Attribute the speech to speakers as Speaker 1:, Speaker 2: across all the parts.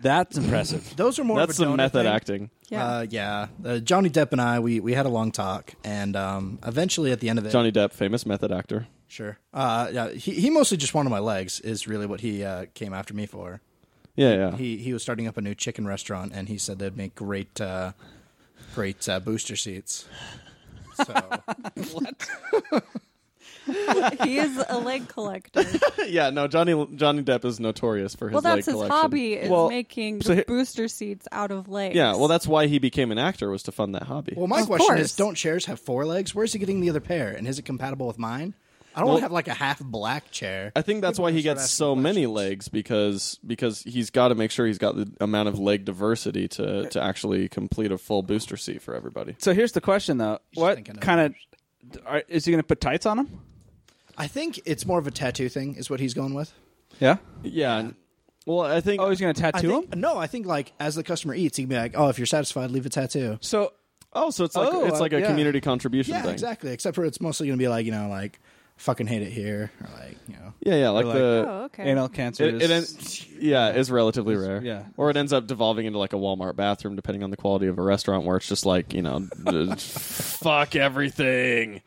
Speaker 1: That's impressive.
Speaker 2: Those are more.
Speaker 3: That's
Speaker 2: of a
Speaker 3: some
Speaker 2: Jonah
Speaker 3: method
Speaker 2: thing.
Speaker 3: acting.
Speaker 4: Yeah.
Speaker 2: Uh, yeah. Uh, Johnny Depp and I, we, we had a long talk, and um, eventually at the end of it,
Speaker 3: Johnny Depp, famous method actor.
Speaker 2: sure. Uh, yeah, he, he mostly just wanted my legs, is really what he uh, came after me for.
Speaker 3: Yeah, yeah.
Speaker 2: He he was starting up a new chicken restaurant, and he said they'd make great uh, great uh, booster seats. So
Speaker 1: Uh,
Speaker 4: he is a leg collector.
Speaker 3: yeah, no, Johnny Johnny Depp is notorious for his
Speaker 4: well,
Speaker 3: leg
Speaker 4: that's his
Speaker 3: collection.
Speaker 4: hobby is
Speaker 3: Well,
Speaker 4: making
Speaker 3: so
Speaker 4: the
Speaker 3: here-
Speaker 4: booster seats out of legs.
Speaker 3: Yeah, well, that's why he became an actor was to fund that hobby.
Speaker 2: well, my
Speaker 4: Of
Speaker 2: question
Speaker 4: course.
Speaker 2: is: Don't chairs have four legs? Where's he getting the other pair, and is it compatible with mine? I don't want to have like a half black chair.
Speaker 3: I think that's why he
Speaker 2: start
Speaker 3: gets
Speaker 2: asking
Speaker 3: so many
Speaker 2: questions.
Speaker 3: legs because because he's got to make sure he's got the amount of leg diversity to to actually complete a full booster seat for everybody.
Speaker 1: So here's the question, though. What
Speaker 2: thinking of
Speaker 1: kind of is he going to put tights on him?
Speaker 2: I think it's more of a tattoo thing, is what he's going with.
Speaker 1: Yeah.
Speaker 3: Yeah. Well, I think
Speaker 1: Oh, he's going to
Speaker 2: I
Speaker 1: tattoo
Speaker 2: think,
Speaker 1: him.
Speaker 2: No, I think like as the customer eats, he can be like, "Oh, if you're satisfied, leave a tattoo."
Speaker 1: So
Speaker 3: Oh, so it's like
Speaker 1: Oh,
Speaker 3: it's
Speaker 1: uh,
Speaker 3: like a
Speaker 1: yeah.
Speaker 3: community contribution
Speaker 2: Yeah,
Speaker 3: thing.
Speaker 2: exactly. Except for it's mostly going to be like you know, like fucking hate it here, or like you know,
Speaker 3: Yeah, yeah, like,
Speaker 1: Or like-
Speaker 3: the
Speaker 4: Oh, okay.
Speaker 1: anal cancer
Speaker 3: it, it
Speaker 1: is.
Speaker 3: en- yeah, is relatively rare.
Speaker 1: yeah.
Speaker 3: Or it ends up devolving into like a Walmart bathroom depending on the quality of a restaurant where it's just like, you know, d- fuck everything.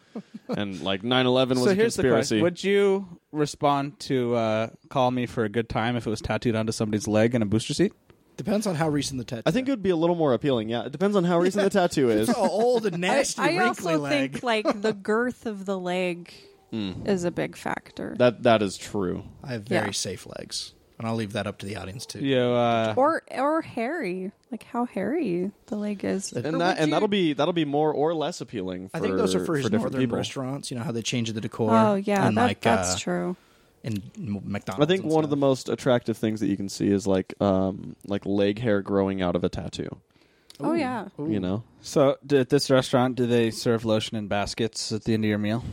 Speaker 3: And like 9/11 was
Speaker 1: so
Speaker 3: a
Speaker 1: here's the
Speaker 3: conspiracy.
Speaker 1: question: Would you respond to uh, "Call Me for a Good Time" if it was tattooed onto somebody's leg in a booster seat?
Speaker 2: depends on how recent the tattoo.
Speaker 3: I think it would be a little more appealing. Yeah, it depends on how recent the tattoo is.
Speaker 2: oh, old and
Speaker 4: I,
Speaker 2: nasty,
Speaker 4: I
Speaker 2: wrinkly
Speaker 4: also
Speaker 2: leg.
Speaker 4: think like the girth of the leg is a big factor.
Speaker 3: Hmm. that that is true.
Speaker 2: I have very
Speaker 4: Yeah.
Speaker 2: safe legs, and I'll leave that up to the audience too.
Speaker 1: You uh,
Speaker 4: or or hairy, like how hairy the leg is.
Speaker 3: And that and that'll be that'll be more or less appealing for
Speaker 2: I think those are for, his
Speaker 3: different
Speaker 2: northern
Speaker 3: people.
Speaker 2: restaurants. You know how they change the decor.
Speaker 4: oh yeah,
Speaker 2: and
Speaker 4: that,
Speaker 2: like,
Speaker 4: that's
Speaker 2: uh,
Speaker 4: true.
Speaker 2: In McDonald's,
Speaker 3: I think
Speaker 2: and
Speaker 3: one of the
Speaker 2: stuff.
Speaker 3: most attractive things that you can see is like um like leg hair growing out of a tattoo,
Speaker 4: Oh yeah,
Speaker 3: you know.
Speaker 1: so d- at this restaurant, do they serve lotion in baskets at the end of your meal?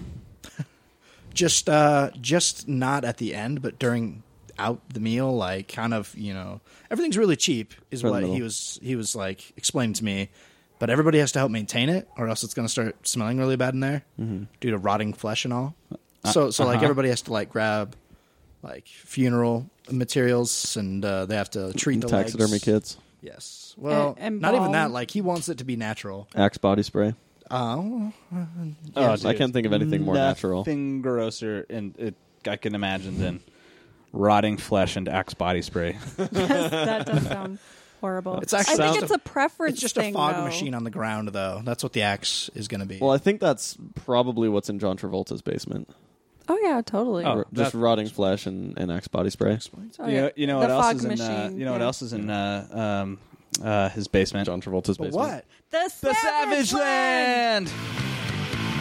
Speaker 2: just uh, just not at the end, but during out the meal, like kind of you know everything's really cheap is
Speaker 3: For the
Speaker 2: what he
Speaker 3: middle.
Speaker 2: was he was like explaining to me. But everybody has to help maintain it, or else it's going to start smelling really bad in there
Speaker 3: Mm-hmm.
Speaker 2: due to rotting flesh and all.
Speaker 3: Uh,
Speaker 2: so so
Speaker 3: uh-huh.
Speaker 2: like everybody has to like grab like funeral materials, and uh, they have to treat the
Speaker 3: Taxidermy
Speaker 2: legs.
Speaker 3: kits,
Speaker 2: Yes. Well,
Speaker 4: And- and
Speaker 2: not even that.
Speaker 4: balm.
Speaker 2: Like he wants it to be natural.
Speaker 3: Axe body spray.
Speaker 2: Oh,
Speaker 3: Oh, I can't think of anything more natural.
Speaker 1: Nothing grosser, and it, I can imagine than rotting flesh and Axe body spray.
Speaker 4: that does sound horrible.
Speaker 2: It's actually-
Speaker 4: I think
Speaker 2: sounds-
Speaker 4: it's a preference.
Speaker 2: it's just
Speaker 4: thing,
Speaker 2: a fog
Speaker 4: though.
Speaker 2: machine on the ground, though. That's what the axe is going to be.
Speaker 3: Well, I think that's probably what's in John Travolta's basement.
Speaker 4: Oh yeah, totally.
Speaker 1: Oh,
Speaker 3: R- just
Speaker 1: that-
Speaker 3: rotting flesh and, and axe body spray.
Speaker 4: Oh,
Speaker 1: You
Speaker 4: yeah.
Speaker 1: know, you know
Speaker 4: the
Speaker 1: what
Speaker 4: fog
Speaker 1: else is in?
Speaker 4: machine.
Speaker 1: Uh, you know what
Speaker 4: yeah.
Speaker 1: else is in uh, um, uh, his basement?
Speaker 3: John Travolta's
Speaker 2: but
Speaker 3: basement.
Speaker 2: what?
Speaker 4: The
Speaker 1: The
Speaker 4: Savage
Speaker 1: Savage
Speaker 4: Land.
Speaker 1: Land.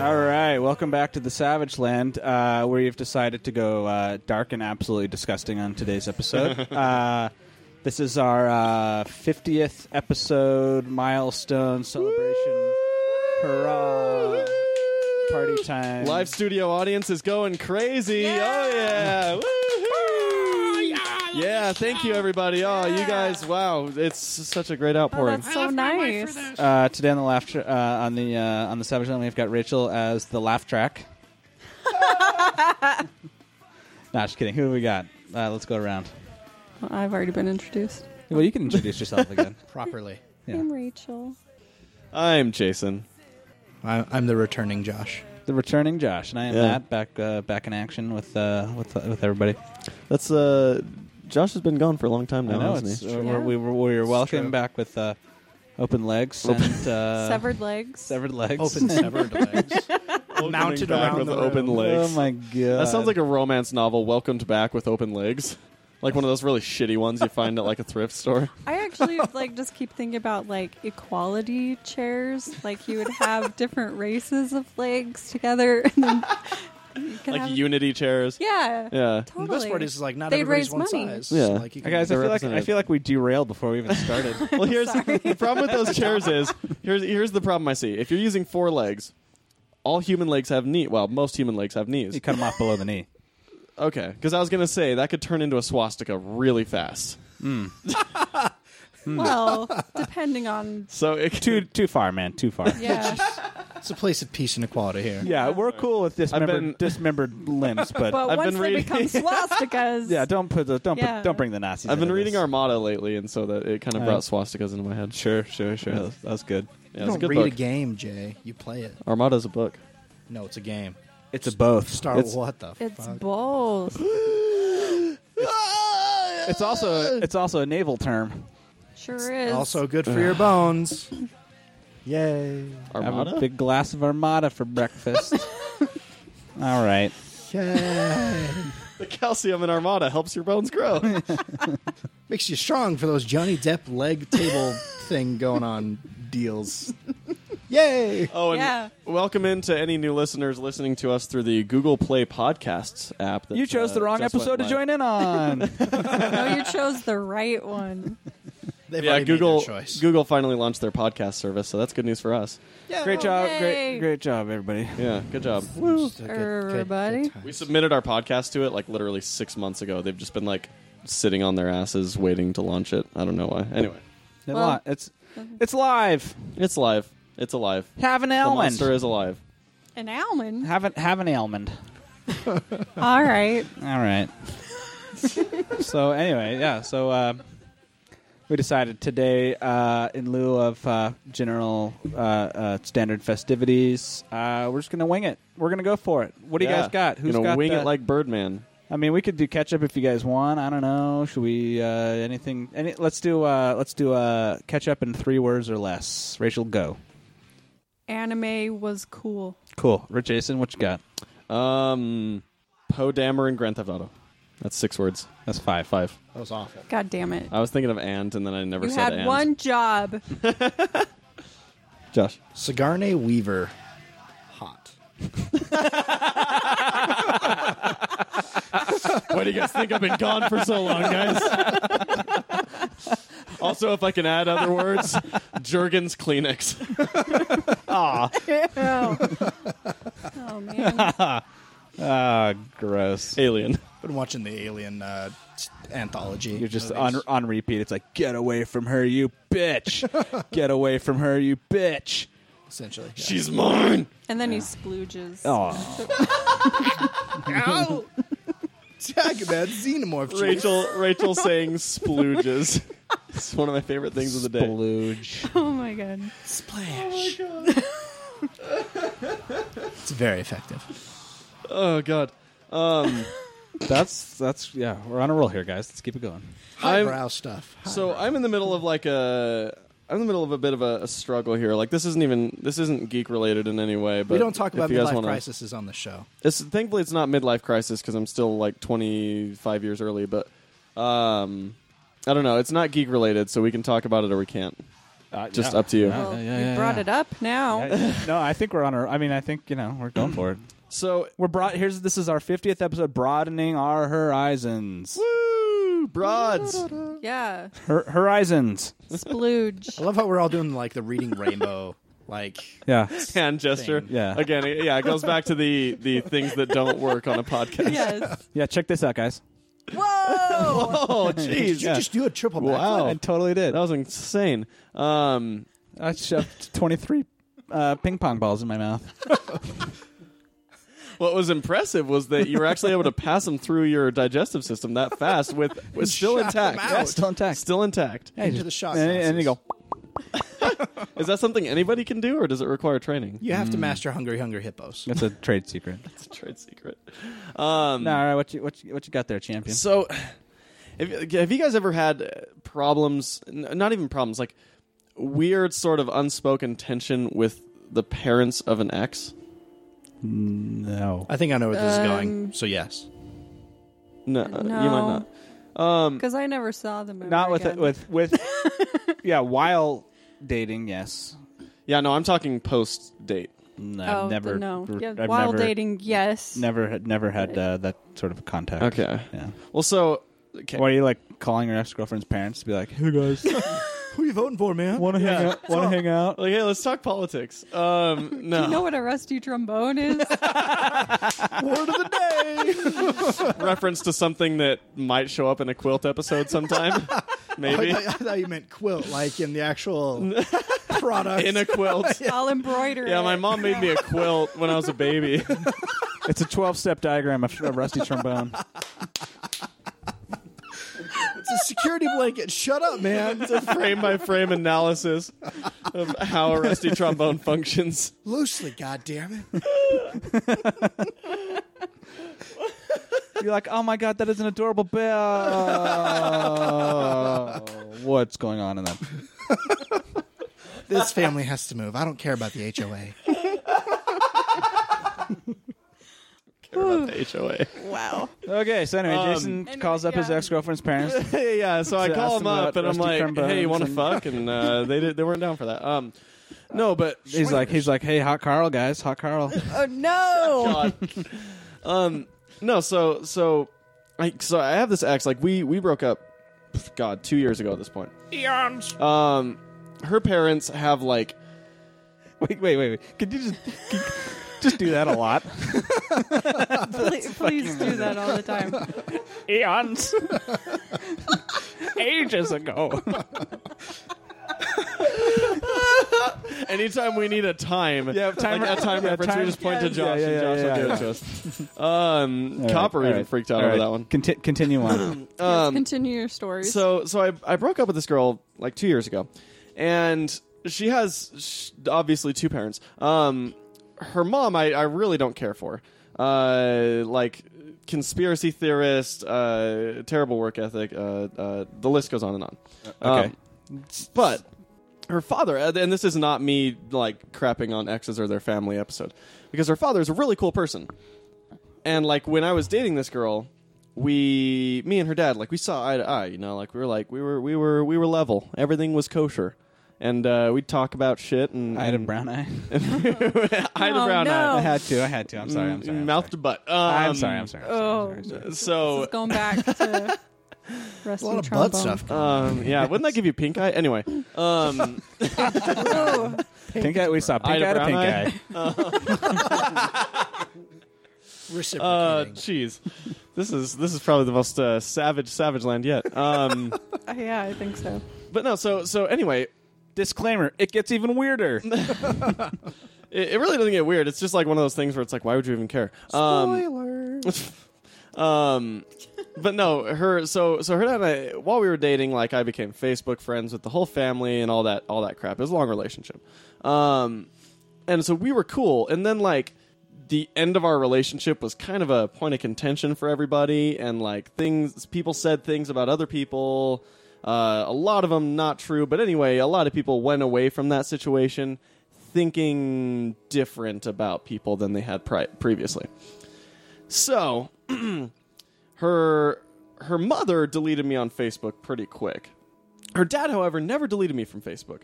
Speaker 1: All right, welcome back to the Savage Land, uh, where you've decided to go uh, dark and absolutely disgusting on today's episode. uh, this is our uh, fiftieth episode milestone celebration. Hurrah! Party time!
Speaker 3: Live studio audience is going crazy.
Speaker 4: Yeah. Oh,
Speaker 3: Oh yeah. Woohoo. yeah. thank you everybody. Oh, you guys, wow. It's such a great
Speaker 4: Oh,
Speaker 3: outpouring.
Speaker 4: that's so nice.
Speaker 1: Uh, today on the laugh tr- uh, on the uh, on the Savage Land, we've got Rachel as the laugh track. nah, just kidding. Who have we got? Uh, let's go around.
Speaker 4: Well, I've already been introduced.
Speaker 1: Well, you can introduce yourself again.
Speaker 2: Properly.
Speaker 1: Yeah.
Speaker 4: I'm Rachel.
Speaker 3: I'm Jason.
Speaker 2: I, I'm the returning Josh.
Speaker 1: The returning Josh and I am
Speaker 3: Yeah.
Speaker 1: Matt back uh, back in action with uh, with with everybody.
Speaker 3: That's uh Josh has been gone for a long time
Speaker 1: I
Speaker 3: now,
Speaker 1: know
Speaker 3: hasn't
Speaker 1: it's
Speaker 3: he?
Speaker 1: uh, we're, we were we were welcome
Speaker 2: true.
Speaker 1: back with uh, open legs and uh,
Speaker 4: Severed legs.
Speaker 1: severed legs.
Speaker 2: Open severed legs. Mounted
Speaker 3: back
Speaker 2: around
Speaker 3: with
Speaker 2: the
Speaker 3: open
Speaker 2: room.
Speaker 3: legs.
Speaker 1: Oh my god!
Speaker 3: That sounds like a romance novel, Welcomed Back with Open Legs. Like one of those really shitty ones you find at like a thrift store.
Speaker 4: I actually like just keep thinking about like equality chairs. Like you would have different races of legs together, and then You can
Speaker 3: like
Speaker 4: have-
Speaker 3: unity chairs.
Speaker 4: Yeah.
Speaker 3: Yeah.
Speaker 4: Totally.
Speaker 2: The best part is like not
Speaker 4: They
Speaker 2: everybody's
Speaker 4: raise
Speaker 2: one
Speaker 4: money.
Speaker 2: size.
Speaker 3: Yeah.
Speaker 2: So, like, you
Speaker 1: Okay,
Speaker 2: can,
Speaker 1: guys, I feel like I
Speaker 3: representative.
Speaker 1: feel like we derailed before we even started.
Speaker 3: Well, here's
Speaker 4: sorry.
Speaker 3: the problem with those chairs is here's here's the problem I see. If you're using four legs, all human legs have knee. Well, most human legs have knees.
Speaker 1: you cut them off below the knee.
Speaker 3: Okay, because I was gonna say that could turn into a swastika really fast.
Speaker 4: well, depending on
Speaker 3: So it could,
Speaker 1: Too too far, man. Too far.
Speaker 4: yeah.
Speaker 2: it's a place of peace and equality here.
Speaker 1: Yeah, we're cool with dismembered,
Speaker 3: been-
Speaker 1: dismembered limbs, but,
Speaker 4: But
Speaker 3: I've
Speaker 4: once they
Speaker 3: been reading-
Speaker 4: become swastikas,
Speaker 1: yeah, don't put the don't
Speaker 4: Yeah.
Speaker 1: put, don't bring the Nazis.
Speaker 3: I've been
Speaker 1: into
Speaker 3: reading
Speaker 1: this.
Speaker 3: Armada lately, and so that it kind of
Speaker 1: Uh,
Speaker 3: brought swastikas into my head.
Speaker 1: Sure, sure, sure. That was, that was good.
Speaker 3: Yeah,
Speaker 2: You
Speaker 3: it's a
Speaker 2: don't
Speaker 3: good
Speaker 2: read a
Speaker 3: book.
Speaker 2: game, Jay. You play it.
Speaker 3: Armada's a book.
Speaker 2: No, it's a game.
Speaker 1: It's a both.
Speaker 2: Star
Speaker 1: It's,
Speaker 2: what the
Speaker 4: it's
Speaker 2: fuck?
Speaker 4: both.
Speaker 1: it's also it's also a naval term.
Speaker 4: Sure is.
Speaker 2: also good for your bones. Yay!
Speaker 1: I have a
Speaker 3: Armada.
Speaker 1: big glass of Armada for breakfast. All right.
Speaker 2: Yay!
Speaker 3: The calcium in Armada helps your bones grow.
Speaker 2: Makes you strong for those Johnny Depp leg table thing going on deals. Yay!
Speaker 3: oh, and
Speaker 4: Yeah.
Speaker 3: welcome into any new listeners listening to us through the Google Play Podcasts app. That,
Speaker 1: You chose
Speaker 3: uh,
Speaker 1: the wrong
Speaker 3: just went
Speaker 1: episode to
Speaker 3: live.
Speaker 1: join in on.
Speaker 4: no, you chose the right one.
Speaker 2: They've
Speaker 3: Yeah,
Speaker 2: already made
Speaker 3: Google.
Speaker 2: their choice.
Speaker 3: Google finally launched their podcast service, so that's good news for us.
Speaker 1: great job, great
Speaker 4: Yay.
Speaker 1: great job, everybody.
Speaker 3: Yeah, good job.
Speaker 2: Just a good- good- good
Speaker 4: Everybody.
Speaker 2: time.
Speaker 3: We submitted our podcast to it like literally six months ago. They've just been like sitting on their asses waiting to launch it. I don't know why. Anyway,
Speaker 1: It
Speaker 4: Well-
Speaker 1: li- it's it's live.
Speaker 3: it's live. It's alive.
Speaker 1: Have an
Speaker 3: The
Speaker 1: almond.
Speaker 3: monster is alive.
Speaker 4: An almond.
Speaker 1: Have an have an almond.
Speaker 4: All right.
Speaker 1: All right. so anyway, yeah. So uh, we decided today, uh, in lieu of uh, general uh, uh, standard festivities, uh, we're just gonna wing it. We're gonna go for it. What do you
Speaker 3: Yeah.
Speaker 1: guys got? Who's
Speaker 3: you know,
Speaker 1: got
Speaker 3: wing
Speaker 1: the-
Speaker 3: it like Birdman?
Speaker 1: I mean, we could do catch up if you guys want. I don't know. Should we? Uh, anything? Any? Let's do. Uh, let's do. Uh, catch up in three words or less. Rachel, go.
Speaker 4: Anime was cool.
Speaker 1: Cool. Rich Jason, what you got?
Speaker 3: Um, Poe Dameron, Grand Theft Auto. That's six words.
Speaker 1: That's five.
Speaker 3: Five.
Speaker 2: That was awful.
Speaker 4: God damn it.
Speaker 3: I was thinking of and, and then I never
Speaker 4: you
Speaker 3: said
Speaker 4: had
Speaker 3: and.
Speaker 4: one job.
Speaker 3: Josh.
Speaker 2: Sigourney Weaver, hot.
Speaker 3: Why do you guys think I've been gone for so long, guys? also, if I can add other words, Jergens Kleenex.
Speaker 4: Ew. oh man.
Speaker 1: Ah, gross.
Speaker 3: Alien.
Speaker 2: Been watching the Alien uh, t- anthology.
Speaker 1: You're just
Speaker 2: movies.
Speaker 1: on on repeat. It's like get away from her, you bitch. get away from her, you bitch.
Speaker 2: essentially. yeah.
Speaker 3: She's mine.
Speaker 4: And then he splooges.
Speaker 1: Oh,
Speaker 2: Ow! Talk about xenomorph. chief.
Speaker 3: Rachel Rachel saying splooges. It's one of my favorite things of the day.
Speaker 1: splooge.
Speaker 4: Oh my god.
Speaker 2: Splash. it's very effective.
Speaker 3: Oh god. Um
Speaker 1: That's that's yeah. We're on a roll here, guys. Let's keep it going.
Speaker 2: Highbrow stuff.
Speaker 3: so
Speaker 2: Highbrow.
Speaker 3: I'm in the middle of like a I'm in the middle of a bit of a, a struggle here. Like this isn't even this isn't geek related in any way, but
Speaker 2: we don't talk
Speaker 3: if
Speaker 2: about
Speaker 3: you guys
Speaker 2: midlife
Speaker 3: wanna-
Speaker 2: crises on the show.
Speaker 3: It's, thankfully, it's not midlife crisis because I'm still like 25 years early. But um, I don't know. It's not geek related, so we can talk about it or we can't.
Speaker 1: Uh,
Speaker 3: Just
Speaker 1: yeah.
Speaker 3: up to you.
Speaker 1: Yeah,
Speaker 4: Well,
Speaker 1: yeah, yeah,
Speaker 4: you
Speaker 1: yeah,
Speaker 4: brought it up now.
Speaker 1: yeah. no, I think we're on our. I mean, I think you know we're going for it.
Speaker 3: So
Speaker 1: We're broad. Here's this is our 50th episode, broadening our horizons.
Speaker 3: woo, broads.
Speaker 4: Yeah.
Speaker 1: Her- horizons.
Speaker 2: I
Speaker 4: Splooge.
Speaker 2: love how we're all doing like the reading rainbow. Like
Speaker 1: Yeah.
Speaker 3: Hand gesture.
Speaker 2: Thing.
Speaker 1: Yeah.
Speaker 3: Again, it, yeah, it goes back to the the things that don't work on a podcast.
Speaker 4: yes.
Speaker 1: Yeah. Check this out, guys.
Speaker 4: Whoa.
Speaker 3: Oh,
Speaker 2: did
Speaker 3: jeez.
Speaker 2: you just do a triple
Speaker 3: Wow.
Speaker 1: I totally did.
Speaker 3: That was insane. Um,
Speaker 1: Oh, I shoved 23 uh, ping pong balls in my mouth.
Speaker 3: what was impressive was that you were actually able to pass them through your digestive system that fast with, with still
Speaker 2: Shot them out.
Speaker 3: intact.
Speaker 1: Yeah, still intact.
Speaker 3: Still intact.
Speaker 2: backflip into the shot?
Speaker 1: and, and you go.
Speaker 2: glasses?
Speaker 3: Is that something anybody can do, or does it require training?
Speaker 2: You have to master Hungry Hungry Hippos.
Speaker 1: That's a trade secret.
Speaker 3: It's a trade secret. Um,
Speaker 1: No, all right, what you what you, what you got there, champion?
Speaker 3: So, have, have you guys ever had uh, problems? N- not even problems, like weird sort of unspoken tension with the parents of an ex.
Speaker 1: No,
Speaker 2: I think I know where this is going. So yes,
Speaker 3: No, uh, you might
Speaker 4: No.
Speaker 3: not. Um,
Speaker 4: Because I never saw the movie.
Speaker 1: not with
Speaker 4: again.
Speaker 1: with with yeah. While dating, yes.
Speaker 3: yeah, no, I'm talking post date.
Speaker 1: No,
Speaker 4: oh,
Speaker 1: I've never.
Speaker 4: no.
Speaker 1: r-
Speaker 4: Yeah,
Speaker 1: I've
Speaker 4: while
Speaker 1: never,
Speaker 4: dating, yes.
Speaker 1: Never, had- never had uh, that sort of contact.
Speaker 3: Okay.
Speaker 1: Yeah.
Speaker 3: Well, so okay.
Speaker 1: Why are you like calling your ex girlfriend's parents to be like, "Hey guys,
Speaker 2: Who you voting for, man?
Speaker 1: want to hang out? Want to hang out?"
Speaker 3: Like, hey, let's talk politics. Um, no.
Speaker 4: You know what a rusty trombone is?
Speaker 2: Word of the day.
Speaker 3: Reference to something that might show up in a quilt episode sometime. Maybe.
Speaker 2: I, thought, I thought you meant quilt, like in the actual product.
Speaker 3: in a quilt.
Speaker 4: I'll embroider
Speaker 3: Yeah,
Speaker 4: it.
Speaker 3: my mom made me a quilt when I was a baby.
Speaker 1: It's a twelve-step diagram of a rusty trombone.
Speaker 2: it's a security blanket. Shut up, man.
Speaker 3: It's a frame by frame analysis of how a rusty trombone functions.
Speaker 2: Loosely, goddammit. it.
Speaker 1: You're like, "Oh my god, that is an adorable bell." What's going on in that?
Speaker 2: This family has to move. I don't care about the HOA.
Speaker 3: Care about the HOA.
Speaker 4: Wow.
Speaker 1: Okay, so anyway,
Speaker 3: Um,
Speaker 1: Jason
Speaker 4: And,
Speaker 1: calls up his
Speaker 4: yeah.
Speaker 1: ex-girlfriend's parents.
Speaker 3: Hey, yeah, so I
Speaker 1: To
Speaker 3: call
Speaker 1: ask
Speaker 3: him
Speaker 1: them
Speaker 3: up
Speaker 1: about
Speaker 3: and I'm
Speaker 1: rusty
Speaker 3: like, "Hey, you want to
Speaker 1: trombones
Speaker 3: fuck?" And uh, they did, they weren't down for that. Um, no, but
Speaker 1: He's like, he's like, "Hey, hot Carl, guys, hot Carl."
Speaker 4: Oh no.
Speaker 3: God. um, no, so so I so I have this ex. Like we we broke up. pff, God, two years ago at this point. Um, her parents have like
Speaker 1: Wait, wait, wait, wait. Could you just could you just do that a lot?
Speaker 4: please, please do that all the time.
Speaker 1: Eons, ages ago.
Speaker 3: anytime we need a time.
Speaker 1: Yeah, time-
Speaker 3: like a time
Speaker 1: yeah,
Speaker 3: reference.
Speaker 1: time-
Speaker 3: we just point to
Speaker 1: yeah,
Speaker 3: Josh,
Speaker 1: yeah, yeah,
Speaker 3: and Josh
Speaker 1: yeah,
Speaker 3: will
Speaker 1: yeah.
Speaker 3: give it to us. Um, Copper even freaked out over that one.
Speaker 1: Conti- continue on.
Speaker 4: Continue your stories.
Speaker 3: So so I I broke up with this girl like two years ago, and she has sh- obviously two parents. Um, her mom I I really don't care for. Uh, like conspiracy theorist, uh, terrible work ethic. Uh, uh, the list goes on and on.
Speaker 1: okay.
Speaker 3: Um, but her father, uh, and this is not me like crapping on exes or their family episode, because her father is a really cool person. And like when I was dating this girl, we, me and her dad, like we saw eye to eye. You know, like we were like we were we were we were level. Everything was kosher, and uh, we'd talk about shit and
Speaker 1: I had a
Speaker 3: and-
Speaker 1: brown eye.
Speaker 3: eye to
Speaker 4: Oh,
Speaker 3: brown
Speaker 4: no.
Speaker 1: I
Speaker 3: eye,
Speaker 1: had to. I had to. I'm sorry. I'm sorry. I'm
Speaker 3: mouth
Speaker 1: sorry.
Speaker 3: to butt. Um,
Speaker 1: I'm sorry. I'm sorry. I'm sorry, I'm
Speaker 4: oh.
Speaker 1: sorry.
Speaker 3: So
Speaker 4: This is going back to rusty
Speaker 2: A lot of
Speaker 4: trombone.
Speaker 2: butt stuff.
Speaker 3: um, yeah, wouldn't that give you pink eye? Anyway, um,
Speaker 4: Ooh.
Speaker 1: Pink eye. We saw pink
Speaker 3: Eye
Speaker 1: eye to
Speaker 3: to brown
Speaker 1: pink
Speaker 3: eye.
Speaker 1: eye.
Speaker 3: uh,
Speaker 2: Reciprocating.
Speaker 3: jeez, this is this is probably the most uh, savage savage land yet. Um,
Speaker 4: Uh, yeah, I think so.
Speaker 3: but no, so so anyway,
Speaker 1: Disclaimer: It gets even weirder.
Speaker 3: it, it really doesn't get weird. It's just like one of those things where it's like, why would you even care? Um,
Speaker 2: Spoiler.
Speaker 3: um, but no, her. So so her dad and I, while we were dating, like I became Facebook friends with the whole family and all that all that crap. It was a long relationship. Um, and so we were cool. And then like the end of our relationship was kind of a point of contention for everybody, and like things people said things about other people. Uh, a lot of them not true, but anyway, a lot of people went away from that situation thinking different about people than they had pri- previously. So her her mother deleted me on Facebook pretty quick. Her dad, however, never deleted me from Facebook.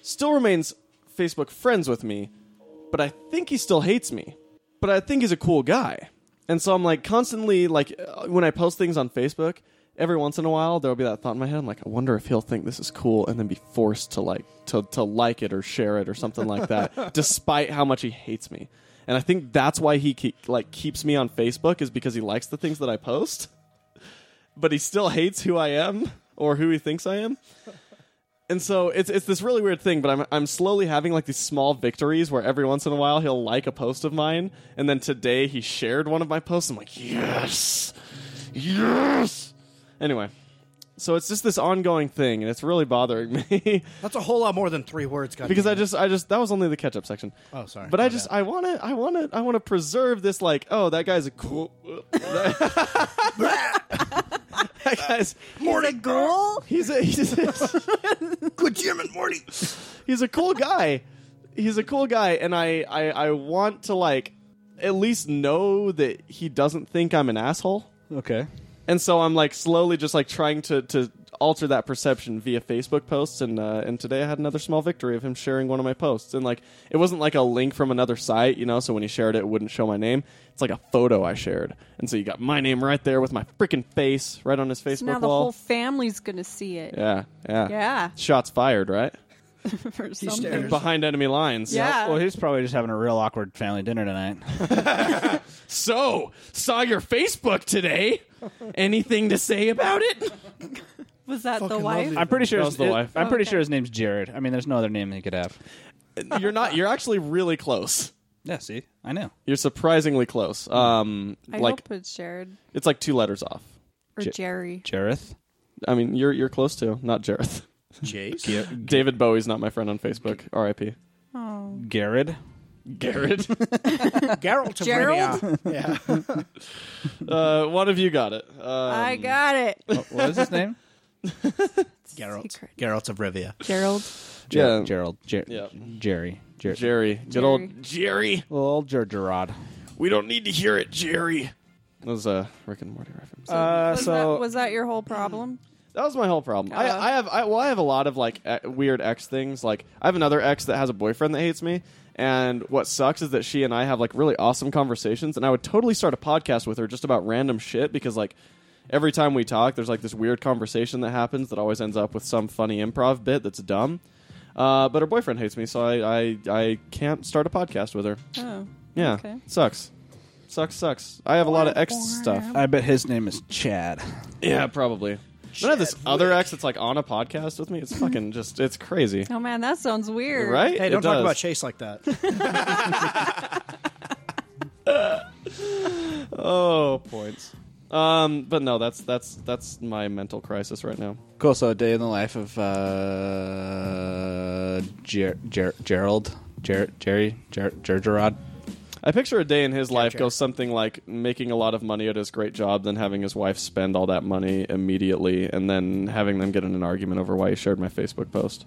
Speaker 3: Still remains Facebook friends with me, but I think he still hates me. But I think he's a cool guy. And so I'm like constantly like uh, when I post things on Facebook, every once in a while there'll be that thought in my head, I'm like I wonder if he'll think this is cool and then be forced to like to to like it or share it or something like that despite how much he hates me. And I think that's why he keep, like keeps me on Facebook is because he likes the things that I post but he still hates who I am or who he thinks I am. And so it's it's this really weird thing, but I'm I'm slowly having like these small victories where every once in a while he'll like a post of mine, and then today he shared one of my posts. I'm like, yes, yes. Anyway, so it's just this ongoing thing, and it's really bothering me
Speaker 2: That's a whole lot more than three words, God
Speaker 3: because I just I just that was only the catch up section.
Speaker 2: Oh, sorry.
Speaker 3: But
Speaker 2: My
Speaker 3: I just I want to I want to I want to preserve this like oh that guy's a cool that guy's
Speaker 4: Morty girl.
Speaker 3: he's a he's a,
Speaker 2: Good Jim and Morty.
Speaker 3: he's a cool guy. He's a cool guy, and I, I I want to like at least know that he doesn't think I'm an asshole.
Speaker 1: Okay.
Speaker 3: And so I'm like slowly just like trying to to alter that perception via Facebook posts, and uh, and today I had another small victory of him sharing one of my posts, and like it wasn't like a link from another site, you know. So when he shared it, it wouldn't show my name. It's like a photo I shared, and so you got my name right there with my freaking face right on his Facebook
Speaker 4: So now the
Speaker 3: wall.
Speaker 4: whole family's gonna see it.
Speaker 3: yeah, yeah,
Speaker 4: Yeah.
Speaker 3: Shots fired, right?
Speaker 4: For something.
Speaker 2: stares.
Speaker 3: Behind enemy lines.
Speaker 4: Yeah.
Speaker 1: Well, he's probably just having a real awkward family dinner tonight.
Speaker 3: So, saw your Facebook today. Anything to say about it?
Speaker 4: Was that the
Speaker 2: Fucking
Speaker 4: wife?
Speaker 2: lovely.
Speaker 1: I'm pretty sure.
Speaker 3: That
Speaker 1: his-
Speaker 3: was the wife.
Speaker 1: I'm pretty
Speaker 4: Okay.
Speaker 1: sure his name's Jared. I mean, there's no other name he could have.
Speaker 3: You're not. You're actually really close.
Speaker 1: Yeah. See, I know.
Speaker 3: You're surprisingly close. Um,
Speaker 4: I
Speaker 3: like
Speaker 4: hope it's Jared
Speaker 3: it's like two letters off.
Speaker 4: or
Speaker 1: J-
Speaker 4: Jerry.
Speaker 1: Jareth.
Speaker 3: I mean, you're you're close to not Jareth.
Speaker 2: Jace?
Speaker 3: David Bowie's not my friend on Facebook. R.I.P.
Speaker 4: Oh,
Speaker 1: Garrett.
Speaker 3: Garrett.
Speaker 2: Geralt of
Speaker 4: Gerald?
Speaker 2: Rivia. Yeah.
Speaker 3: uh, one of you got it. Um,
Speaker 4: I got it.
Speaker 3: Oh.
Speaker 1: What what was his name?
Speaker 2: Geralt.
Speaker 4: Secret.
Speaker 2: Geralt of Rivia.
Speaker 4: Gerald.
Speaker 1: Ger-
Speaker 3: Yeah.
Speaker 1: Gerald. Jer-
Speaker 3: Yeah.
Speaker 1: Jerry. Jer-
Speaker 3: Jerry. Good old Jerry.
Speaker 1: Well, old Ger- Gerard.
Speaker 3: We don't need to hear it, Jerry. That was a Rick and Morty reference.
Speaker 1: Uh,
Speaker 4: was,
Speaker 1: so
Speaker 4: that, was that your whole problem?
Speaker 3: That was my whole problem.
Speaker 4: Uh.
Speaker 3: I, I have I, well, I have a lot of like e- weird ex things. Like I have another ex that has a boyfriend that hates me, and what sucks is that she and I have like really awesome conversations, and I would totally start a podcast with her just about random shit because like every time we talk, there's like this weird conversation that happens that always ends up with some funny improv bit that's dumb. Uh, but her boyfriend hates me, so I, I I can't start a podcast with her.
Speaker 4: Oh,
Speaker 3: Yeah,
Speaker 4: Okay.
Speaker 3: sucks, sucks, sucks. I have a lot of ex stuff.
Speaker 1: I bet his name is Chad.
Speaker 3: Yeah, probably. Then I have this other ex that's like on a podcast with me. It's fucking just, it's crazy.
Speaker 4: oh man, that sounds weird.
Speaker 3: Right?
Speaker 2: Hey,
Speaker 3: It
Speaker 2: don't talk
Speaker 3: does.
Speaker 2: about Chase like that.
Speaker 3: Oh, points. Um, but no, that's that's that's my mental crisis right now.
Speaker 1: Cool. So, a day in the life of uh, Ger- Ger- Gerald, Ger- Jerry, Ger- Ger- Gerard.
Speaker 3: I picture a day in his life
Speaker 2: sure.
Speaker 3: goes something like making a lot of money at his great job, then having his wife spend all that money immediately, and then having them get in an argument over why he shared my Facebook post.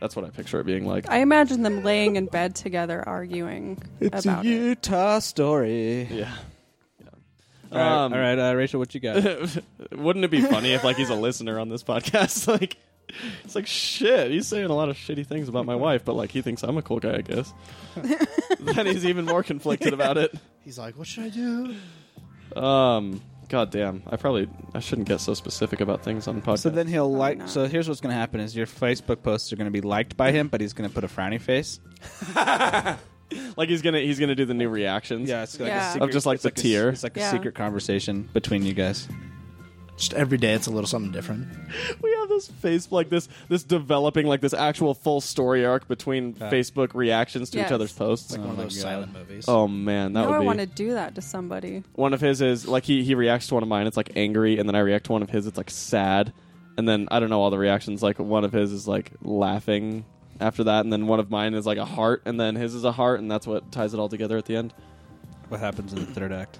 Speaker 3: That's what I picture it being like.
Speaker 4: I imagine them laying in bed together arguing about it.
Speaker 1: Utah story.
Speaker 3: yeah.
Speaker 1: All right,
Speaker 3: Um,
Speaker 1: all right uh, Rachel, what you got?
Speaker 3: Wouldn't it be funny if like he's a listener on this podcast? like it's like shit. He's saying a lot of shitty things about my wife, but like he thinks I'm a cool guy, I guess. then he's even more conflicted about it.
Speaker 2: He's like, what should I do?
Speaker 3: Um God damn. I probably I shouldn't get so specific about things on podcasts.
Speaker 1: So then he'll like.
Speaker 4: not.
Speaker 1: So here's what's going to happen: is your Facebook posts are going to be liked by him, but he's going to put a frowny face.
Speaker 3: like he's gonna he's gonna do the new reactions.
Speaker 1: Yeah, it's like
Speaker 4: Yeah.
Speaker 1: a
Speaker 4: Of
Speaker 1: secret,
Speaker 3: just like
Speaker 1: it's
Speaker 3: the
Speaker 1: a-
Speaker 3: tier.
Speaker 1: It's like a
Speaker 4: Yeah.
Speaker 1: secret conversation between you guys.
Speaker 2: Just every day it's a little something different.
Speaker 3: We have this face like this this developing like this actual full story arc between Facebook reactions to
Speaker 4: Yes.
Speaker 3: each other's posts.
Speaker 2: Like one of
Speaker 1: my
Speaker 2: those
Speaker 1: God.
Speaker 2: silent movies.
Speaker 3: Oh man, that
Speaker 4: Now
Speaker 3: would
Speaker 4: I
Speaker 3: be
Speaker 4: want to do that to somebody.
Speaker 3: one of his is like he, he reacts to one of mine it's like angry and then i react to one of his it's like sad and then i don't know all the reactions like one of his is like laughing after that and then one of mine is like a heart and then his is a heart and that's what ties it all together at the end
Speaker 1: What happens in the third act?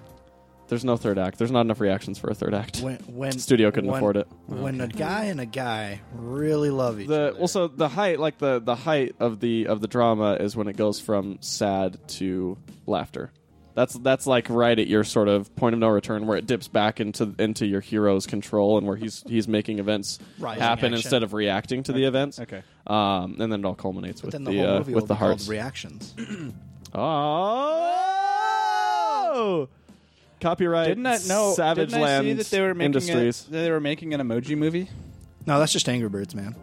Speaker 3: there's no third act there's not enough reactions for a third act
Speaker 2: When, when
Speaker 3: Studio couldn't
Speaker 2: when-
Speaker 3: afford it.
Speaker 2: When a guy and a guy really love each
Speaker 3: the
Speaker 2: other.
Speaker 3: well so the height like the the height of the of the drama is when it goes from sad to laughter that's that's like right at your sort of point of no return where it dips back into into your hero's control and where he's he's making events
Speaker 2: Rising
Speaker 3: happen
Speaker 2: action.
Speaker 3: instead of reacting to the events
Speaker 1: Okay.
Speaker 3: um and then it all culminates
Speaker 2: but
Speaker 3: with
Speaker 2: then
Speaker 3: the,
Speaker 2: the, whole
Speaker 3: uh,
Speaker 2: movie
Speaker 3: with
Speaker 2: will
Speaker 3: the
Speaker 2: be called
Speaker 3: hearts
Speaker 2: reactions.
Speaker 3: oh copyright
Speaker 1: Didn't I know?
Speaker 3: savage
Speaker 1: didn't I see
Speaker 3: Lands
Speaker 1: that they were making
Speaker 3: industries
Speaker 1: A, that they were making an emoji movie.
Speaker 2: No, that's just Angry Birds, man.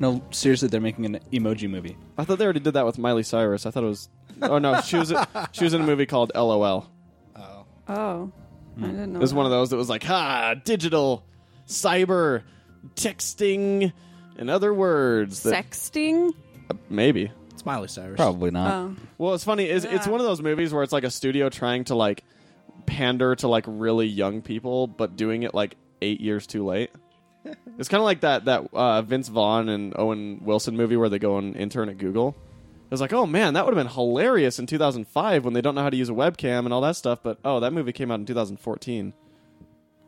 Speaker 1: No, seriously, they're making an emoji movie.
Speaker 3: I thought they already did that with Miley Cyrus I thought it was oh no she was she was in a movie called LOL
Speaker 2: Oh,
Speaker 4: Oh, I didn't know.
Speaker 3: It was
Speaker 4: that.
Speaker 3: Hmm. one of those that was like, ha, digital, cyber, texting, and other words. That,
Speaker 4: sexting.
Speaker 3: Maybe.
Speaker 2: it's Miley Cyrus.
Speaker 1: Probably not.
Speaker 4: Oh,
Speaker 3: Well, it's funny. Is It's
Speaker 4: Yeah.
Speaker 3: one of those movies where it's like a studio trying to like pander to like really young people, but doing it like eight years too late. it's kind of like that that uh, Vince Vaughn and Owen Wilson movie where they go and intern at Google. It was like, oh man, that would have been hilarious in 2005 when they don't know how to use a webcam and all that stuff. But oh, that movie came out in 2014.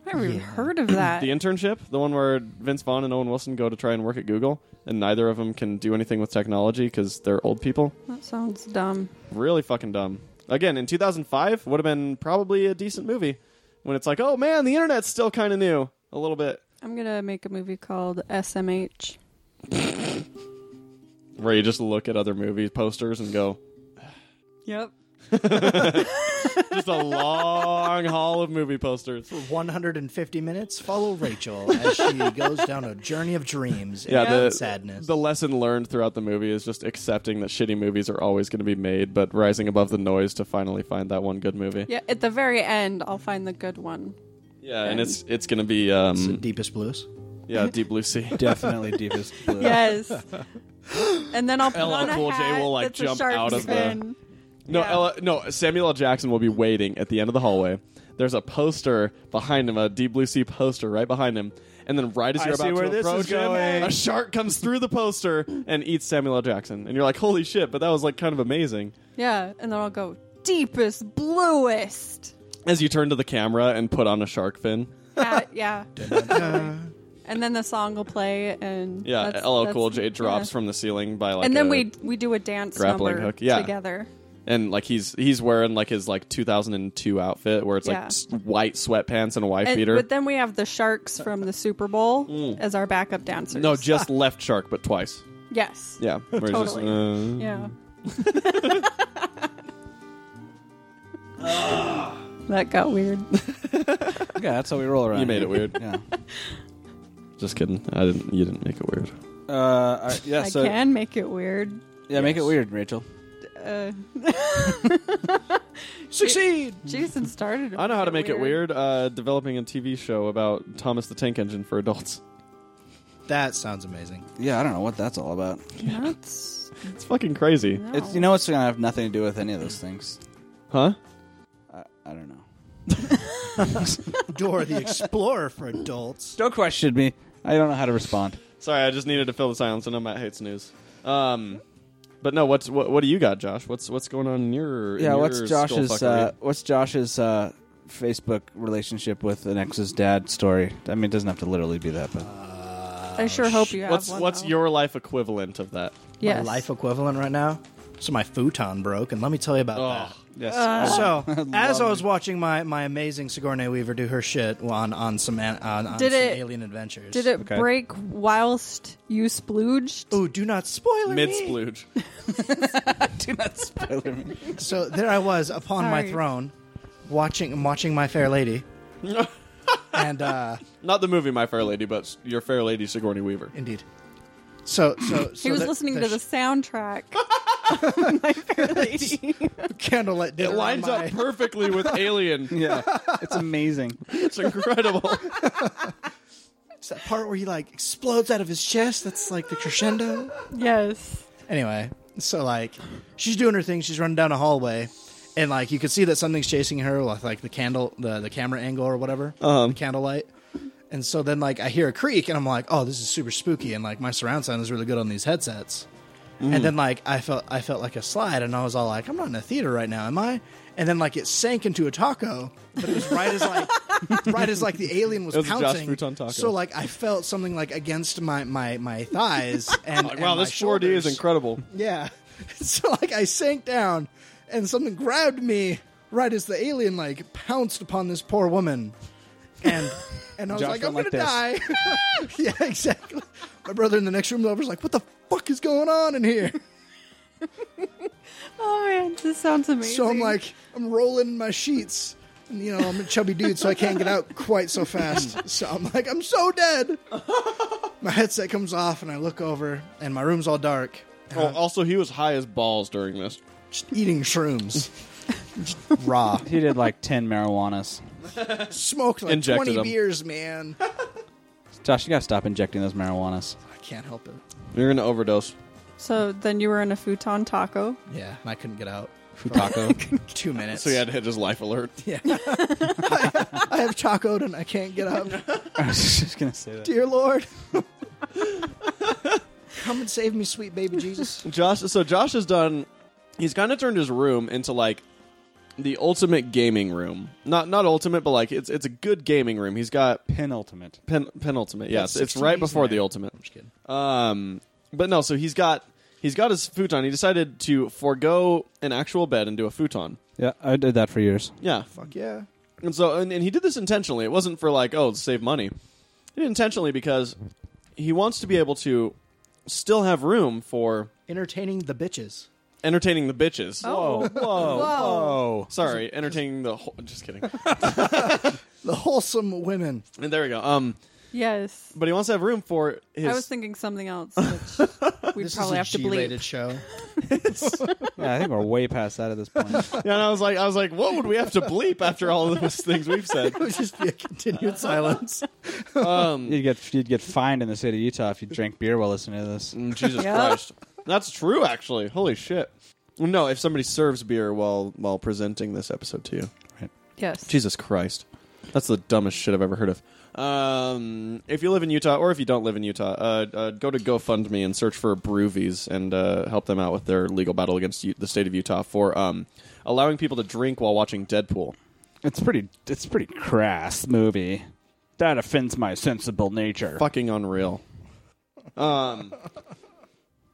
Speaker 4: I never even heard of that.
Speaker 3: The internship, the one where Vince Vaughn and Owen Wilson go to try and work at Google, and neither of them can do anything with technology because they're old people.
Speaker 4: that sounds dumb.
Speaker 3: Really fucking dumb. Again, in 2005, would have been probably a decent movie. When it's like, oh man, the internet's still kind of new, a little bit.
Speaker 4: I'm gonna make a movie called SMH.
Speaker 3: where you just look at other movie posters and go
Speaker 4: Yep.
Speaker 3: just a long haul of movie posters.
Speaker 2: 150 minutes. Follow Rachel as she goes down a journey of dreams
Speaker 3: Yeah,
Speaker 2: and
Speaker 3: the-
Speaker 2: sadness.
Speaker 3: The lesson learned throughout the movie is just accepting that shitty movies are always going to be made, but rising above the noise to finally find that one good movie.
Speaker 4: Yeah. At the very end, I'll find the good one.
Speaker 3: Yeah, and it's it's going to be um
Speaker 2: It's the deepest blues.
Speaker 3: yeah, Deep Blue Sea.
Speaker 1: Definitely deepest blue.
Speaker 4: Yes. and then I'll put
Speaker 3: LL
Speaker 4: on a
Speaker 3: Cool J
Speaker 4: hat
Speaker 3: will, like,
Speaker 4: that's a
Speaker 3: jump
Speaker 4: shark
Speaker 3: out of the-
Speaker 4: fin.
Speaker 3: No,
Speaker 4: Yeah.
Speaker 3: Ella, no, Samuel L. Jackson will be waiting at the end of the hallway. There's a poster behind him, a Deep Blue Sea poster right behind him. And then right as
Speaker 1: I
Speaker 3: you're
Speaker 1: see
Speaker 3: about
Speaker 1: where
Speaker 3: to
Speaker 1: this is
Speaker 3: approach him,
Speaker 1: going.
Speaker 3: a shark comes through the poster and eats Samuel L. Jackson. And you're like, holy shit, but that was like kind of amazing.
Speaker 4: Yeah, and then I'll go deepest, bluest.
Speaker 3: As you turn to the camera and put on a shark fin.
Speaker 4: Hat, yeah. and then the song will play, and
Speaker 3: Yeah,
Speaker 4: that's-
Speaker 3: LL
Speaker 4: that's-
Speaker 3: Cool J drops
Speaker 4: yeah.
Speaker 3: from the ceiling by like
Speaker 4: and then
Speaker 3: a-
Speaker 4: we we do a dance
Speaker 3: grappling
Speaker 4: number
Speaker 3: hook, yeah.
Speaker 4: together.
Speaker 3: and like he's he's wearing like his like 2002 outfit where it's like
Speaker 4: Yeah.
Speaker 3: s- white sweatpants and a wife
Speaker 4: And,
Speaker 3: beater.
Speaker 4: but then we have the sharks from the Super Bowl as our backup dancers.
Speaker 3: Mm. no, just left shark, but twice.
Speaker 4: yes,
Speaker 3: Yeah, where it's just,
Speaker 4: Totally.
Speaker 3: uh,
Speaker 4: yeah. that got weird.
Speaker 1: Yeah, that's how we roll around.
Speaker 3: You made
Speaker 1: here.
Speaker 3: it weird.
Speaker 1: Yeah.
Speaker 3: Just kidding. I didn't. You didn't make it weird.
Speaker 1: Uh, all right, yeah.
Speaker 4: I
Speaker 1: so
Speaker 4: can make it weird.
Speaker 1: yeah, make it weird, Rachel.
Speaker 4: Uh,
Speaker 2: Succeed.
Speaker 4: Jason started.
Speaker 3: I know how to make it weird. Uh, developing a TV show about Thomas the Tank Engine for adults.
Speaker 2: That sounds amazing.
Speaker 1: Yeah, I don't know what that's all about.
Speaker 4: That's
Speaker 3: It's fucking crazy,
Speaker 4: no.
Speaker 1: It's you know it's gonna have nothing to do with any of those things.
Speaker 3: huh?
Speaker 1: I, I don't know.
Speaker 2: Dora the Explorer for adults.
Speaker 1: Don't question me. I don't know how to respond.
Speaker 3: Sorry, I just needed to fill the silence. I know Matt hates news. Um, but no, what's what? What do you got, Josh? What's what's going on in your? in
Speaker 1: Yeah, what's
Speaker 3: your
Speaker 1: Josh's
Speaker 3: skullfuckery?
Speaker 1: uh, what's Josh's uh, Facebook relationship with an ex's dad story? I mean, it doesn't have to literally be that, but
Speaker 4: I sure hope you have
Speaker 3: what's
Speaker 4: one.
Speaker 3: what's
Speaker 4: though.
Speaker 3: your life equivalent of that?
Speaker 4: yes.
Speaker 2: My life equivalent right now. So my futon broke, and let me tell you about that.
Speaker 3: Ah, yes.
Speaker 4: Uh,
Speaker 2: So, as I was watching my, my amazing Sigourney Weaver do her shit on on some an, uh, on, on
Speaker 4: Did
Speaker 2: some
Speaker 4: it-
Speaker 2: alien adventures,
Speaker 4: Did it
Speaker 1: Okay.
Speaker 4: break whilst you splooged?
Speaker 2: Ooh, do not spoil
Speaker 3: Mid
Speaker 2: me.
Speaker 3: splooge.
Speaker 1: do not spoil me.
Speaker 2: So there I was upon my
Speaker 4: Sorry.
Speaker 2: throne, watching watching my fair lady, and uh,
Speaker 3: Not the movie My Fair Lady, but your Fair Lady Sigourney Weaver.
Speaker 2: indeed. So so, so
Speaker 4: he was
Speaker 2: the-
Speaker 4: listening
Speaker 2: the
Speaker 4: to the
Speaker 2: sh-
Speaker 4: soundtrack. My Fair Lady.
Speaker 2: candlelight
Speaker 3: It
Speaker 2: dinner. on
Speaker 3: lines
Speaker 2: my-
Speaker 3: up perfectly with Alien.
Speaker 1: Yeah, it's amazing.
Speaker 3: It's incredible.
Speaker 2: It's that part where he like explodes out of his chest. That's like the crescendo.
Speaker 4: yes.
Speaker 2: Anyway, so like she's doing her thing, she's running down a hallway, and like you could see that something's chasing her with like the candle, the the camera angle or whatever,
Speaker 3: Uh-huh.
Speaker 2: the candlelight. And so then like I hear a creak, and I'm like, oh, this is super spooky, and like my surround sound is really good on these headsets.
Speaker 3: Mm.
Speaker 2: And then like I felt I felt like a slide, and I was all like, I'm not in a theater right now, am I? And then like it sank into a taco, but it was right as like right as like the alien was,
Speaker 3: It was a Josh
Speaker 2: pouncing.
Speaker 3: Futon taco.
Speaker 2: So like I felt something like against my my my thighs, and and
Speaker 3: wow,
Speaker 2: my
Speaker 3: this 4D is
Speaker 2: shoulders.
Speaker 3: incredible.
Speaker 2: Yeah. So like I sank down and something grabbed me right as the alien like pounced upon this poor woman. And and I was
Speaker 1: Josh
Speaker 2: like, I'm
Speaker 1: went
Speaker 2: gonna die.
Speaker 1: like
Speaker 2: yeah, exactly. My brother in the next room over is like, What the fuck is going on in here?
Speaker 4: Oh man, this sounds amazing.
Speaker 2: So I'm like, I'm rolling in my sheets. And, you know, I'm a chubby dude, so I can't get out quite so fast. So I'm like, I'm so dead. My headset comes off, and I look over, and my room's all dark. And
Speaker 3: Oh,
Speaker 2: I'm
Speaker 3: also, he was high as balls during this.
Speaker 2: just eating shrooms, Just raw.
Speaker 1: He did like ten marijuanas.
Speaker 2: smoked like
Speaker 3: Injected
Speaker 2: 20
Speaker 3: them.
Speaker 2: beers, man.
Speaker 1: Josh, you gotta stop injecting those marijuanas.
Speaker 2: I can't help it.
Speaker 3: You're gonna overdose.
Speaker 4: So then you were in a futon taco.
Speaker 2: Yeah, and I couldn't get out.
Speaker 1: Taco.
Speaker 2: Two minutes.
Speaker 3: So he had to hit his life alert.
Speaker 2: Yeah. I have tacoed and I can't get up.
Speaker 1: I was just gonna say that.
Speaker 2: Dear Lord. Come and save me, sweet baby Jesus.
Speaker 3: Josh. So Josh has done. He's kind of turned his room into like the ultimate gaming room. Not not ultimate, but like it's it's a good gaming room. He's got
Speaker 1: Penultimate.
Speaker 3: pen, penultimate. Yes,
Speaker 2: That's
Speaker 3: it's
Speaker 2: 16
Speaker 3: right
Speaker 2: days
Speaker 3: before
Speaker 2: in there.
Speaker 3: the ultimate.
Speaker 2: I'm just kidding.
Speaker 3: Um, but no, so he's got he's got his futon. He decided to forego an actual bed and do a futon.
Speaker 1: Yeah, I did that for years.
Speaker 3: Yeah,
Speaker 2: Fuck yeah.
Speaker 3: and so and, and he did this intentionally. It wasn't for like oh to save money. He did it intentionally because he wants to be able to still have room for
Speaker 2: Entertaining the bitches.
Speaker 3: entertaining the bitches.
Speaker 1: Whoa,
Speaker 4: Oh.
Speaker 1: whoa, whoa.
Speaker 3: Sorry, entertaining the whole. Just kidding.
Speaker 2: The wholesome women.
Speaker 3: and there we go. Um,
Speaker 4: Yes.
Speaker 3: but he wants to have room for his.
Speaker 4: I was thinking something else, which we
Speaker 2: This
Speaker 4: probably have
Speaker 2: is a
Speaker 4: to bleep.
Speaker 2: G-rated show.
Speaker 1: Yeah, I think we're way past that at this point.
Speaker 3: Yeah, and I was like, I was like, what would we have to bleep after all of those things we've said?
Speaker 2: It would just be a continued silence.
Speaker 3: Um,
Speaker 1: You'd get you'd get fined in the state of Utah if you drank beer while listening to this.
Speaker 3: mm, Jesus
Speaker 4: Yeah.
Speaker 3: Christ, that's true. Actually, holy shit. No, if somebody serves beer while while presenting this episode to you,
Speaker 4: Yes.
Speaker 3: Jesus Christ, that's the dumbest shit I've ever heard of. Um, if you live in Utah, or if you don't live in Utah, uh, uh, go to GoFundMe and search for Brewies and uh, help them out with their legal battle against U- the state of Utah for um, allowing people to drink while watching Deadpool.
Speaker 1: It's pretty it's pretty crass movie. That offends my sensible nature.
Speaker 3: fucking unreal. Um,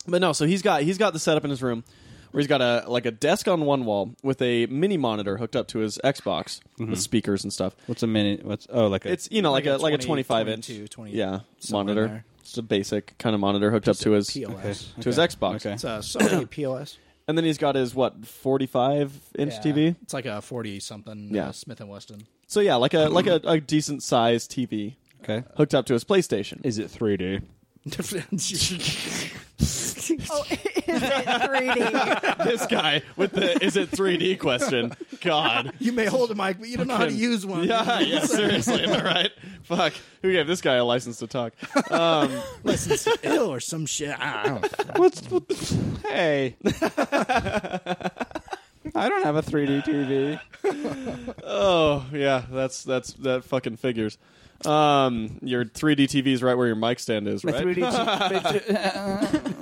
Speaker 3: but no, so he's got he's got the setup in his room where he's got a like a desk on one wall with a mini monitor hooked up to his Xbox with speakers and stuff.
Speaker 1: What's a minute? What's oh like a,
Speaker 3: It's you know like, a, like a
Speaker 2: 20,
Speaker 3: twenty five inch
Speaker 2: 22, 20,
Speaker 3: yeah
Speaker 2: somewhere in
Speaker 3: monitor.
Speaker 2: there.
Speaker 3: It's a basic kind of monitor hooked up to his
Speaker 2: POS.
Speaker 3: to
Speaker 1: Okay.
Speaker 3: his Xbox.
Speaker 1: Okay.
Speaker 2: It's uh, a Sony POS.
Speaker 3: And then he's got his what forty five inch
Speaker 2: Yeah.
Speaker 3: TV.
Speaker 2: It's like a 40 something
Speaker 3: Yeah.
Speaker 2: uh, Smith and Wesson.
Speaker 3: So yeah, like a like a, a decent sized TV
Speaker 1: okay.
Speaker 3: hooked up to his PlayStation.
Speaker 1: Is it 3D?
Speaker 4: Oh, is it 3D?
Speaker 3: this guy with the is it three D question? God.
Speaker 2: you may hold a mic, but you don't know how to
Speaker 3: Fucking-
Speaker 2: use one.
Speaker 3: Yeah, yeah, seriously, am I right? Fuck, who gave this guy a license to talk? Um,
Speaker 2: License to ill or some shit. I don't know.
Speaker 1: What's what, hey? I don't have a 3D TV.
Speaker 3: oh yeah, that's that's that fucking figures. Um, your 3D TV is right where your mic stand is, right?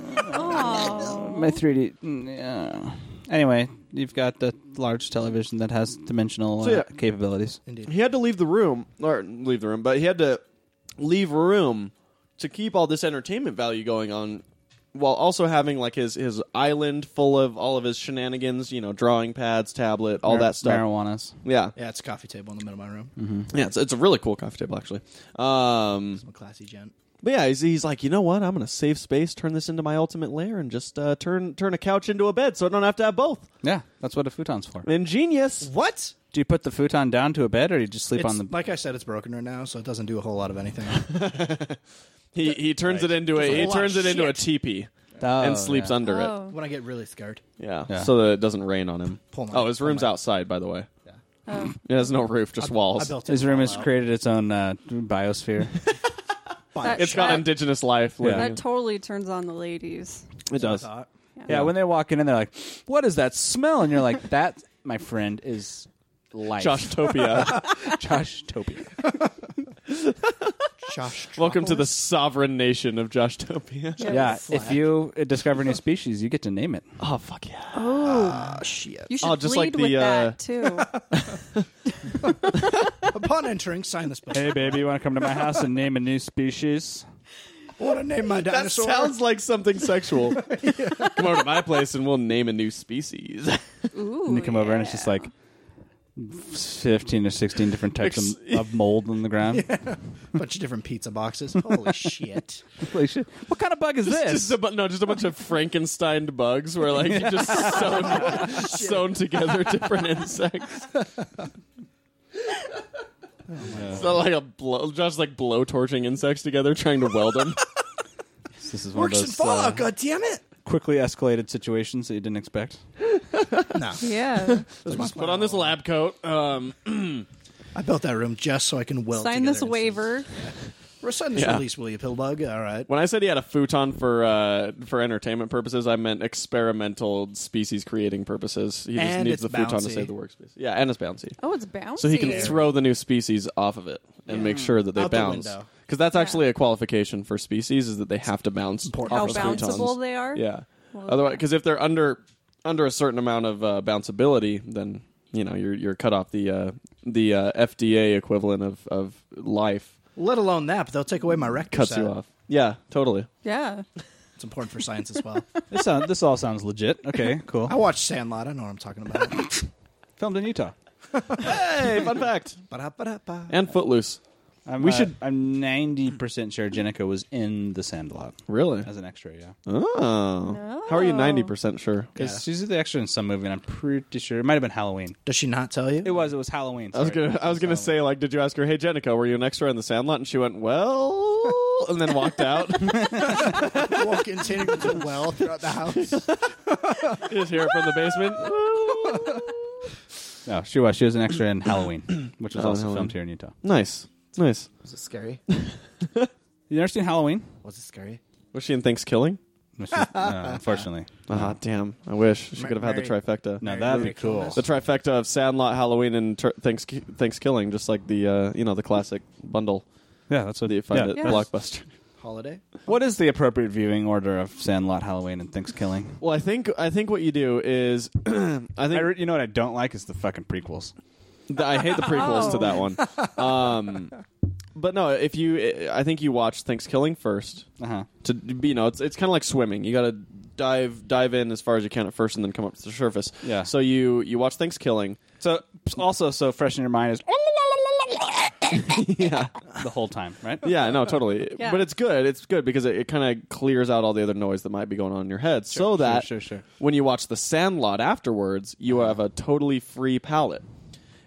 Speaker 4: Oh.
Speaker 1: My 3D. mm, Yeah. Anyway, you've got the large television that has dimensional uh,
Speaker 3: So, yeah.
Speaker 1: capabilities.
Speaker 2: Indeed.
Speaker 3: he had to leave the room, or leave the room, but he had to leave room to keep all this entertainment value going on, while also having like his his island full of all of his shenanigans, you know, drawing pads, tablet, all
Speaker 1: Mar-
Speaker 3: that stuff.
Speaker 1: Marijuanas.
Speaker 3: Yeah,
Speaker 2: Yeah, it's a coffee table in the middle of my room.
Speaker 3: yeah, it's, it's a really cool coffee table actually. Um,
Speaker 2: I'm a classy gent.
Speaker 3: But yeah, he's, he's like, you know what? I'm gonna save space, turn this into my ultimate lair, and just uh, turn turn a couch into a bed, so I don't have to have both.
Speaker 1: Yeah, that's what a futon's for.
Speaker 3: Ingenious.
Speaker 2: What?
Speaker 1: Do you put the futon down to a bed, or do you just sleep on the?
Speaker 2: like I said, it's broken right now, so it doesn't do a whole lot of anything.
Speaker 3: He he turns it into
Speaker 2: Just a
Speaker 3: a he
Speaker 2: whole lot
Speaker 3: turns
Speaker 2: of
Speaker 3: it into a
Speaker 2: shit.
Speaker 3: teepee
Speaker 1: Oh,
Speaker 3: and sleeps
Speaker 1: yeah.
Speaker 3: under
Speaker 4: Oh.
Speaker 2: when I get really scared,
Speaker 3: it. Yeah.
Speaker 1: Yeah.
Speaker 3: so that it doesn't rain on him.
Speaker 2: Pull my-
Speaker 3: oh, his
Speaker 2: pull
Speaker 3: room's
Speaker 2: my-
Speaker 3: outside, by the way.
Speaker 4: Oh.
Speaker 3: It has no roof, just walls.
Speaker 2: I built it
Speaker 1: His room
Speaker 2: all
Speaker 1: has
Speaker 2: out.
Speaker 1: created its own uh, biosphere.
Speaker 2: Fine.
Speaker 4: That-
Speaker 3: it's got
Speaker 4: That-
Speaker 3: indigenous life.
Speaker 1: Yeah.
Speaker 3: living
Speaker 4: That totally turns on the ladies.
Speaker 3: in It
Speaker 2: I
Speaker 3: does.
Speaker 2: thought.
Speaker 1: yeah, when they walk in, and they're like, "What is that smell?" And you're like, "That, my friend, is life."
Speaker 3: Josh Topia.
Speaker 1: Josh Topia.
Speaker 2: Josh
Speaker 3: Welcome to the sovereign nation of Josh Topia.
Speaker 1: Yeah,
Speaker 2: Flag.
Speaker 1: if you uh, discover a new species, you get to name it.
Speaker 3: Oh fuck yeah.
Speaker 4: Oh,
Speaker 2: Ah, shit.
Speaker 4: you should
Speaker 3: oh, just like
Speaker 4: lead with
Speaker 3: the, uh,
Speaker 4: that too.
Speaker 2: Upon entering, sign this book.
Speaker 1: Hey, baby, you want to come to my house and name a new species?
Speaker 2: What a name, my
Speaker 3: That
Speaker 2: dinosaur.
Speaker 3: sounds like something sexual. Come over to my place and we'll name a new species.
Speaker 4: Ooh,
Speaker 1: And you come over, and it's
Speaker 4: yeah.
Speaker 1: just like fifteen or sixteen different types of,
Speaker 3: Ex-
Speaker 1: of mold on the ground.
Speaker 2: bunch of different pizza boxes. Holy shit.
Speaker 1: Holy shit. What kind of bug is this?
Speaker 3: Just a bu- no, just a bunch of Frankenstein bugs where like you just sewn, sewn together different insects. It's not like a blow, just like blowtorching insects together, trying to weld them.
Speaker 1: this is one
Speaker 2: Works in
Speaker 1: of those uh,
Speaker 2: Fallout, God damn it.
Speaker 1: quickly escalated situations that you didn't expect.
Speaker 2: No.
Speaker 4: Yeah.
Speaker 3: just put on this lab coat. Um,
Speaker 2: I built that room just so I can weld
Speaker 4: Sign this
Speaker 2: together
Speaker 4: waiver.
Speaker 2: instances. Sign this
Speaker 3: Yeah.
Speaker 2: release, will you, Pillbug? All right.
Speaker 3: when I said he had a futon for uh, for entertainment purposes, I meant experimental species creating purposes. He just
Speaker 2: And
Speaker 3: needs the
Speaker 2: it's
Speaker 3: futon to
Speaker 2: bouncy.
Speaker 3: save the workspace. Yeah, and it's bouncy.
Speaker 4: Oh, it's bouncy.
Speaker 3: so he can throw the new species off of it and make sure that they
Speaker 2: Out the
Speaker 3: bounce.
Speaker 2: window.
Speaker 3: Because that's actually a qualification for species is that they have to bounce
Speaker 2: important.
Speaker 3: off
Speaker 4: How
Speaker 3: of
Speaker 4: bounceable
Speaker 3: futons.
Speaker 4: they are.
Speaker 3: Yeah.
Speaker 4: Well,
Speaker 3: Otherwise,
Speaker 4: yeah.
Speaker 3: because if they're under under a certain amount of uh, bounceability, then you know you're you're cut off the uh, the uh, FDA equivalent of of life
Speaker 2: Let alone that, but they'll take away my rectus.
Speaker 3: cuts you off. Yeah, totally.
Speaker 4: Yeah.
Speaker 2: It's important for science as well.
Speaker 1: This, sound, this all sounds legit. Okay, cool.
Speaker 2: I watched Sandlot. I know what I'm talking about.
Speaker 1: Filmed in Utah.
Speaker 3: Hey, fun fact.
Speaker 2: Ba-da-ba-da-ba.
Speaker 3: And Footloose.
Speaker 1: I'm,
Speaker 3: We
Speaker 1: uh,
Speaker 3: should-
Speaker 1: I'm 90% sure Jenica was in the Sandlot
Speaker 3: Really?
Speaker 1: as an extra, yeah.
Speaker 3: Oh. How are you
Speaker 4: No.
Speaker 3: ninety percent sure?
Speaker 1: Because she's the extra in some movie, and I'm pretty sure it might have been Halloween.
Speaker 2: Does she not tell you?
Speaker 1: It was. It was Halloween.
Speaker 3: I was
Speaker 1: sorry.
Speaker 3: gonna, I was gonna say, like, did you ask her, "Hey, Jenica, were you an extra in The Sandlot?" And she went, "Well," and then walked out. you
Speaker 2: Walk continue to well throughout the house.
Speaker 3: just hear it from the basement.
Speaker 1: No, Oh, she was. She was an extra in Halloween, which was
Speaker 3: Oh,
Speaker 1: also
Speaker 3: Halloween.
Speaker 1: filmed here in Utah.
Speaker 3: nice, nice.
Speaker 2: Was it scary?
Speaker 1: You never seen Halloween?
Speaker 2: Was it scary?
Speaker 3: Was she in Thanksgiving?
Speaker 1: No, she- no, uh, unfortunately,
Speaker 3: Ah, damn. I wish she
Speaker 2: Ma-
Speaker 3: could have had the
Speaker 2: Mary-
Speaker 1: no.
Speaker 3: trifecta.
Speaker 2: Merry
Speaker 1: That'd be
Speaker 2: Little
Speaker 1: cool.
Speaker 2: Christmas.
Speaker 3: The trifecta of Sandlot, Halloween, and ter- Thanks Thanksgiving, just like the uh, you know the classic bundle
Speaker 1: Yeah, that's what
Speaker 3: that you find
Speaker 1: yeah.
Speaker 3: at
Speaker 4: Yeah.
Speaker 3: Blockbuster.
Speaker 2: Holiday?
Speaker 1: What is the appropriate viewing order of Sandlot, Halloween, and Thanksgiving?
Speaker 3: Well, I think I think what you do is I
Speaker 1: I
Speaker 3: think
Speaker 1: re- you know what I don't like is the fucking prequels.
Speaker 3: Th- I hate the prequels to
Speaker 4: Oh.
Speaker 3: that one. Um, but no, if you, I think you watch Thanksgiving first.
Speaker 1: Uh huh.
Speaker 3: To be, you know, it's it's kind of like swimming. You got to dive dive in as far as you can at first, and then come up to the surface.
Speaker 1: Yeah.
Speaker 3: So you you watch Thanksgiving.
Speaker 1: So also, so fresh in your mind is
Speaker 3: yeah.
Speaker 1: the whole time, right?
Speaker 3: Yeah. No. Totally.
Speaker 4: Yeah.
Speaker 3: But it's good. It's good because it, it kind of clears out all the other noise that might be going on in your head, so that
Speaker 1: sure, sure. Uh-huh.
Speaker 3: when you watch The Sandlot afterwards, you have a totally free palette.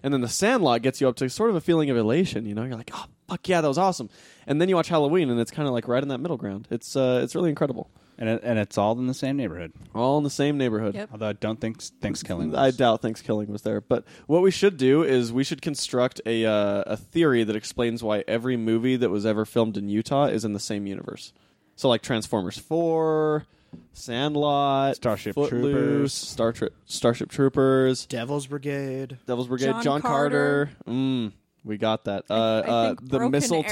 Speaker 3: And then The Sandlot gets you up to sort of a feeling of elation. You know, you're like, oh fuck yeah, that was awesome. And then you watch Halloween, and it's kind of like right in that middle ground. It's uh, it's really incredible.
Speaker 1: And it, and it's all in the same neighborhood.
Speaker 3: All in the same neighborhood.
Speaker 4: Yep.
Speaker 1: Although I don't think Thanksgiving.
Speaker 3: I
Speaker 1: was.
Speaker 3: doubt Thanksgiving was there, but what we should do is we should construct a uh, a theory that explains why every movie that was ever filmed in Utah is in the same universe. So like Transformers Four, Sandlot,
Speaker 1: Starship
Speaker 3: Footloose,
Speaker 1: Troopers.
Speaker 3: Star Tri- Starship Troopers,
Speaker 2: Devil's Brigade.
Speaker 3: Devil's Brigade, John,
Speaker 4: John
Speaker 3: Carter.
Speaker 4: Carter.
Speaker 3: Mm, we got that. Uh,
Speaker 4: I
Speaker 3: uh,
Speaker 4: think
Speaker 3: the
Speaker 4: Broken Arrow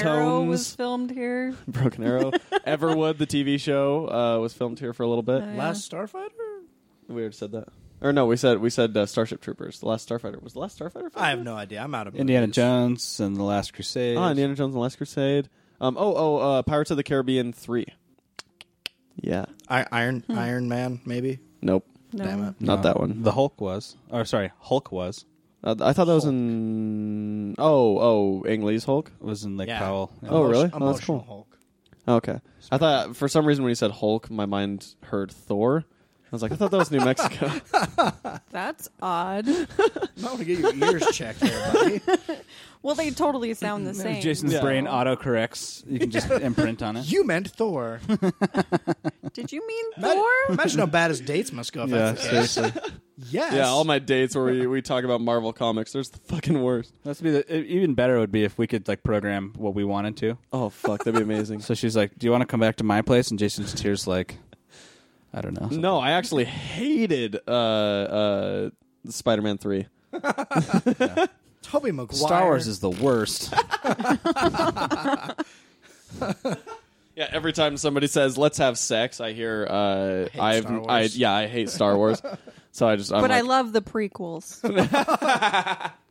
Speaker 3: Mistletones,
Speaker 4: was filmed here.
Speaker 3: Broken Arrow, Everwood, the TV show, uh, was filmed here for a little bit.
Speaker 4: Nice.
Speaker 2: Last Starfighter?
Speaker 3: We already said that. Or no, we said we said uh, Starship Troopers. The Last Starfighter was the Last Starfighter. filmed
Speaker 2: I
Speaker 3: here?
Speaker 2: have no idea. I'm out of
Speaker 1: Indiana
Speaker 2: movies.
Speaker 1: Jones and the Last Crusade.
Speaker 3: Ah, Indiana Jones and the Last Crusade. Um, oh, oh, uh, Pirates of the Caribbean three. Yeah.
Speaker 2: I, Iron Iron Man, maybe.
Speaker 3: Nope.
Speaker 4: No.
Speaker 2: Damn it.
Speaker 3: Not that one.
Speaker 1: The Hulk was, or sorry, Hulk was
Speaker 3: Uh, I thought that was in. Oh, oh, Ang Lee's Hulk.
Speaker 1: was in Lake
Speaker 2: Yeah.
Speaker 1: Powell. Yeah.
Speaker 3: Oh, really?
Speaker 2: Emotion-
Speaker 3: Oh, that's
Speaker 2: Emotional
Speaker 3: cool.
Speaker 2: Hulk.
Speaker 3: Okay. I thought for some reason when you said Hulk, my mind heard Thor. I was like, I thought that was New Mexico.
Speaker 4: That's odd.
Speaker 2: I want to get your ears checked there, buddy.
Speaker 4: Well, they totally sound the same.
Speaker 1: Jason's
Speaker 3: Yeah.
Speaker 1: brain autocorrects. You can just imprint on it.
Speaker 2: You meant Thor.
Speaker 4: Did you mean
Speaker 2: Imagine-
Speaker 4: Thor?
Speaker 2: Imagine how bad his dates must go if
Speaker 1: yeah,
Speaker 2: that's the case.
Speaker 1: seriously.
Speaker 2: Yes.
Speaker 3: yeah, all my dates where we, we talk about Marvel comics, there's the fucking worst.
Speaker 1: That's be the, e- even better would be if we could like program what we wanted to.
Speaker 3: Oh fuck, that'd be amazing.
Speaker 1: So she's like, "Do you want to come back to my place?" And Jason's tears like, "I don't know."
Speaker 3: no, I actually hated uh, uh, Spider-Man three.
Speaker 2: Toby Maguire.
Speaker 1: Star Wars is the worst.
Speaker 3: Yeah, every time somebody says "Let's have sex," I hear uh,
Speaker 2: hate
Speaker 3: I have
Speaker 2: Star Wars.
Speaker 3: I yeah I hate Star Wars, so I just I'm
Speaker 4: But I
Speaker 3: like,
Speaker 4: love the prequels.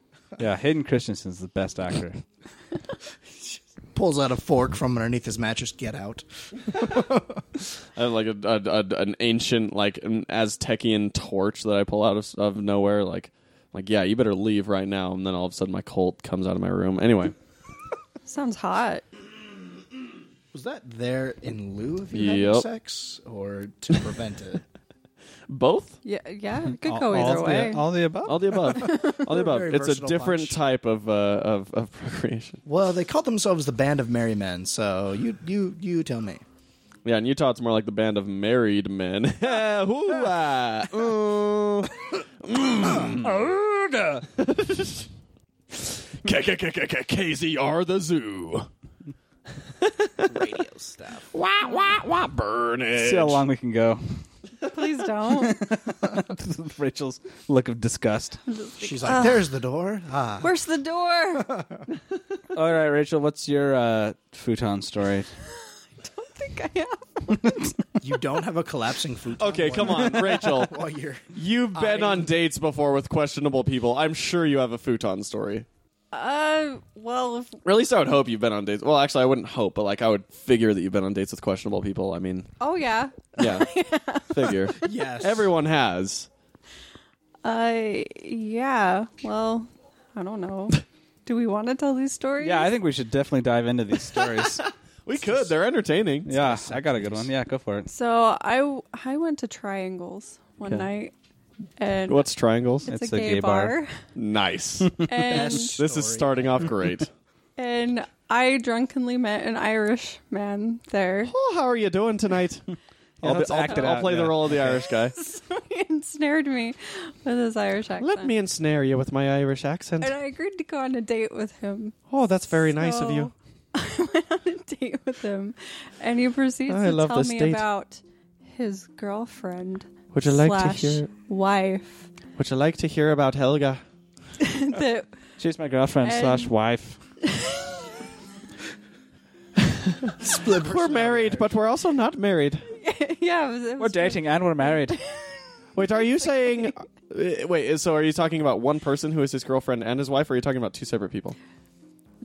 Speaker 1: yeah, Hayden Christensen's the best actor.
Speaker 2: pulls out a fork from underneath his mattress. Get out.
Speaker 3: I have like a, a, a- an ancient like an Aztecian torch that I pull out of, of nowhere like like yeah you better leave right now and then all of a sudden my colt comes out of my room anyway
Speaker 4: Sounds hot.
Speaker 2: Was that there in lieu of you having
Speaker 3: Yep.
Speaker 2: sex or to prevent it?
Speaker 3: both
Speaker 4: Yeah, yeah. It could
Speaker 1: All- all
Speaker 4: go Oh, either
Speaker 1: the-
Speaker 4: way.
Speaker 1: all the above.
Speaker 3: all the above all the above
Speaker 2: Very
Speaker 3: it's a
Speaker 2: versatile
Speaker 3: different
Speaker 2: bunch.
Speaker 3: type of uh, of of procreation
Speaker 2: Well, they called themselves the Band of Merry Men, so you you you tell me.
Speaker 3: yeah in Utah it's more like the band of married men Hoo-ah. Ooh. KZR the zoo.
Speaker 2: Radio stuff.
Speaker 3: Wah wah wah burn it.
Speaker 1: See how long we can go.
Speaker 4: Please don't.
Speaker 1: Rachel's look of disgust.
Speaker 2: She's like, "There's the door." Ah,
Speaker 4: Where's the door? I
Speaker 1: All right, Rachel, what's your uh, futon story?
Speaker 4: don't think I have.
Speaker 2: you don't have a collapsing futon.
Speaker 3: Okay,
Speaker 2: while
Speaker 3: come
Speaker 2: you're-
Speaker 3: on, Rachel.
Speaker 2: While you're
Speaker 3: You've been
Speaker 2: I-
Speaker 3: on dates before with questionable people. I'm sure you have a futon story.
Speaker 4: Uh, well, if,
Speaker 3: Or at least I would hope you've been on dates. Well, actually, I wouldn't hope, but like I would figure that you've been on dates with questionable people. I mean,
Speaker 4: oh yeah.
Speaker 3: yeah, figure.
Speaker 2: yes,
Speaker 3: Everyone has.
Speaker 4: Uh, yeah. Well, I don't know. Do we want to tell these stories?
Speaker 1: Yeah, I think we should definitely dive into these stories.
Speaker 3: We could. They're entertaining.
Speaker 1: yeah, I got a good one. Yeah, go for it.
Speaker 4: So I I went to Triangles one
Speaker 1: Okay.
Speaker 4: night, and
Speaker 3: What's triangles?
Speaker 4: it's,
Speaker 1: It's
Speaker 4: a, gay, bar,
Speaker 3: Nice.
Speaker 4: and
Speaker 2: Best
Speaker 3: this is
Speaker 2: Story.
Speaker 3: starting off great.
Speaker 4: and I drunkenly met an Irish man there.
Speaker 3: oh, how are you doing tonight? I'll, be,
Speaker 1: let's
Speaker 3: I'll,
Speaker 1: act it
Speaker 3: I'll
Speaker 1: out,
Speaker 3: play the
Speaker 1: yeah.
Speaker 3: role of the Irish guy.
Speaker 4: so he ensnared me with his Irish accent.
Speaker 3: Let me ensnare you with my Irish accent.
Speaker 4: And I agreed to go on a date with him.
Speaker 3: Oh, that's very nice of
Speaker 4: So
Speaker 3: you.
Speaker 4: I went on a date with him, and he proceeds
Speaker 3: I
Speaker 4: to
Speaker 3: love
Speaker 4: tell
Speaker 3: this
Speaker 4: me
Speaker 3: date.
Speaker 4: about his girlfriend
Speaker 3: Would you like to
Speaker 4: slash
Speaker 3: hear-
Speaker 4: wife
Speaker 3: Would you like to hear about Helga?
Speaker 4: that
Speaker 1: She's my girlfriend
Speaker 4: And-
Speaker 1: slash wife.
Speaker 2: Split
Speaker 3: We're married, but we're also not married.
Speaker 4: yeah, it was, it
Speaker 1: We're
Speaker 4: was
Speaker 1: dating and we're married.
Speaker 3: Wait, are you saying? uh, Wait, so are you talking about one person who is his girlfriend and his wife, or are you talking about two separate people?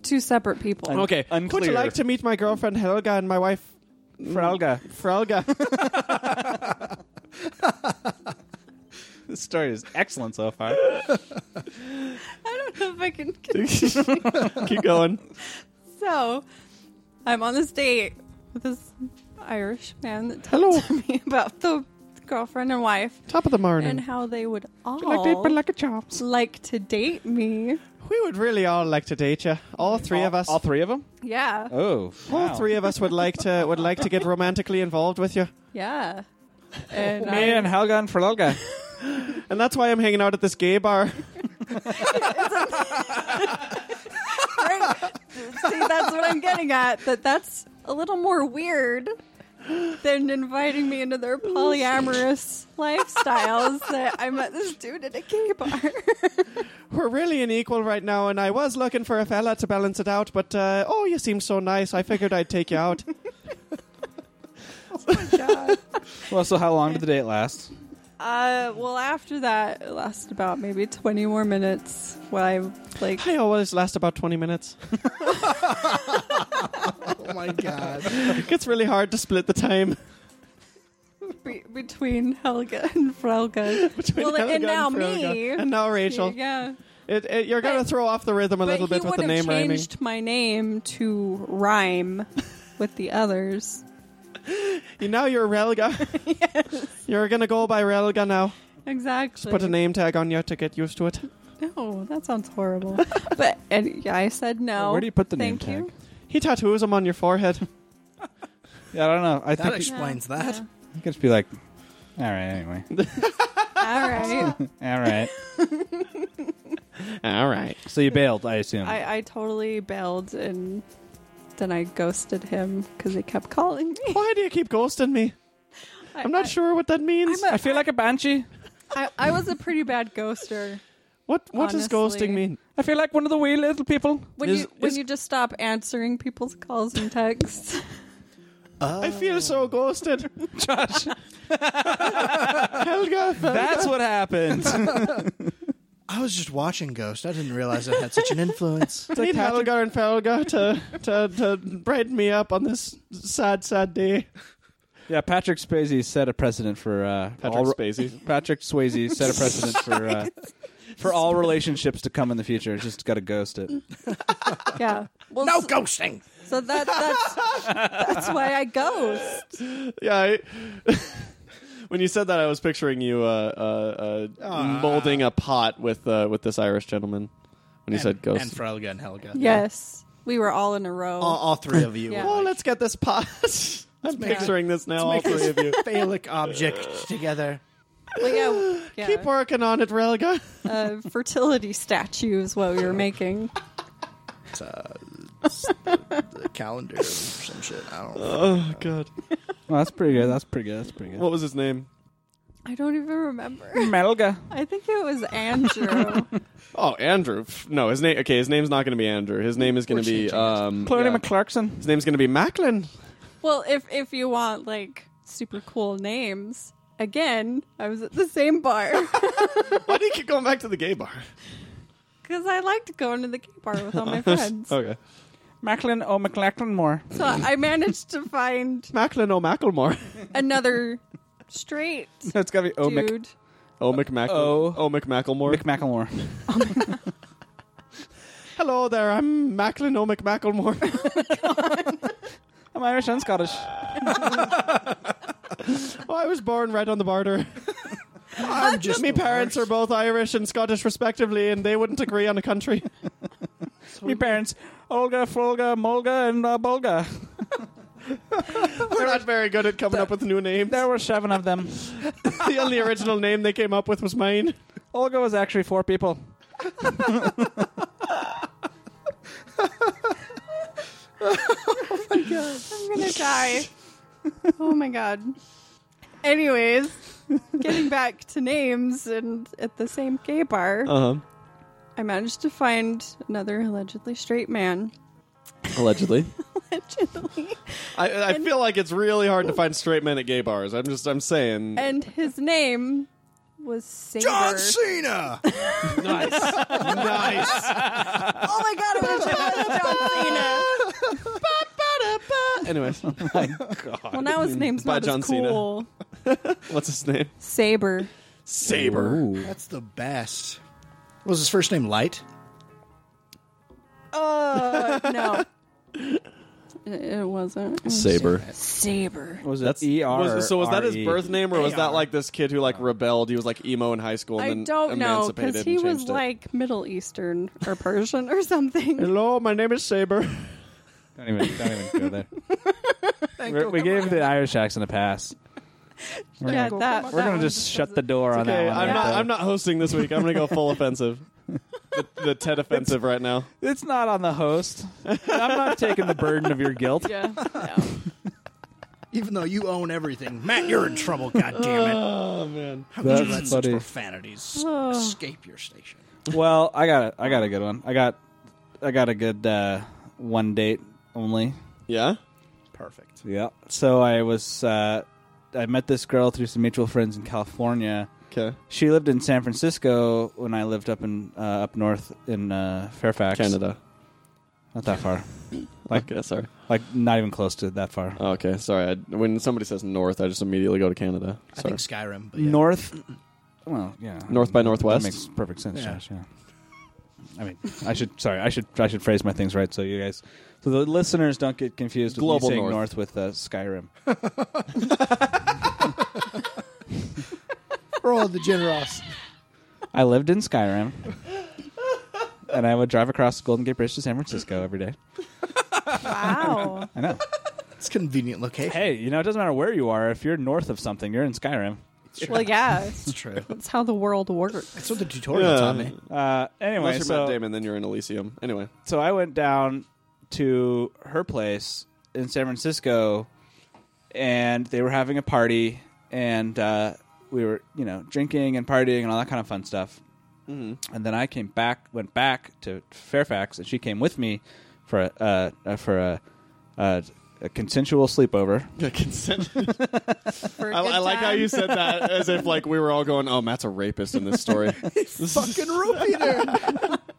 Speaker 4: two separate people.
Speaker 1: Un-
Speaker 3: Okay,
Speaker 1: unclear.
Speaker 3: Would you like to meet my girlfriend Helga and my wife
Speaker 1: Fralga.
Speaker 3: Fralga?
Speaker 1: This story is excellent so far.
Speaker 4: I don't know if I can.
Speaker 3: Keep going.
Speaker 4: so I'm on this date with this Irish man that told
Speaker 3: Hello,
Speaker 4: me about the girlfriend and wife
Speaker 3: top of the
Speaker 4: and
Speaker 3: morning.
Speaker 4: how they would all
Speaker 3: Like to eat, but like a chops.
Speaker 4: like to date me.
Speaker 3: We would really all like to date you. All three of us.
Speaker 1: All three of them?
Speaker 4: Yeah,
Speaker 1: Oh.
Speaker 3: All
Speaker 1: wow.
Speaker 3: three of us would like to would like to get romantically involved with you,
Speaker 4: yeah. And I-
Speaker 1: Me and Helga and Fralga.
Speaker 3: and that's why I'm hanging out at this gay bar.
Speaker 4: Right. See, that's what I'm getting at. That that's a little more weird than inviting me into their polyamorous lifestyles. That I met this dude at a gay bar.
Speaker 3: We're really unequal right now, and I was looking for a fella to balance it out, but uh, oh, you seem so nice. I figured I'd take you out.
Speaker 1: Well, so how long did the date last?
Speaker 4: uh, well, after that, it lasted about maybe 20 more minutes. While I like,
Speaker 3: I always last about twenty minutes.
Speaker 2: Oh my god.
Speaker 3: It gets really hard to split the time.
Speaker 4: be- between Helga and Frelga.
Speaker 3: between
Speaker 4: Well, and
Speaker 3: Helga
Speaker 4: now
Speaker 3: Frelga.
Speaker 4: me.
Speaker 3: and now Rachel.
Speaker 4: Yeah,
Speaker 3: It, it, you're gonna
Speaker 4: But-
Speaker 3: throw off the rhythm a
Speaker 4: but
Speaker 3: little
Speaker 4: he
Speaker 3: bit with
Speaker 4: would
Speaker 3: the
Speaker 4: have
Speaker 3: name rhyming.
Speaker 4: changed my name to rhyme with the others.
Speaker 3: You, now you're Relga. You're gonna go by Relga now.
Speaker 4: Exactly.
Speaker 3: Put a name tag on you to get used to it.
Speaker 4: No, that sounds horrible. but and yeah, I said no.
Speaker 1: Where do you put the
Speaker 4: Thank
Speaker 1: name
Speaker 4: you.
Speaker 1: tag?
Speaker 3: He tattoos them on your forehead.
Speaker 1: Yeah, I don't know. I
Speaker 2: That
Speaker 1: think you
Speaker 2: explains
Speaker 4: Yeah,
Speaker 2: that.
Speaker 4: yeah.
Speaker 1: you could just be like, all right, anyway.
Speaker 4: All right,
Speaker 1: All right.
Speaker 3: All right.
Speaker 1: So you bailed, I assume.
Speaker 4: I, I totally bailed and then I ghosted him because he kept calling me.
Speaker 3: Why do you keep ghosting me?
Speaker 4: I,
Speaker 3: I'm not sure what that means.
Speaker 4: I'm a-
Speaker 1: I feel like a banshee.
Speaker 4: I, I was a pretty bad ghoster.
Speaker 3: what What does
Speaker 4: Honestly.
Speaker 3: ghosting mean?
Speaker 1: I feel like one of the wee little people.
Speaker 4: When
Speaker 3: Is-
Speaker 4: you when
Speaker 3: is-
Speaker 4: you just stop answering people's calls and texts,
Speaker 2: Uh,
Speaker 3: I feel so ghosted. Josh. Helga.
Speaker 1: That's what happened.
Speaker 2: I was just watching Ghost. I didn't realize it had such an influence.
Speaker 3: I need Helga and Felga to, to, to brighten me up on this sad, sad day.
Speaker 1: yeah, Patrick Swayze set a precedent for uh, all re-
Speaker 3: Spacey.
Speaker 1: Patrick Swayze set a precedent for uh, for all relationships to come in the future. It's Just got to ghost it.
Speaker 4: yeah. Well,
Speaker 2: no
Speaker 4: so,
Speaker 2: ghosting.
Speaker 4: so that that's that's why I ghost.
Speaker 3: Yeah. I, when you said that, I was picturing you uh, uh, uh, molding a pot with uh, with this Irish gentleman. When you said ghost.
Speaker 2: And Frelga and Helga.
Speaker 4: Yes, we were all in a row.
Speaker 2: All, all three of you.
Speaker 4: Yeah.
Speaker 2: were
Speaker 3: oh,
Speaker 2: like,
Speaker 3: let's get this pot. I'm
Speaker 2: make-
Speaker 3: picturing this now, all
Speaker 2: make
Speaker 3: three of you.
Speaker 2: this phallic object together.
Speaker 4: Well, yeah, yeah.
Speaker 3: Keep working on it, Relga.
Speaker 4: a fertility statue is what we were making.
Speaker 2: It's, uh, it's the, the calendar or some shit. I don't know.
Speaker 3: Oh, God.
Speaker 1: Well, that's pretty good. That's pretty good. That's pretty good.
Speaker 3: What was his name?
Speaker 4: I don't even remember.
Speaker 1: Melga.
Speaker 4: I think it was Andrew.
Speaker 3: Oh, Andrew. Pff, No, his name. Okay, his name's not going to be Andrew. His name is going to be.
Speaker 2: changing it.
Speaker 3: Um,
Speaker 1: Clooney
Speaker 3: yeah.
Speaker 1: McClarkson.
Speaker 3: His name's going to be Macklin.
Speaker 4: well, if if you want like super cool names, again, I was at the same bar
Speaker 3: Why do you keep going back to the gay bar?
Speaker 4: because I liked going to the gay bar with all my friends.
Speaker 3: Okay.
Speaker 1: Macklin or McLachlan Moore.
Speaker 4: So I managed to find
Speaker 3: Macklin O. Macklemore.
Speaker 4: another straight
Speaker 1: It's got to be oh, O Mc
Speaker 4: dude.
Speaker 3: O. McMackle.
Speaker 1: O.
Speaker 3: O. McMacklemore.
Speaker 1: McMacklemore.
Speaker 3: Hello there, I'm Macklin O. McMacklemore.
Speaker 1: I'm Irish and Scottish.
Speaker 3: I was born right on the border.
Speaker 2: I'm just
Speaker 3: My Uh, parents are both Irish and Scottish, respectively, and they wouldn't agree on a country.
Speaker 1: My parents, Olga, Folga, Molga, and uh, Bolga.
Speaker 3: They're not very good at coming up with new names.
Speaker 1: There were seven of them.
Speaker 3: the only original name they came up with was mine.
Speaker 1: Olga was actually four people.
Speaker 4: I'm gonna die. oh my god. Anyways, getting back to names and at the same gay bar,
Speaker 3: Uh huh.
Speaker 4: I managed to find another allegedly straight man.
Speaker 3: Allegedly,
Speaker 4: Allegedly.
Speaker 3: I, I feel like it's really hard to find straight men at gay bars. I'm just, I'm saying.
Speaker 4: And his name was Saber.
Speaker 2: John Cena.
Speaker 3: nice.
Speaker 4: Oh my god, it was totally John Cena.
Speaker 3: Anyways,
Speaker 4: Well, now his name's
Speaker 3: By
Speaker 4: not
Speaker 3: John
Speaker 4: as
Speaker 3: Cena.
Speaker 4: cool.
Speaker 3: what's his name?
Speaker 4: Saber.
Speaker 3: Saber.
Speaker 2: That's the best. What was his first name Light?
Speaker 4: Uh, no. It- It wasn't.
Speaker 3: Saber.
Speaker 4: Saber.
Speaker 1: Was that E-R?
Speaker 3: Was, so was that his birth name, or was that
Speaker 2: AR?
Speaker 3: like this kid who like rebelled? He was like emo in high school. And
Speaker 4: I
Speaker 3: then
Speaker 4: don't know
Speaker 3: emancipated
Speaker 4: because
Speaker 3: and
Speaker 4: he was
Speaker 3: changed it.
Speaker 4: like Middle Eastern or Persian or something.
Speaker 3: "Hello, my name is Saber."
Speaker 1: Don't even, don't even go there. We're- we gave the Irish accent a pass. We're
Speaker 4: yeah,
Speaker 1: gonna,
Speaker 4: that.
Speaker 1: we're gonna just shut the door on
Speaker 3: Okay,
Speaker 1: that one.
Speaker 3: I'm
Speaker 1: right
Speaker 3: not.
Speaker 1: there.
Speaker 3: I'm not hosting this week. I'm gonna go full offensive. The, the Ted offensive right now.
Speaker 1: It's not on the host. I'm not taking the burden of your guilt.
Speaker 4: Yeah, yeah.
Speaker 2: Even though you own everything, Matt, you're in
Speaker 3: Uh,
Speaker 2: trouble. God damn it!
Speaker 3: Oh man.
Speaker 2: How could you
Speaker 1: That's
Speaker 2: let such
Speaker 1: funny.
Speaker 2: profanities
Speaker 3: Uh.
Speaker 4: Oh.
Speaker 2: escape your station?
Speaker 1: Well, I got a, I got a good one. I got I got a good uh, one date only.
Speaker 3: Yeah.
Speaker 2: Perfect.
Speaker 1: Yeah. So I was uh, I met this girl through some mutual friends in California.
Speaker 3: Okay.
Speaker 1: She lived in San Francisco when I lived up in uh, up north in uh, Fairfax,
Speaker 3: Canada.
Speaker 1: Not that far. Like-
Speaker 3: Okay. Sorry.
Speaker 1: Like not even close to that far.
Speaker 3: Oh, okay. Sorry. I, when somebody says North, I just immediately go to Canada.
Speaker 2: I
Speaker 3: Sorry.
Speaker 2: think Skyrim. But yeah.
Speaker 1: North. Well, yeah.
Speaker 3: North by
Speaker 1: That
Speaker 3: Northwest?
Speaker 1: makes perfect sense,
Speaker 2: Yeah.
Speaker 1: Josh. Yeah. I mean, I should. Sorry, I should. I should phrase my things right so you guys, so the listeners don't get confused with
Speaker 3: Global
Speaker 1: me saying north,
Speaker 3: North.
Speaker 1: with uh, Skyrim.
Speaker 2: For all the generosity.
Speaker 1: I lived in Skyrim, and I would drive across the Golden Gate Bridge to San Francisco every day.
Speaker 4: Wow.
Speaker 1: I know.
Speaker 2: It's a convenient location.
Speaker 1: Hey, you know, it doesn't matter where you are. If you're north of something, you're in Skyrim.
Speaker 4: well, yeah, it's-
Speaker 2: It's true.
Speaker 4: that's how the world works.
Speaker 2: That's what the tutorial
Speaker 3: Yeah.
Speaker 2: taught me.
Speaker 1: Uh,
Speaker 3: Unless
Speaker 1: anyway,
Speaker 3: you're
Speaker 1: so
Speaker 3: Matt Damon, then you're in Elysium. Anyway.
Speaker 1: so I went down to her place in San Francisco, and they were having a party, and uh, we were, you know, drinking and partying and all that kind of fun stuff. Mm-hmm. And then I came back, went back to Fairfax, and she came with me for a, uh, uh, for a, uh, a consensual sleepover.
Speaker 3: Consent.
Speaker 4: For a
Speaker 3: I,
Speaker 4: good
Speaker 3: I like how you
Speaker 4: time.
Speaker 3: said that as if like we were all going, "Oh, Matt's a rapist in this story."
Speaker 2: Fucking root beer.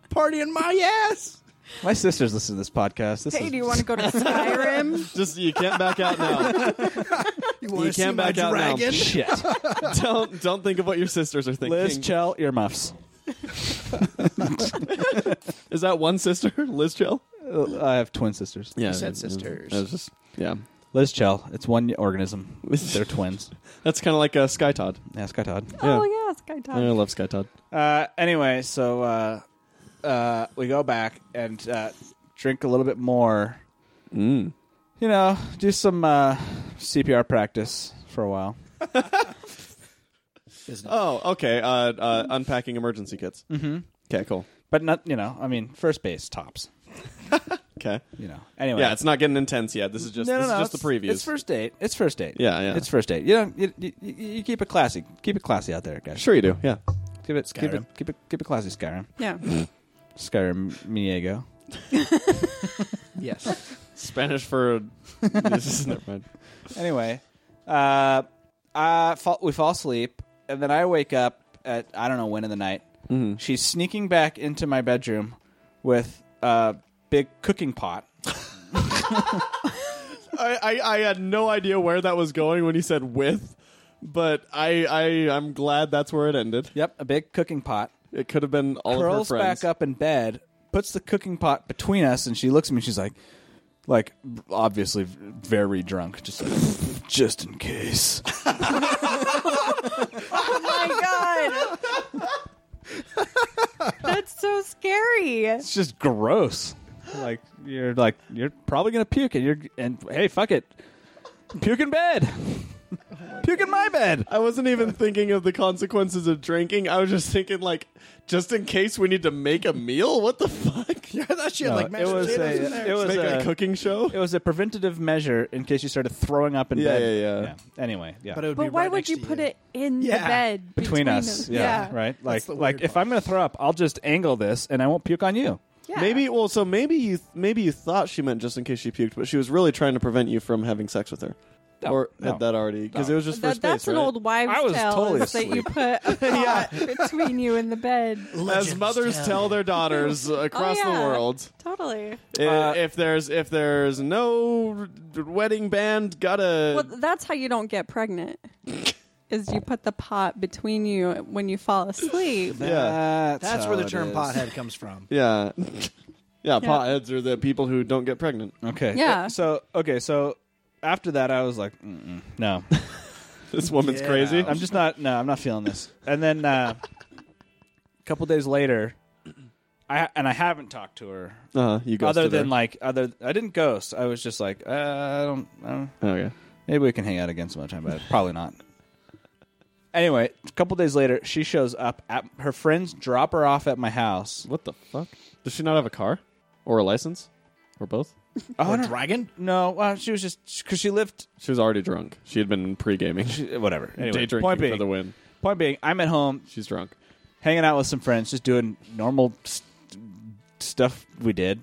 Speaker 2: Partying my ass.
Speaker 1: My sisters listen to this podcast. This
Speaker 4: Hey,
Speaker 1: is
Speaker 4: do you want to go to Skyrim?
Speaker 3: Just you can't back out now.
Speaker 2: You want to see
Speaker 3: can't
Speaker 2: my
Speaker 3: back out now.
Speaker 2: dragon?
Speaker 1: shit.
Speaker 3: don't don't think of what your sisters are thinking.
Speaker 1: Liz, Chell, earmuffs.
Speaker 3: Is that one sister, Liz Chell?
Speaker 1: Uh, I have twin sisters.
Speaker 3: Yeah,
Speaker 2: said sisters.
Speaker 3: I was just yeah.
Speaker 1: Liz, Chell. It's one organism.
Speaker 3: Liz-
Speaker 1: They're twins.
Speaker 3: That's kind of like uh, Sky Todd.
Speaker 1: Ask Todd.
Speaker 4: Oh yeah, Sky
Speaker 3: I
Speaker 4: Todd.
Speaker 3: love Sky Todd.
Speaker 1: Uh, anyway, so uh, uh, we go back and uh, drink a little bit more.
Speaker 3: Mm.
Speaker 1: You know, do some uh, CPR practice for a while.
Speaker 3: Oh, okay. Uh, uh, unpacking emergency kits. Mm-hmm. Okay, cool.
Speaker 1: But not, you know, I mean, first base tops.
Speaker 3: Okay.
Speaker 1: You know. Anyway.
Speaker 3: Yeah, it's not getting intense yet. This is just this is just the
Speaker 1: it's-
Speaker 3: previews.
Speaker 1: It's first date. It's first date.
Speaker 3: Yeah, yeah.
Speaker 1: It's first date. You know, you, you, you you keep it classy. Keep it classy out there, guys.
Speaker 3: sure you do. Yeah.
Speaker 1: Keep it, keep it,
Speaker 2: Skyrim.
Speaker 1: keep it, keep it classy, Skyrim.
Speaker 4: Yeah.
Speaker 1: Skyrim Miego.
Speaker 2: Yes.
Speaker 3: Spanish for this is never mind.
Speaker 1: anyway, uh, I fall, we fall asleep, and then I wake up at I don't know when in the night.
Speaker 3: Mm-hmm.
Speaker 1: She's sneaking back into my bedroom with a big cooking pot.
Speaker 3: I, I, I had no idea where that was going when he said with, but I I I'm glad that's where it ended.
Speaker 1: Yep, a big cooking pot.
Speaker 3: It could have been all
Speaker 1: curls
Speaker 3: of her friends.
Speaker 1: back up in bed, puts the cooking pot between us, and she looks at me. She's like, like obviously very drunk, just like, just in case.
Speaker 4: my god. That's so scary.
Speaker 1: It's just gross. Like you're like you're probably gonna puke, and you're and hey, fuck it, puke in bed, puke in my bed.
Speaker 3: I wasn't even thinking of the consequences of drinking. I was just thinking, like, just in case we need to make a meal. What the fuck?
Speaker 2: Yeah, that shit
Speaker 1: No,
Speaker 2: like mashed
Speaker 1: it was
Speaker 2: potatoes
Speaker 1: a-
Speaker 2: in there.
Speaker 1: it was
Speaker 3: make
Speaker 1: a-
Speaker 3: a cooking show.
Speaker 1: It was a preventative measure in case you started throwing up in
Speaker 3: Yeah,
Speaker 1: bed.
Speaker 3: yeah, yeah.
Speaker 1: Anyway, yeah.
Speaker 2: but it would be
Speaker 4: But why
Speaker 2: right
Speaker 4: would
Speaker 2: next
Speaker 4: you
Speaker 2: to
Speaker 4: put it in the
Speaker 2: Yeah.
Speaker 4: bed
Speaker 1: between, us,
Speaker 4: the-
Speaker 1: yeah, right. Like,
Speaker 2: the
Speaker 1: like
Speaker 2: weird
Speaker 1: if I'm gonna throw up, I'll just angle this, and I won't puke on you.
Speaker 4: Yeah.
Speaker 3: Maybe well, so maybe you maybe you thought she meant just in case she puked, but she was really trying to prevent you from having sex with her,
Speaker 1: No,
Speaker 3: or
Speaker 1: no.
Speaker 3: had that already because
Speaker 1: No.
Speaker 3: it was just
Speaker 4: That-
Speaker 3: for
Speaker 4: that's
Speaker 3: space,
Speaker 4: an
Speaker 3: right?
Speaker 4: old wives'
Speaker 1: I was
Speaker 4: tale
Speaker 1: totally
Speaker 4: is that you put a pot between you and the bed.
Speaker 3: As mothers tell their daughters across
Speaker 4: Oh, yeah.
Speaker 3: the world,
Speaker 4: Totally.
Speaker 3: i-
Speaker 1: Uh,
Speaker 3: if there's if there's no r- wedding band, gotta
Speaker 4: Well, that's how you don't get pregnant. Is you put the pot between you when you fall asleep.
Speaker 3: Yeah.
Speaker 1: that's,
Speaker 2: That's
Speaker 1: how
Speaker 2: where the
Speaker 1: it
Speaker 2: term
Speaker 1: is.
Speaker 2: pothead comes from.
Speaker 3: yeah. Yeah, potheads are the people who don't get pregnant.
Speaker 1: Okay.
Speaker 4: Yeah.
Speaker 1: Uh, So okay, so after that, I was like, Mm-mm, no,
Speaker 3: This woman's
Speaker 2: Yeah.
Speaker 3: crazy.
Speaker 1: I'm just not. No, I'm not feeling this. And then uh, a couple days later, I and I haven't talked to her
Speaker 3: uh, you ghosted
Speaker 1: other than
Speaker 3: her.
Speaker 1: like other. I didn't ghost. I was just like, uh, I don't. I don't
Speaker 3: okay.
Speaker 1: Maybe we can hang out again sometime, but probably not. Anyway, a couple days later, she shows up. At, her friends drop her off at my house.
Speaker 3: What the fuck? Does she not have a car or a license or both?
Speaker 1: Oh,
Speaker 2: Or
Speaker 1: no,
Speaker 2: dragon?
Speaker 1: no, well, she was just because she lived.
Speaker 3: She was already drunk. She had been pre gaming,
Speaker 1: She, whatever. Anyway,
Speaker 3: day drinking
Speaker 1: point being,
Speaker 3: for the win.
Speaker 1: point being, I'm at home
Speaker 3: She's drunk.
Speaker 1: hanging out with some friends, just doing normal st- stuff we did.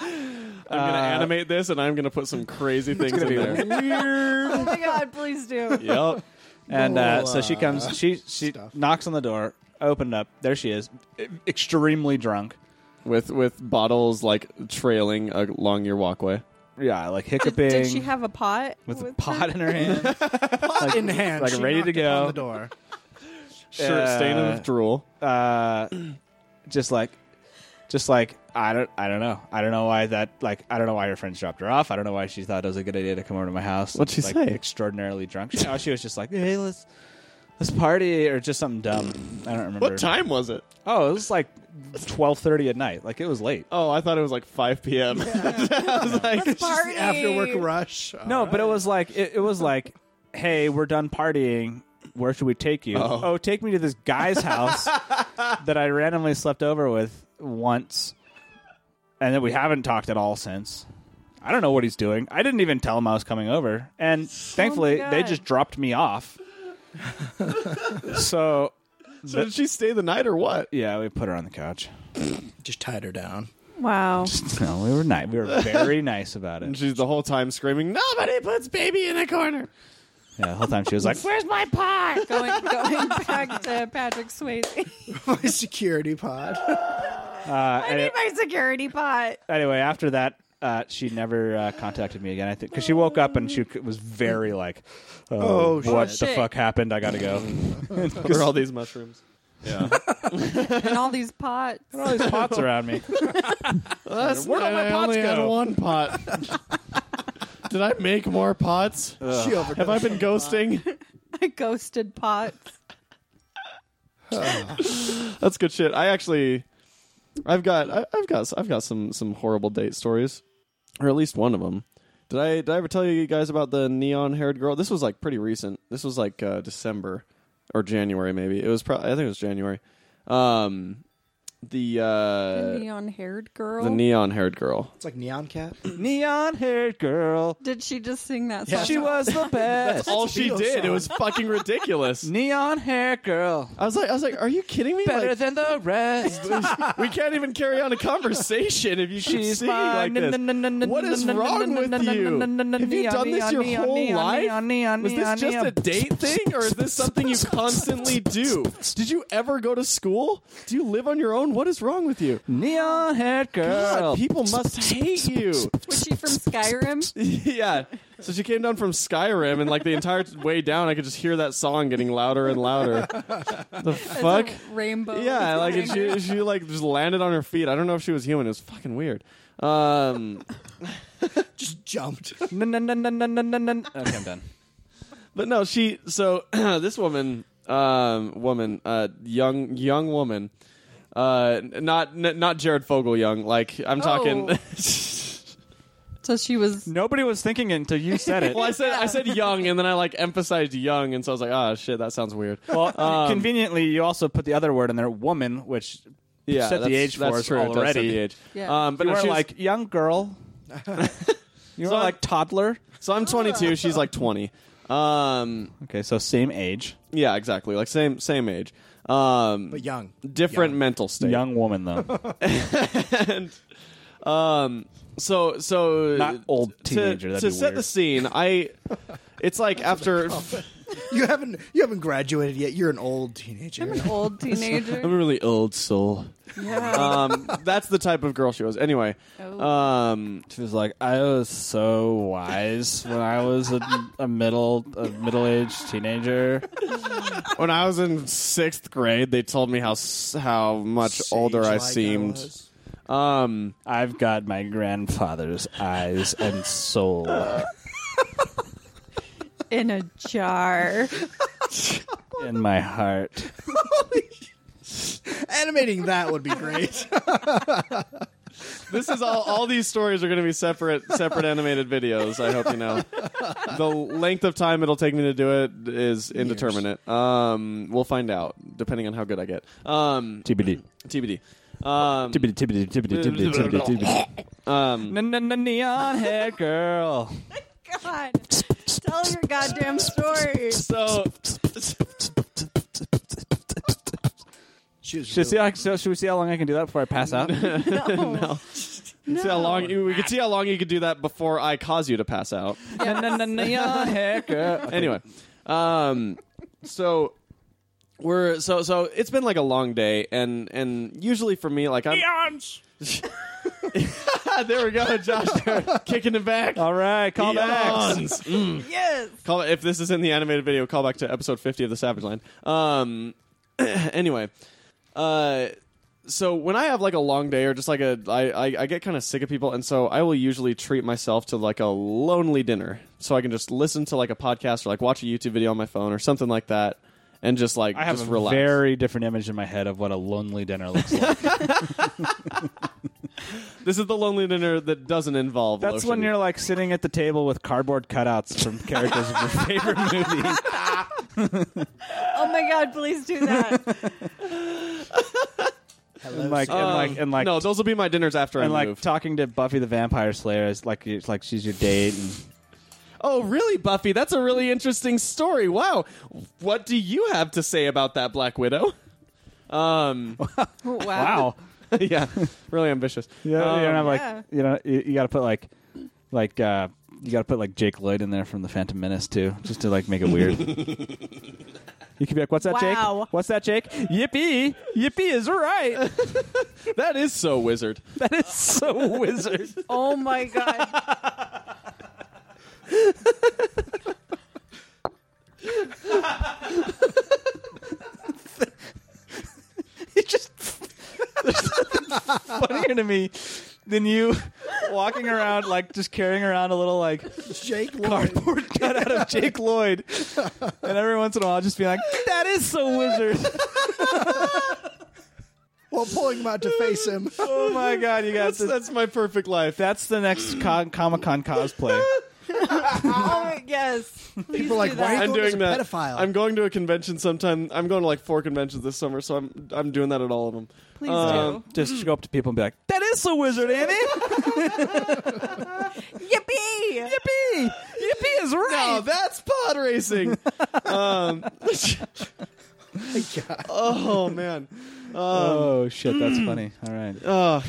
Speaker 3: I'm gonna animate this, and I'm gonna put some crazy things in there.
Speaker 4: Oh my god, please do.
Speaker 3: yep.
Speaker 1: And uh,
Speaker 2: Well,
Speaker 1: so she comes. She she
Speaker 2: stuff.
Speaker 1: knocks on the door. Opened up. There she is, e- extremely drunk.
Speaker 3: With with bottles like trailing along your walkway.
Speaker 1: Yeah, like hiccuping.
Speaker 4: Did she have a pot?
Speaker 1: with a
Speaker 4: her?
Speaker 1: pot in her hand.
Speaker 2: Pot in hand,
Speaker 1: like
Speaker 2: she
Speaker 1: ready to
Speaker 2: knocked
Speaker 1: go.
Speaker 2: upon the door.
Speaker 3: Shirt
Speaker 1: Uh,
Speaker 3: staining with drool.
Speaker 1: uh, just like, just like I don't, I don't know, I don't know why that, like, I don't know why her friends dropped her off. I don't know why she thought it was a good idea to come over to my house.
Speaker 3: What'd she
Speaker 1: like,
Speaker 3: say?
Speaker 1: Extraordinarily drunk. She, oh, she was just like, hey, let's let's party or just something dumb. I don't remember.
Speaker 3: What time was it?
Speaker 1: Oh, it was like twelve thirty at night. Like it was late.
Speaker 3: Oh, I thought it was like 5 p.m. I was like,
Speaker 4: Party.
Speaker 2: After work rush. Oh, All
Speaker 1: No,
Speaker 2: right.
Speaker 1: but it was like it, it was like, hey, we're done partying. Where should we take you?
Speaker 3: Oh.
Speaker 1: oh take me to this guy's house that I randomly slept over with once, and that we haven't talked at all since. I don't know what he's doing. I didn't even tell him I was coming over, and thankfully they
Speaker 4: God.
Speaker 1: just dropped me off. so
Speaker 3: so did she stay the night or what?
Speaker 1: yeah, we put her on the couch.
Speaker 2: just tied her down.
Speaker 4: Wow.
Speaker 1: No, we were nice. We were very nice about
Speaker 3: And
Speaker 1: it.
Speaker 3: she's the whole time screaming, Nobody puts baby in a corner.
Speaker 1: Yeah, the whole time she was like, "Where's my pie?"
Speaker 4: going, going back to Patrick Swayze.
Speaker 2: My security pod.
Speaker 1: Uh,
Speaker 4: I
Speaker 1: and
Speaker 4: need
Speaker 1: it-
Speaker 4: my security pot.
Speaker 1: anyway, after that, uh, she never uh, contacted me again. I think because she woke up and she c- was very like,
Speaker 2: Oh,
Speaker 1: "Oh, what
Speaker 4: shit.
Speaker 1: the fuck happened? I gotta go."
Speaker 3: For all these mushrooms. Yeah.
Speaker 4: and all these pots.
Speaker 1: all these pots around me.
Speaker 3: That's
Speaker 1: Where'd all my
Speaker 3: I
Speaker 1: pots
Speaker 3: only had
Speaker 1: go?
Speaker 3: one pot. Did I make more pots?
Speaker 2: She overdosed.
Speaker 3: Have I been ghosting?
Speaker 4: Ghosted pots.
Speaker 3: That's good shit. I actually, I've got, I, I've got, I've got some some horrible date stories, or at least one of them. Did I did I ever tell you guys about the neon haired girl? This was like pretty recent. This was like uh, December or January maybe. It was probably I think it was January. Um, the uh,
Speaker 4: the neon haired girl.
Speaker 3: the neon haired girl.
Speaker 2: It's like Neon Cat.
Speaker 1: Neon haired girl,
Speaker 4: Did she just sing that
Speaker 2: Yeah.
Speaker 4: song?
Speaker 1: she was the best.
Speaker 3: All she
Speaker 2: Beatles
Speaker 3: did, it
Speaker 2: song.
Speaker 3: was fucking ridiculous.
Speaker 1: Neon haired girl,
Speaker 3: I was like, I was like, are you kidding me?
Speaker 1: better
Speaker 3: Like,
Speaker 1: than the rest.
Speaker 3: we can't even carry on a conversation if you keep
Speaker 1: She's
Speaker 3: singing
Speaker 1: mine.
Speaker 3: like this. What is wrong with you? Have you done this your whole life? Was this just a date thing, or is this something you constantly do? Did you ever go to school? Do you live on your own Simone, what is wrong with you?
Speaker 1: Neon haired girl.
Speaker 3: God, people must hate you.
Speaker 4: Was she from Skyrim?
Speaker 3: yeah. So she came down from Skyrim, and like the entire way down, I could just hear that song getting louder and louder. The fuck?
Speaker 4: Rainbow.
Speaker 3: Yeah, like and
Speaker 4: behind her.
Speaker 3: she she like just landed on her feet. I don't know if she was human. It was fucking weird. Um,
Speaker 2: Just jumped.
Speaker 1: Nun, nun, nun, nun, nun, nun, nun, nun. Okay, I'm done.
Speaker 3: but no, she. So this woman, um, woman, uh, young young woman, uh, not n- not Jared Fogle young. Like I'm talking.
Speaker 4: So she was.
Speaker 1: Nobody was thinking it until you said it.
Speaker 3: well, I said I said young, and then I like emphasized young, and so I was like, ah, shit, that sounds weird.
Speaker 1: Well, conveniently, you also put the other word in there, woman, which
Speaker 3: Yeah,
Speaker 1: set the
Speaker 3: that's-
Speaker 1: age for
Speaker 3: that's
Speaker 1: us
Speaker 3: true. It does set
Speaker 1: already.
Speaker 3: the age.
Speaker 4: Yeah.
Speaker 3: Um, but
Speaker 1: But you
Speaker 3: no,
Speaker 1: were
Speaker 3: she was-
Speaker 1: like young girl. you were
Speaker 3: So I-
Speaker 1: like toddler.
Speaker 3: so I'm 22, she's like 20. Um,
Speaker 1: Okay, so same age,
Speaker 3: yeah, exactly, like same same age. Um,
Speaker 2: But young.
Speaker 3: different
Speaker 2: Young.
Speaker 3: mental state.
Speaker 1: young woman though,
Speaker 3: and um so so
Speaker 1: Not old
Speaker 3: to-
Speaker 1: teenager, that'd
Speaker 3: to
Speaker 1: be
Speaker 3: set the
Speaker 1: weird.
Speaker 3: scene i it's like after
Speaker 2: You haven't you haven't graduated yet. You're an old teenager.
Speaker 4: I'm an old
Speaker 3: i'm
Speaker 4: teenager.
Speaker 3: a really old soul
Speaker 4: yeah.
Speaker 3: um that's the type of girl she was anyway
Speaker 4: Oh.
Speaker 3: um
Speaker 1: she was like, "I was so wise when I was a, a middle a middle aged teenager."
Speaker 3: when i was in sixth grade they told me how s- how much older i
Speaker 2: Sage-like
Speaker 3: seemed
Speaker 2: was.
Speaker 3: um
Speaker 1: I've got my grandfather's eyes and soul.
Speaker 4: In a jar.
Speaker 1: in my heart.
Speaker 2: Animating that would be great.
Speaker 3: this is all all these stories are going to be separate separate animated videos i hope you know the length of time it'll take me to do it is indeterminate um we'll find out depending on how good i get um
Speaker 1: TBD.
Speaker 3: tbd um,
Speaker 1: TBD, TBD, TBD, TBD, TBD, TBD.
Speaker 3: um
Speaker 1: Neon hair girl.
Speaker 4: God. Tell your goddamn story.
Speaker 3: so
Speaker 2: She was
Speaker 1: Should we see
Speaker 2: really-
Speaker 1: how, so should we see how long I can do that before I pass out?
Speaker 4: No. no.
Speaker 3: see how long you, we could see how long you could do that before i cause you to pass out
Speaker 1: Neon hair girl.
Speaker 3: anyway, um, so we're so so it's been like a long day, and and usually for me, like I'm there we go, Josh, you're kicking it back.
Speaker 1: All right, call back.
Speaker 3: Eons.
Speaker 1: Mm.
Speaker 4: Yes.
Speaker 3: Call if this is in the animated video, call back to episode fifty of the Savage Land. Um, anyway, uh. So when I have like a long day or just like a I, I, I get kind of sick of people and so I will usually treat myself to like a lonely dinner so I can just listen to like a podcast or like watch a YouTube video on my phone or something like that and just like
Speaker 1: I have
Speaker 3: just
Speaker 1: a
Speaker 3: relax.
Speaker 1: very different image in my head of what a lonely dinner looks like.
Speaker 3: This is the lonely dinner that doesn't involve.
Speaker 1: That's when
Speaker 3: lotion.
Speaker 1: you're like sitting at the table with cardboard cutouts from characters of your favorite movie.
Speaker 4: Oh my God, please do that.
Speaker 1: And like, and like, and like,
Speaker 3: no, those will be my dinners after
Speaker 1: and
Speaker 3: I
Speaker 1: like
Speaker 3: move.
Speaker 1: talking to Buffy the Vampire Slayer is like, it's like she's your date. And
Speaker 3: oh, really, Buffy? That's a really interesting story. Wow, what do you have to say about that Black Widow? Um,
Speaker 1: wow.
Speaker 4: Wow.
Speaker 3: yeah, really ambitious.
Speaker 1: Yeah, you don't
Speaker 3: Um,
Speaker 1: have like
Speaker 4: yeah.
Speaker 1: you know you, you got to put like like uh you got to put like Jake Lloyd in there from the Phantom Menace too, just to like make it weird. you could be like, "What's that,
Speaker 4: Wow.
Speaker 1: Jake? What's that, Jake? Yippee! Yippee is right.
Speaker 3: that is so wizard.
Speaker 1: that is so wizard."
Speaker 4: Oh my God.
Speaker 1: It's just funnier to me than you walking around like just carrying around a little like
Speaker 2: Jake Lloyd.
Speaker 1: cardboard cutout of Jake Lloyd, and every once in a while just be like, "That is so wizard."
Speaker 2: while pulling him out to face him.
Speaker 1: Oh my god, you got
Speaker 3: That's,
Speaker 1: this.
Speaker 3: that's my perfect life.
Speaker 1: That's the next con- Comic Con cosplay.
Speaker 4: Oh, yes. Please
Speaker 2: People are like,
Speaker 4: do
Speaker 2: why
Speaker 4: that.
Speaker 2: are
Speaker 3: I'm
Speaker 2: you going as
Speaker 3: doing
Speaker 2: a
Speaker 3: that.
Speaker 2: pedophile?
Speaker 3: I'm going to a convention sometime. I'm going to like four conventions this summer, so I'm I'm doing that at all of them.
Speaker 4: Please
Speaker 3: Um,
Speaker 1: Just go up to people and be like, "That is a wizard, Andy!
Speaker 4: do. Yippee.
Speaker 1: Yippee! Yippee is
Speaker 3: No,
Speaker 1: right."
Speaker 3: Oh, that's pod racing. um, oh man.
Speaker 1: oh shit, that's funny. All right.
Speaker 3: Oh.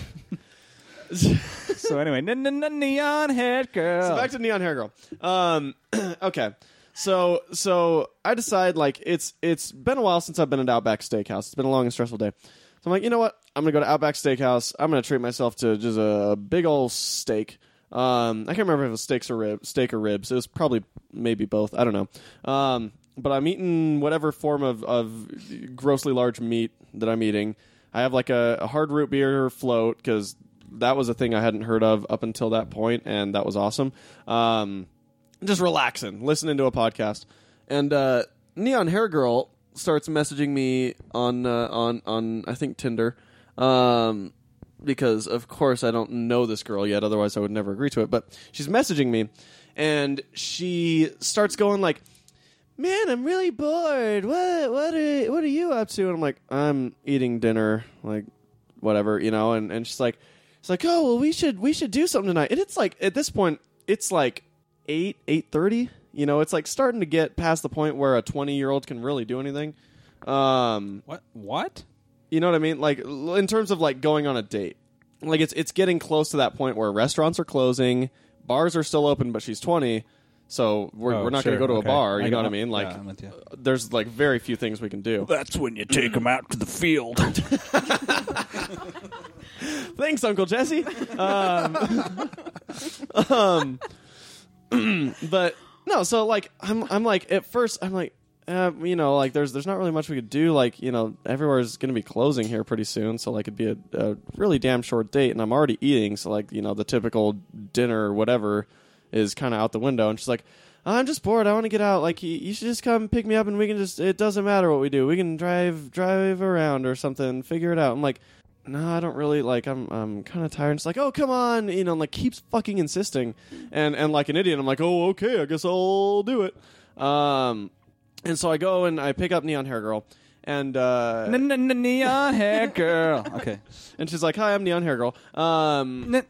Speaker 1: So anyway, n- n- n- neon head girl.
Speaker 3: So back to Neon Hair Girl. Um, okay. So so I decide like it's it's been a while since I've been at Outback Steakhouse. It's been a long and stressful day. So I'm like, you know what? I'm gonna go to Outback Steakhouse. I'm gonna treat myself to just a big old steak. Um, I can't remember if it was steaks or rib, steak or ribs. It was probably maybe both. I don't know. Um, but I'm eating whatever form of, of grossly large meat that I'm eating. I have like a, a hard root beer float because that was a thing I hadn't heard of up until that point, and that was awesome. Um, just relaxing, listening to a podcast, and uh, Neon Hair Girl starts messaging me on uh, on on I think Tinder, um, because of course I don't know this girl yet. Otherwise, I would never agree to it. But she's messaging me, and she starts going like. Man, I'm really bored. What what are what are you up to? And I'm like, I'm eating dinner. Like, whatever, you know. And, and she's like, it's like, oh well, we should we should do something tonight. And it's like at this point, it's like eight eight thirty. You know, it's like starting to get past the point where a twenty year old can really do anything. Um,
Speaker 1: What? What?
Speaker 3: you know what I mean? Like l- in terms of like going on a date, like it's it's getting close to that point where restaurants are closing, bars are still open, but she's twenty. So we're,
Speaker 1: Oh,
Speaker 3: we're not
Speaker 1: sure,
Speaker 3: going to go to
Speaker 1: okay.
Speaker 3: a bar. You
Speaker 1: I
Speaker 3: know
Speaker 1: got-
Speaker 3: what I mean? Like,
Speaker 1: yeah, I'm with you.
Speaker 3: there's like very few things we can do.
Speaker 5: That's when you take them out to the field.
Speaker 3: Thanks, Uncle Jesse. Um, um, but no, so like I'm, I'm like at first I'm like, uh, you know, like there's there's not really much we could do. Like you know, everywhere's going to be closing here pretty soon, so like it'd be a, a really damn short date, and I'm already eating, so like you know the typical dinner or whatever is kind of out the window. And she's like. I'm just bored. I want to get out. Like you, you should just come pick me up, and we can just. It doesn't matter what we do. We can drive drive around or something. Figure it out. I'm like, no, I don't really like. I'm I'm kind of tired. It's like, oh come on, you know, and, like keeps fucking insisting, and and like an idiot, I'm like, oh okay, I guess I'll do it. Um, and so I go and I pick up Neon Hair Girl, and uh,
Speaker 1: Neon hair girl. Okay.
Speaker 3: and she's like, hi, I'm Neon Hair Girl. Um,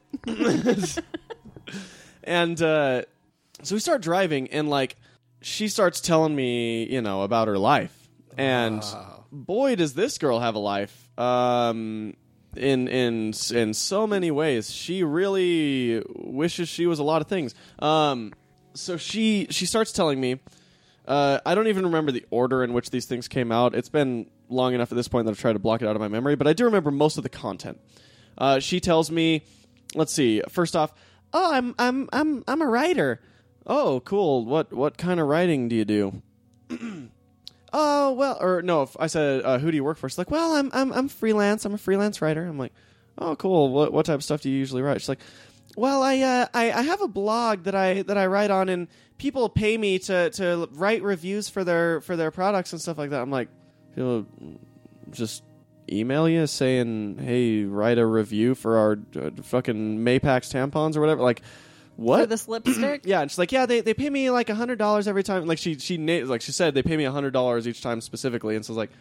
Speaker 3: and uh, so we start driving, and like she starts telling me, you know, about her life, and boy, does this girl have a life. Um, in in in so many ways, she really wishes she was a lot of things. Um, so she she starts telling me. Uh, I don't even remember the order in which these things came out. It's been long enough at this point that I've tried to block it out of my memory, but I do remember most of the content. Uh, she tells me, let's see. First off, oh, I'm I'm I'm I'm a writer. Oh, cool. What what kind of writing do you do? oh well, or no, if I said uh, who do you work for? She's like, well, I'm I'm I'm freelance. I'm a freelance writer. I'm like, oh, cool. What what type of stuff do you usually write? She's like, well, I uh, I, I have a blog that I that I write on, and people pay me to to write reviews for their for their products and stuff like that. I'm like, people just email you saying, "Hey, write a review for our uh, fucking Mapax tampons or whatever." Like, what?
Speaker 4: For this lipstick?
Speaker 3: yeah, and she's like, yeah, they, they pay me like a hundred dollars every time. Like she she na- like she said they pay me a hundred dollars each time specifically, and so I was like,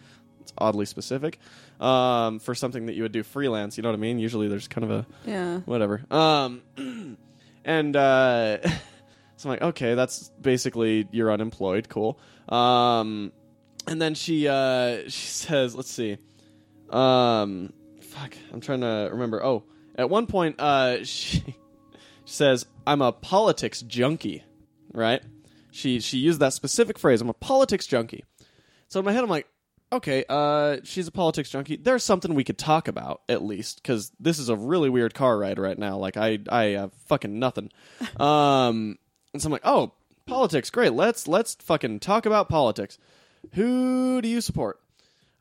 Speaker 3: it's oddly specific um, for something that you would do freelance. You know what I mean? Usually there's kind of a
Speaker 4: Yeah.
Speaker 3: whatever. Um, and uh, so I'm like, okay, that's basically you're unemployed. Cool. Um, and then she uh, she says, let's see. Um, fuck, I'm trying to remember. Oh, at one point, uh, she she says, "I'm a politics junkie," right? She she used that specific phrase. I'm a politics junkie. So in my head, I'm like, okay, uh, she's a politics junkie. There's something we could talk about at least because this is a really weird car ride right now. Like I I have fucking nothing. Um, and so I'm like, oh, politics, great. Let's let's fucking talk about politics. Who do you support?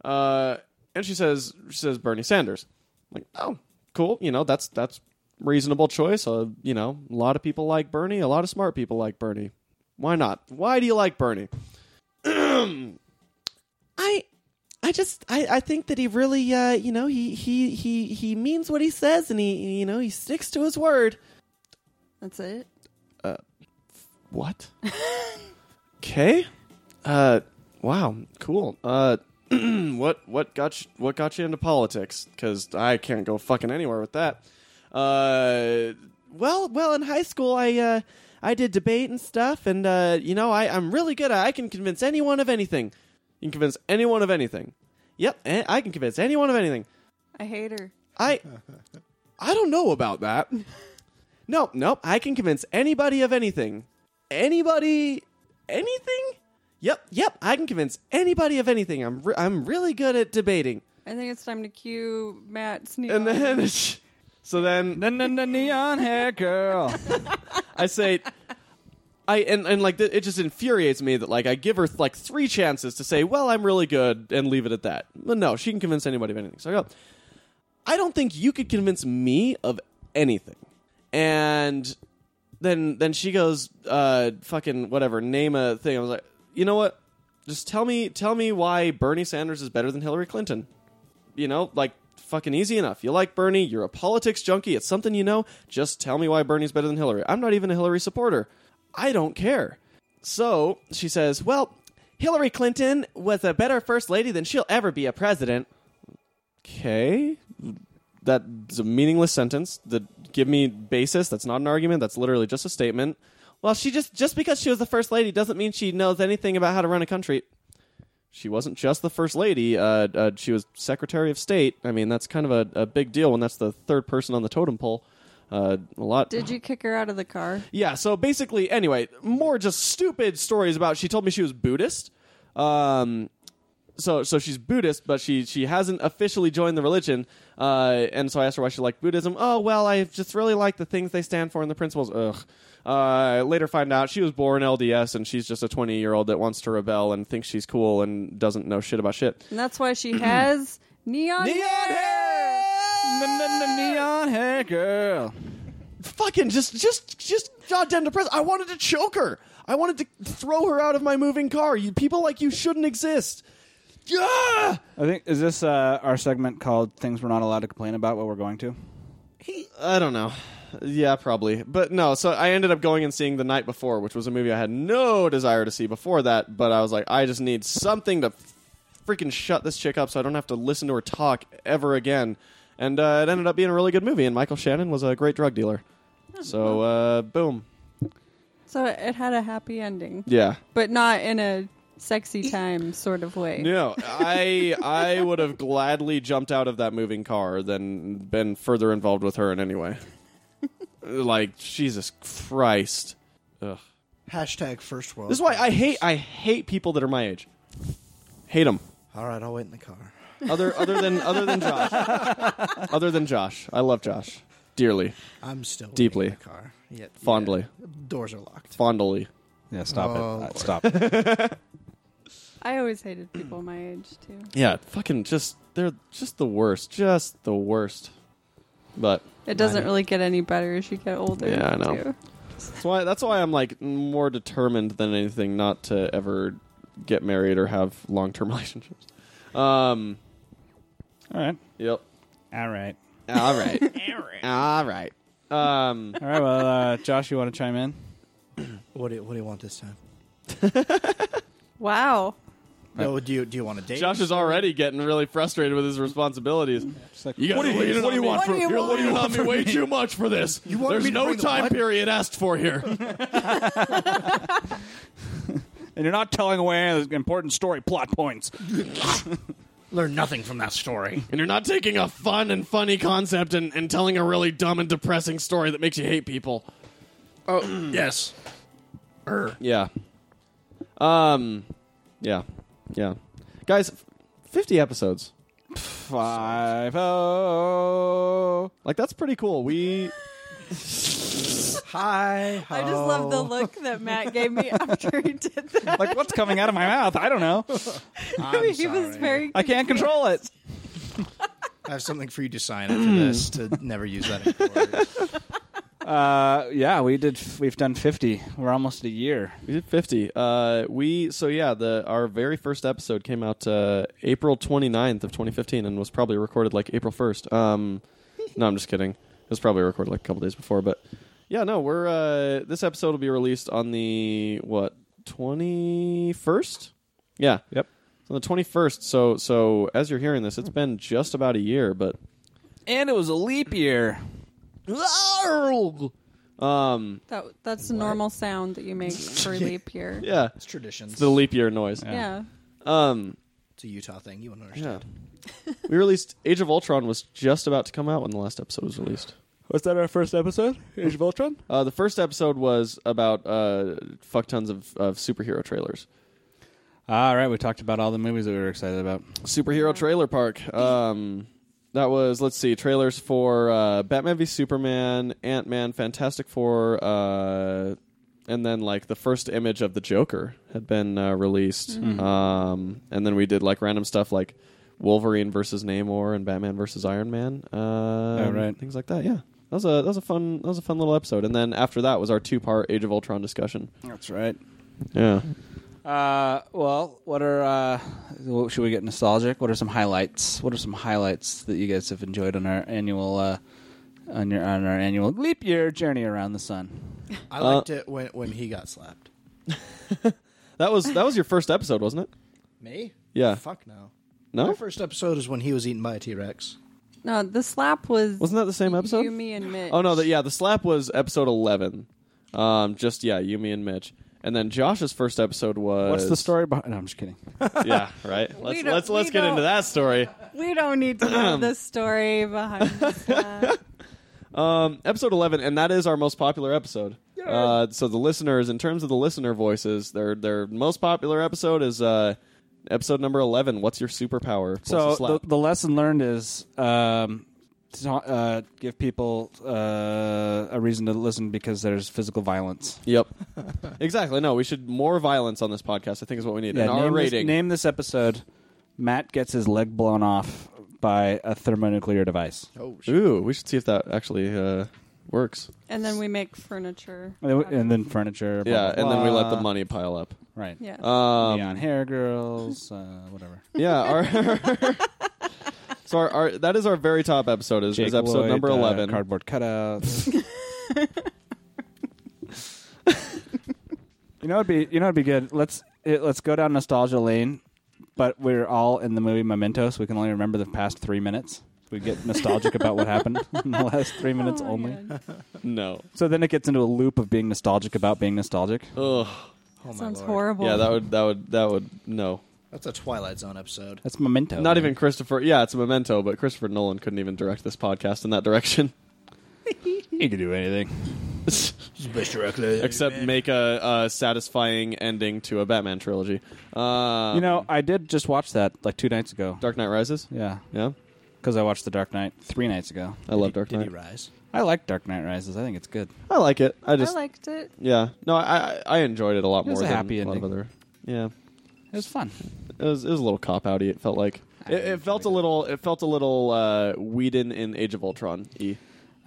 Speaker 3: Uh, and she says she says Bernie Sanders. I'm like, oh, cool. You know, that's that's reasonable choice. Uh, you know, a lot of people like Bernie. A lot of smart people like Bernie. Why not? Why do you like Bernie? I I just I, I think that he really uh you know he he he he means what he says and he you know he sticks to his word.
Speaker 4: That's it.
Speaker 3: What? Okay. Uh wow, cool. Uh what what got you, what got you into politics cuz I can't go fucking anywhere with that. Uh well, well in high school I uh I did debate and stuff and uh you know I I'm really good at I can convince anyone of anything. You can convince anyone of anything. Yep, eh, I can convince anyone of anything.
Speaker 4: I hate her.
Speaker 3: I I don't know about that. No, nope. I can convince anybody of anything. Anybody anything? Yep, yep. I can convince anybody of anything. I'm re- I'm really good at debating.
Speaker 4: I think it's time to cue Matt's neon.
Speaker 3: and then so then
Speaker 1: Na na na neon hair girl.
Speaker 3: I say, I and and like th- it just infuriates me that like I give her like three chances to say, well, I'm really good, and leave it at that. But no, she can convince anybody of anything. So I go, I don't think you could convince me of anything. And then then she goes, uh, fucking whatever, name a thing. I was like, you know what? Just tell me tell me why Bernie Sanders is better than Hillary Clinton you know, like fucking easy enough. You like Bernie, you're a politics junkie, it's something you know, just tell me why Bernie's better than Hillary. I'm not even a Hillary supporter. I don't care. So she says, Well, Hillary Clinton was a better first lady than she'll ever be a president. Okay. That's a meaningless sentence. That give me basis. That's not an argument. That's literally just a statement. Well, she just just because she was the first lady doesn't mean she knows anything about how to run a country she wasn't just the first lady. Uh, uh, she was Secretary of State. I mean, that's kind of a, a big deal when that's the third person on the totem pole. Uh, a lot.
Speaker 4: Did you kick her out of the car?
Speaker 3: yeah. So basically, anyway, more just stupid stories about. She told me she was Buddhist. Um, so so she's Buddhist, but she she hasn't officially joined the religion. Uh, and so I asked her why she liked Buddhism. Oh well, I just really like the things they stand for and the principles. Ugh. Uh, I later find out she was born LDS and she's just a 20 year old that wants to rebel and thinks she's cool and doesn't know shit about shit.
Speaker 4: And that's why she has neon, hair.
Speaker 1: Na na na neon hair girl.
Speaker 3: Fucking just just just goddamn depressed. I wanted to choke her. I wanted to throw her out of my moving car. You people like you shouldn't exist. Yeah.
Speaker 1: I think is this uh, our segment called "Things We're Not Allowed to Complain About"? What we're going to?
Speaker 3: I don't know. Yeah, probably. But no, so I ended up going and seeing The Night Before, which was a movie I had no desire to see before that, but I was like, I just need something to freaking shut this chick up so I don't have to listen to her talk ever again. And uh, it ended up being a really good movie, and Michael Shannon was a great drug dealer. So, uh, boom.
Speaker 4: So it had a happy ending,
Speaker 3: Yeah.
Speaker 4: but not in a sexy time sort of way.
Speaker 3: No, I I would have gladly jumped out of that moving car than been further involved with her in any way. like Jesus Christ. Ugh.
Speaker 2: Hashtag first world.
Speaker 3: This is why I hate I hate people that are my age. Hate them.
Speaker 2: All right, I'll wait in the car.
Speaker 3: Other other than other than Josh. other than Josh. I love Josh dearly,
Speaker 2: I'm still
Speaker 3: Deeply.
Speaker 2: waiting in the car. Yet
Speaker 3: fondly,
Speaker 2: doors are locked.
Speaker 3: fondly.
Speaker 1: Yeah, stop
Speaker 2: Oh,
Speaker 1: it. Uh, stop. it.
Speaker 4: I always hated people my age too.
Speaker 3: Yeah, fucking just they're just the worst, just the worst. But
Speaker 4: It doesn't really get any better as you get older.
Speaker 3: Yeah, I know.
Speaker 4: too.
Speaker 3: that's why that's why I'm like more determined than anything not to ever get married or have long term relationships. Um.
Speaker 1: All right.
Speaker 3: Yep.
Speaker 1: All right.
Speaker 3: All right. All right. Um.
Speaker 1: All right. Well, uh, Josh, you want to chime in?
Speaker 2: What do you, what do you want this time?
Speaker 4: Wow.
Speaker 2: No, do you do you want a date?
Speaker 3: Josh is already getting really frustrated with his responsibilities.
Speaker 1: Just like,
Speaker 3: You guys, what do you, what do you want
Speaker 4: What
Speaker 3: from
Speaker 4: do you
Speaker 3: you're
Speaker 4: want?
Speaker 3: leaning on me way too much for this.
Speaker 2: want
Speaker 3: There's
Speaker 2: me to
Speaker 3: no
Speaker 2: bring the
Speaker 3: time
Speaker 2: what?
Speaker 3: period asked for here.
Speaker 1: and you're not telling away any of the important story plot points.
Speaker 2: Learn nothing from that story.
Speaker 3: and you're not taking a fun and funny concept and, and telling a really dumb and depressing story that makes you hate people.
Speaker 2: Oh yes. Er.
Speaker 3: Yeah. Um yeah. Yeah. Guys, 50 episodes.
Speaker 1: Five oh.
Speaker 3: Like that's pretty cool. We
Speaker 2: Hi. Oh,
Speaker 4: I just love
Speaker 3: Oh.
Speaker 4: the look that Matt gave me after he did that.
Speaker 1: Like what's coming out of my mouth? I don't know.
Speaker 4: he was very.
Speaker 1: I can't control it.
Speaker 2: I have something for you to sign
Speaker 3: Hmm.
Speaker 2: after this to never use that. anymore.
Speaker 1: Uh, yeah, we did. We've done fifty. We're almost a year.
Speaker 3: we did 50. Uh we so yeah, the our very first episode came out uh April 29th of 2015 and was probably recorded like April 1st. Um no, I'm just kidding. It was probably recorded like a couple days before, but yeah, no, we're uh this episode will be released on the what? 21st? Yeah.
Speaker 1: Yep.
Speaker 3: So the 21st. So so as you're hearing this, it's been just about a year, but
Speaker 1: And it was a leap year.
Speaker 3: um
Speaker 4: That, that's the normal sound that you make for leap year. Yeah.
Speaker 3: yeah,
Speaker 2: It's traditions.
Speaker 3: the leap year noise. Um
Speaker 2: it's a Utah thing. You wouldn't
Speaker 3: yeah.
Speaker 2: understand.
Speaker 3: we released Age of Ultron was just about to come out when the last episode was released.
Speaker 1: Was that our first episode? Age of Ultron.
Speaker 3: Uh, the first episode was about uh, fuck tons of, of superhero trailers.
Speaker 1: All right, we talked about all the movies that we were excited about.
Speaker 3: Superhero Trailer Park. Um, that was let's see trailers for uh, Batman v Superman, Ant Man, Fantastic Four, uh, and then like the first image of the Joker had been uh, released. Um, and then we did like random stuff like Wolverine versus Namor and Batman versus Iron Man. Um,
Speaker 1: right.
Speaker 3: things like that. Yeah. That was a that was a fun that was a fun little episode, and then after that was our two part Age of Ultron discussion.
Speaker 1: That's right.
Speaker 3: Yeah,
Speaker 1: Uh, well, what are uh, what- should we get nostalgic? What are some highlights? What are some highlights that you guys have enjoyed on our annual uh, on your on our annual leap year journey around the sun?
Speaker 2: I
Speaker 3: Uh,
Speaker 2: liked it when when he got slapped.
Speaker 3: that was that was your first episode, wasn't it?
Speaker 2: Me?
Speaker 3: Yeah.
Speaker 2: Fuck no.
Speaker 3: No,
Speaker 2: My first episode is when he was eaten by a T Rex.
Speaker 4: No, the slap was
Speaker 3: wasn't that the same episode?
Speaker 4: you, me, and Mitch.
Speaker 3: Oh no, the, yeah, the slap was episode eleven. Um, just yeah, you, me, and Mitch, and then Josh's first episode was
Speaker 1: What's the story behind? No, I'm just kidding.
Speaker 3: Yeah, right. Let's
Speaker 4: don't-
Speaker 3: let's let's
Speaker 4: we
Speaker 3: get
Speaker 4: don't-
Speaker 3: into that story.
Speaker 4: We don't need to know the story behind the slap.
Speaker 3: Um, episode eleven, and that is our most popular episode. Uh, so the listeners, in terms of the listener voices, their their most popular episode is uh, episode number eleven. What's your superpower? What's the
Speaker 1: So the,
Speaker 3: slap?
Speaker 1: the lesson learned is um, to, uh, give people uh, a reason to listen because there's physical violence.
Speaker 3: yep, exactly. No, we should more violence on this podcast. I think is what we need. and our
Speaker 1: name This,
Speaker 3: rating.
Speaker 1: name this episode. Matt gets his leg blown off by a thermonuclear device.
Speaker 2: Oh shit.
Speaker 3: Ooh, we should see if that actually uh, works.
Speaker 4: and then we make furniture.
Speaker 1: And then- and then furniture. blah,
Speaker 3: Yeah,
Speaker 1: blah,
Speaker 3: and then we let the
Speaker 1: blah.
Speaker 3: money pile up.
Speaker 1: Right.
Speaker 4: Yeah.
Speaker 3: Um,
Speaker 1: Neon hair girls, uh, whatever.
Speaker 3: Yeah, our so our, our that is our very top episode is, is
Speaker 1: Jake
Speaker 3: episode
Speaker 1: Lloyd,
Speaker 3: number
Speaker 1: uh,
Speaker 3: eleven.
Speaker 1: cardboard cutouts. you know, it'd be you know, it'd be good. Let's it, let's go down nostalgia lane, but we're all in the movie Memento, so we can only remember the past three minutes. We get nostalgic about what happened in the last three minutes
Speaker 4: Oh,
Speaker 1: only.
Speaker 4: man.
Speaker 3: no,
Speaker 1: So then it gets into a loop of being nostalgic about being nostalgic.
Speaker 3: ugh,
Speaker 2: Oh my
Speaker 4: Sounds
Speaker 2: lord.
Speaker 4: horrible.
Speaker 3: yeah, that would that would that would no,
Speaker 2: That's a Twilight Zone episode.
Speaker 1: That's Memento.
Speaker 3: not even Christopher. Yeah, it's a memento, but Christopher Nolan couldn't even direct this podcast in that direction,
Speaker 1: You could do anything.
Speaker 3: except make a, a satisfying ending to a Batman trilogy. Uh,
Speaker 1: you know, I did just watch that like two nights ago.
Speaker 3: Dark Knight Rises.
Speaker 1: Yeah,
Speaker 3: Yeah,
Speaker 1: because I watched The Dark Knight three nights ago.
Speaker 3: I love Dark
Speaker 2: Did he
Speaker 3: Knight.
Speaker 2: rise?
Speaker 1: I like Dark Knight Rises. I think it's good.
Speaker 3: I like it. I just
Speaker 4: I liked it.
Speaker 3: yeah. No, I I I enjoyed it a lot
Speaker 1: It was
Speaker 3: more
Speaker 1: a
Speaker 3: than
Speaker 1: happy
Speaker 3: a lot of
Speaker 1: ending.
Speaker 3: other. Yeah.
Speaker 1: It was fun.
Speaker 3: It was, it was a little cop outy. It felt like it, it felt a little. It felt a little uh, Whedon in Age of Ultron. E.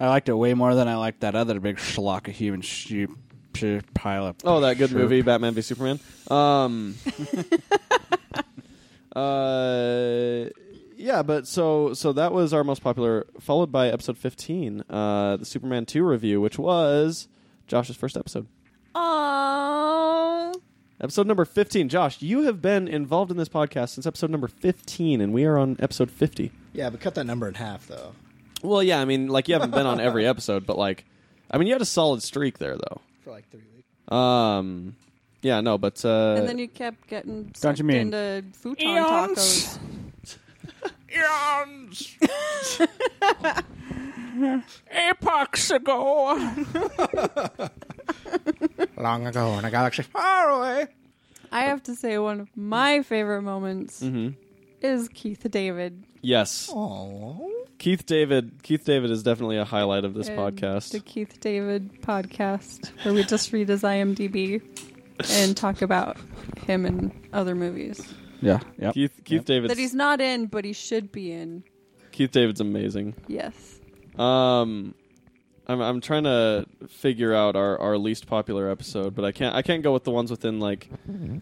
Speaker 1: I liked it way more than I liked that other big schlock of human sheep sheep pile up.
Speaker 3: Oh, that good
Speaker 1: Sure.
Speaker 3: movie, Batman v Superman. Um, uh, yeah, but so so that was our most popular, followed by episode fifteen, uh, the Superman two review, which was Josh's first episode.
Speaker 4: Oh,
Speaker 3: Episode number fifteen. Josh, you have been involved in this podcast since episode number fifteen, and we are on episode fifty.
Speaker 2: Yeah, but cut that number in half though.
Speaker 3: Well, yeah, I mean, like you haven't been on every episode, but like, I mean, you had a solid streak there, though.
Speaker 2: For like three weeks.
Speaker 3: Um, yeah, no, but uh,
Speaker 4: and then you kept getting
Speaker 1: Don't
Speaker 4: sucked
Speaker 1: you mean?
Speaker 4: into futon
Speaker 5: Eons.
Speaker 4: tacos.
Speaker 5: Eons. Epochs ago.
Speaker 2: Long ago in a galaxy far away.
Speaker 4: I have to say one of my favorite moments
Speaker 3: Mm-hmm.
Speaker 4: is Keith David.
Speaker 3: yes,
Speaker 2: Oh.
Speaker 3: Keith David. Keith David is definitely a highlight of this
Speaker 4: and The
Speaker 3: podcast.
Speaker 4: Keith David podcast, where we just read his IMDb and talk about him and other movies
Speaker 1: yeah, yeah.
Speaker 3: Keith Keith
Speaker 4: that he's
Speaker 3: David's
Speaker 4: not in, but he should be in.
Speaker 3: Keith David's amazing.
Speaker 4: Yes.
Speaker 3: Um, I'm I'm trying to figure out our, our least popular episode, but I can't I can't go with the ones within like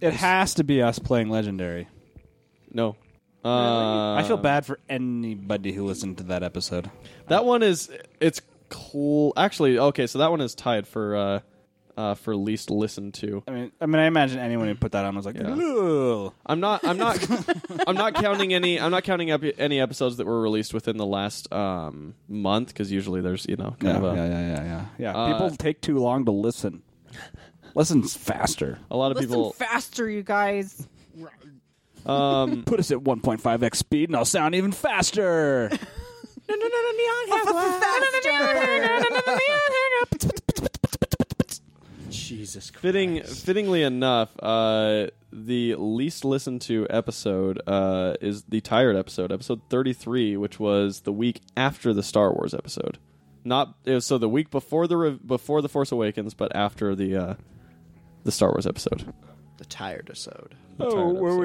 Speaker 1: It has to be us playing Legendary.
Speaker 3: no. Uh,
Speaker 1: I feel bad for anybody who listened to that episode.
Speaker 3: That one is it's cool. Actually, okay, so that one is tied for uh, uh, for least listened to.
Speaker 1: I mean, I mean, I imagine anyone who put that on was like, "Ooh."
Speaker 3: I'm not. I'm not. I'm not counting any. I'm not counting up any episodes that were released within the last um, month because usually there's you know kind
Speaker 1: yeah,
Speaker 3: of a,
Speaker 1: yeah, yeah, yeah, yeah. Yeah,
Speaker 3: Uh,
Speaker 1: people take too long to listen. Listen faster.
Speaker 3: a lot of
Speaker 4: Listen
Speaker 3: people.
Speaker 4: faster, you guys.
Speaker 3: um,
Speaker 1: Put us at 1.5x speed, and I'll sound even faster.
Speaker 2: Jesus Christ.
Speaker 3: Fitting, fittingly enough, uh, the least listened to episode uh, is the tired episode, episode thirty-three, which was the week after the Star Wars episode. Not it was- so the week before the re- before the Force Awakens, but after the uh, the Star Wars episode.
Speaker 2: the tired episode.
Speaker 3: The tired episode.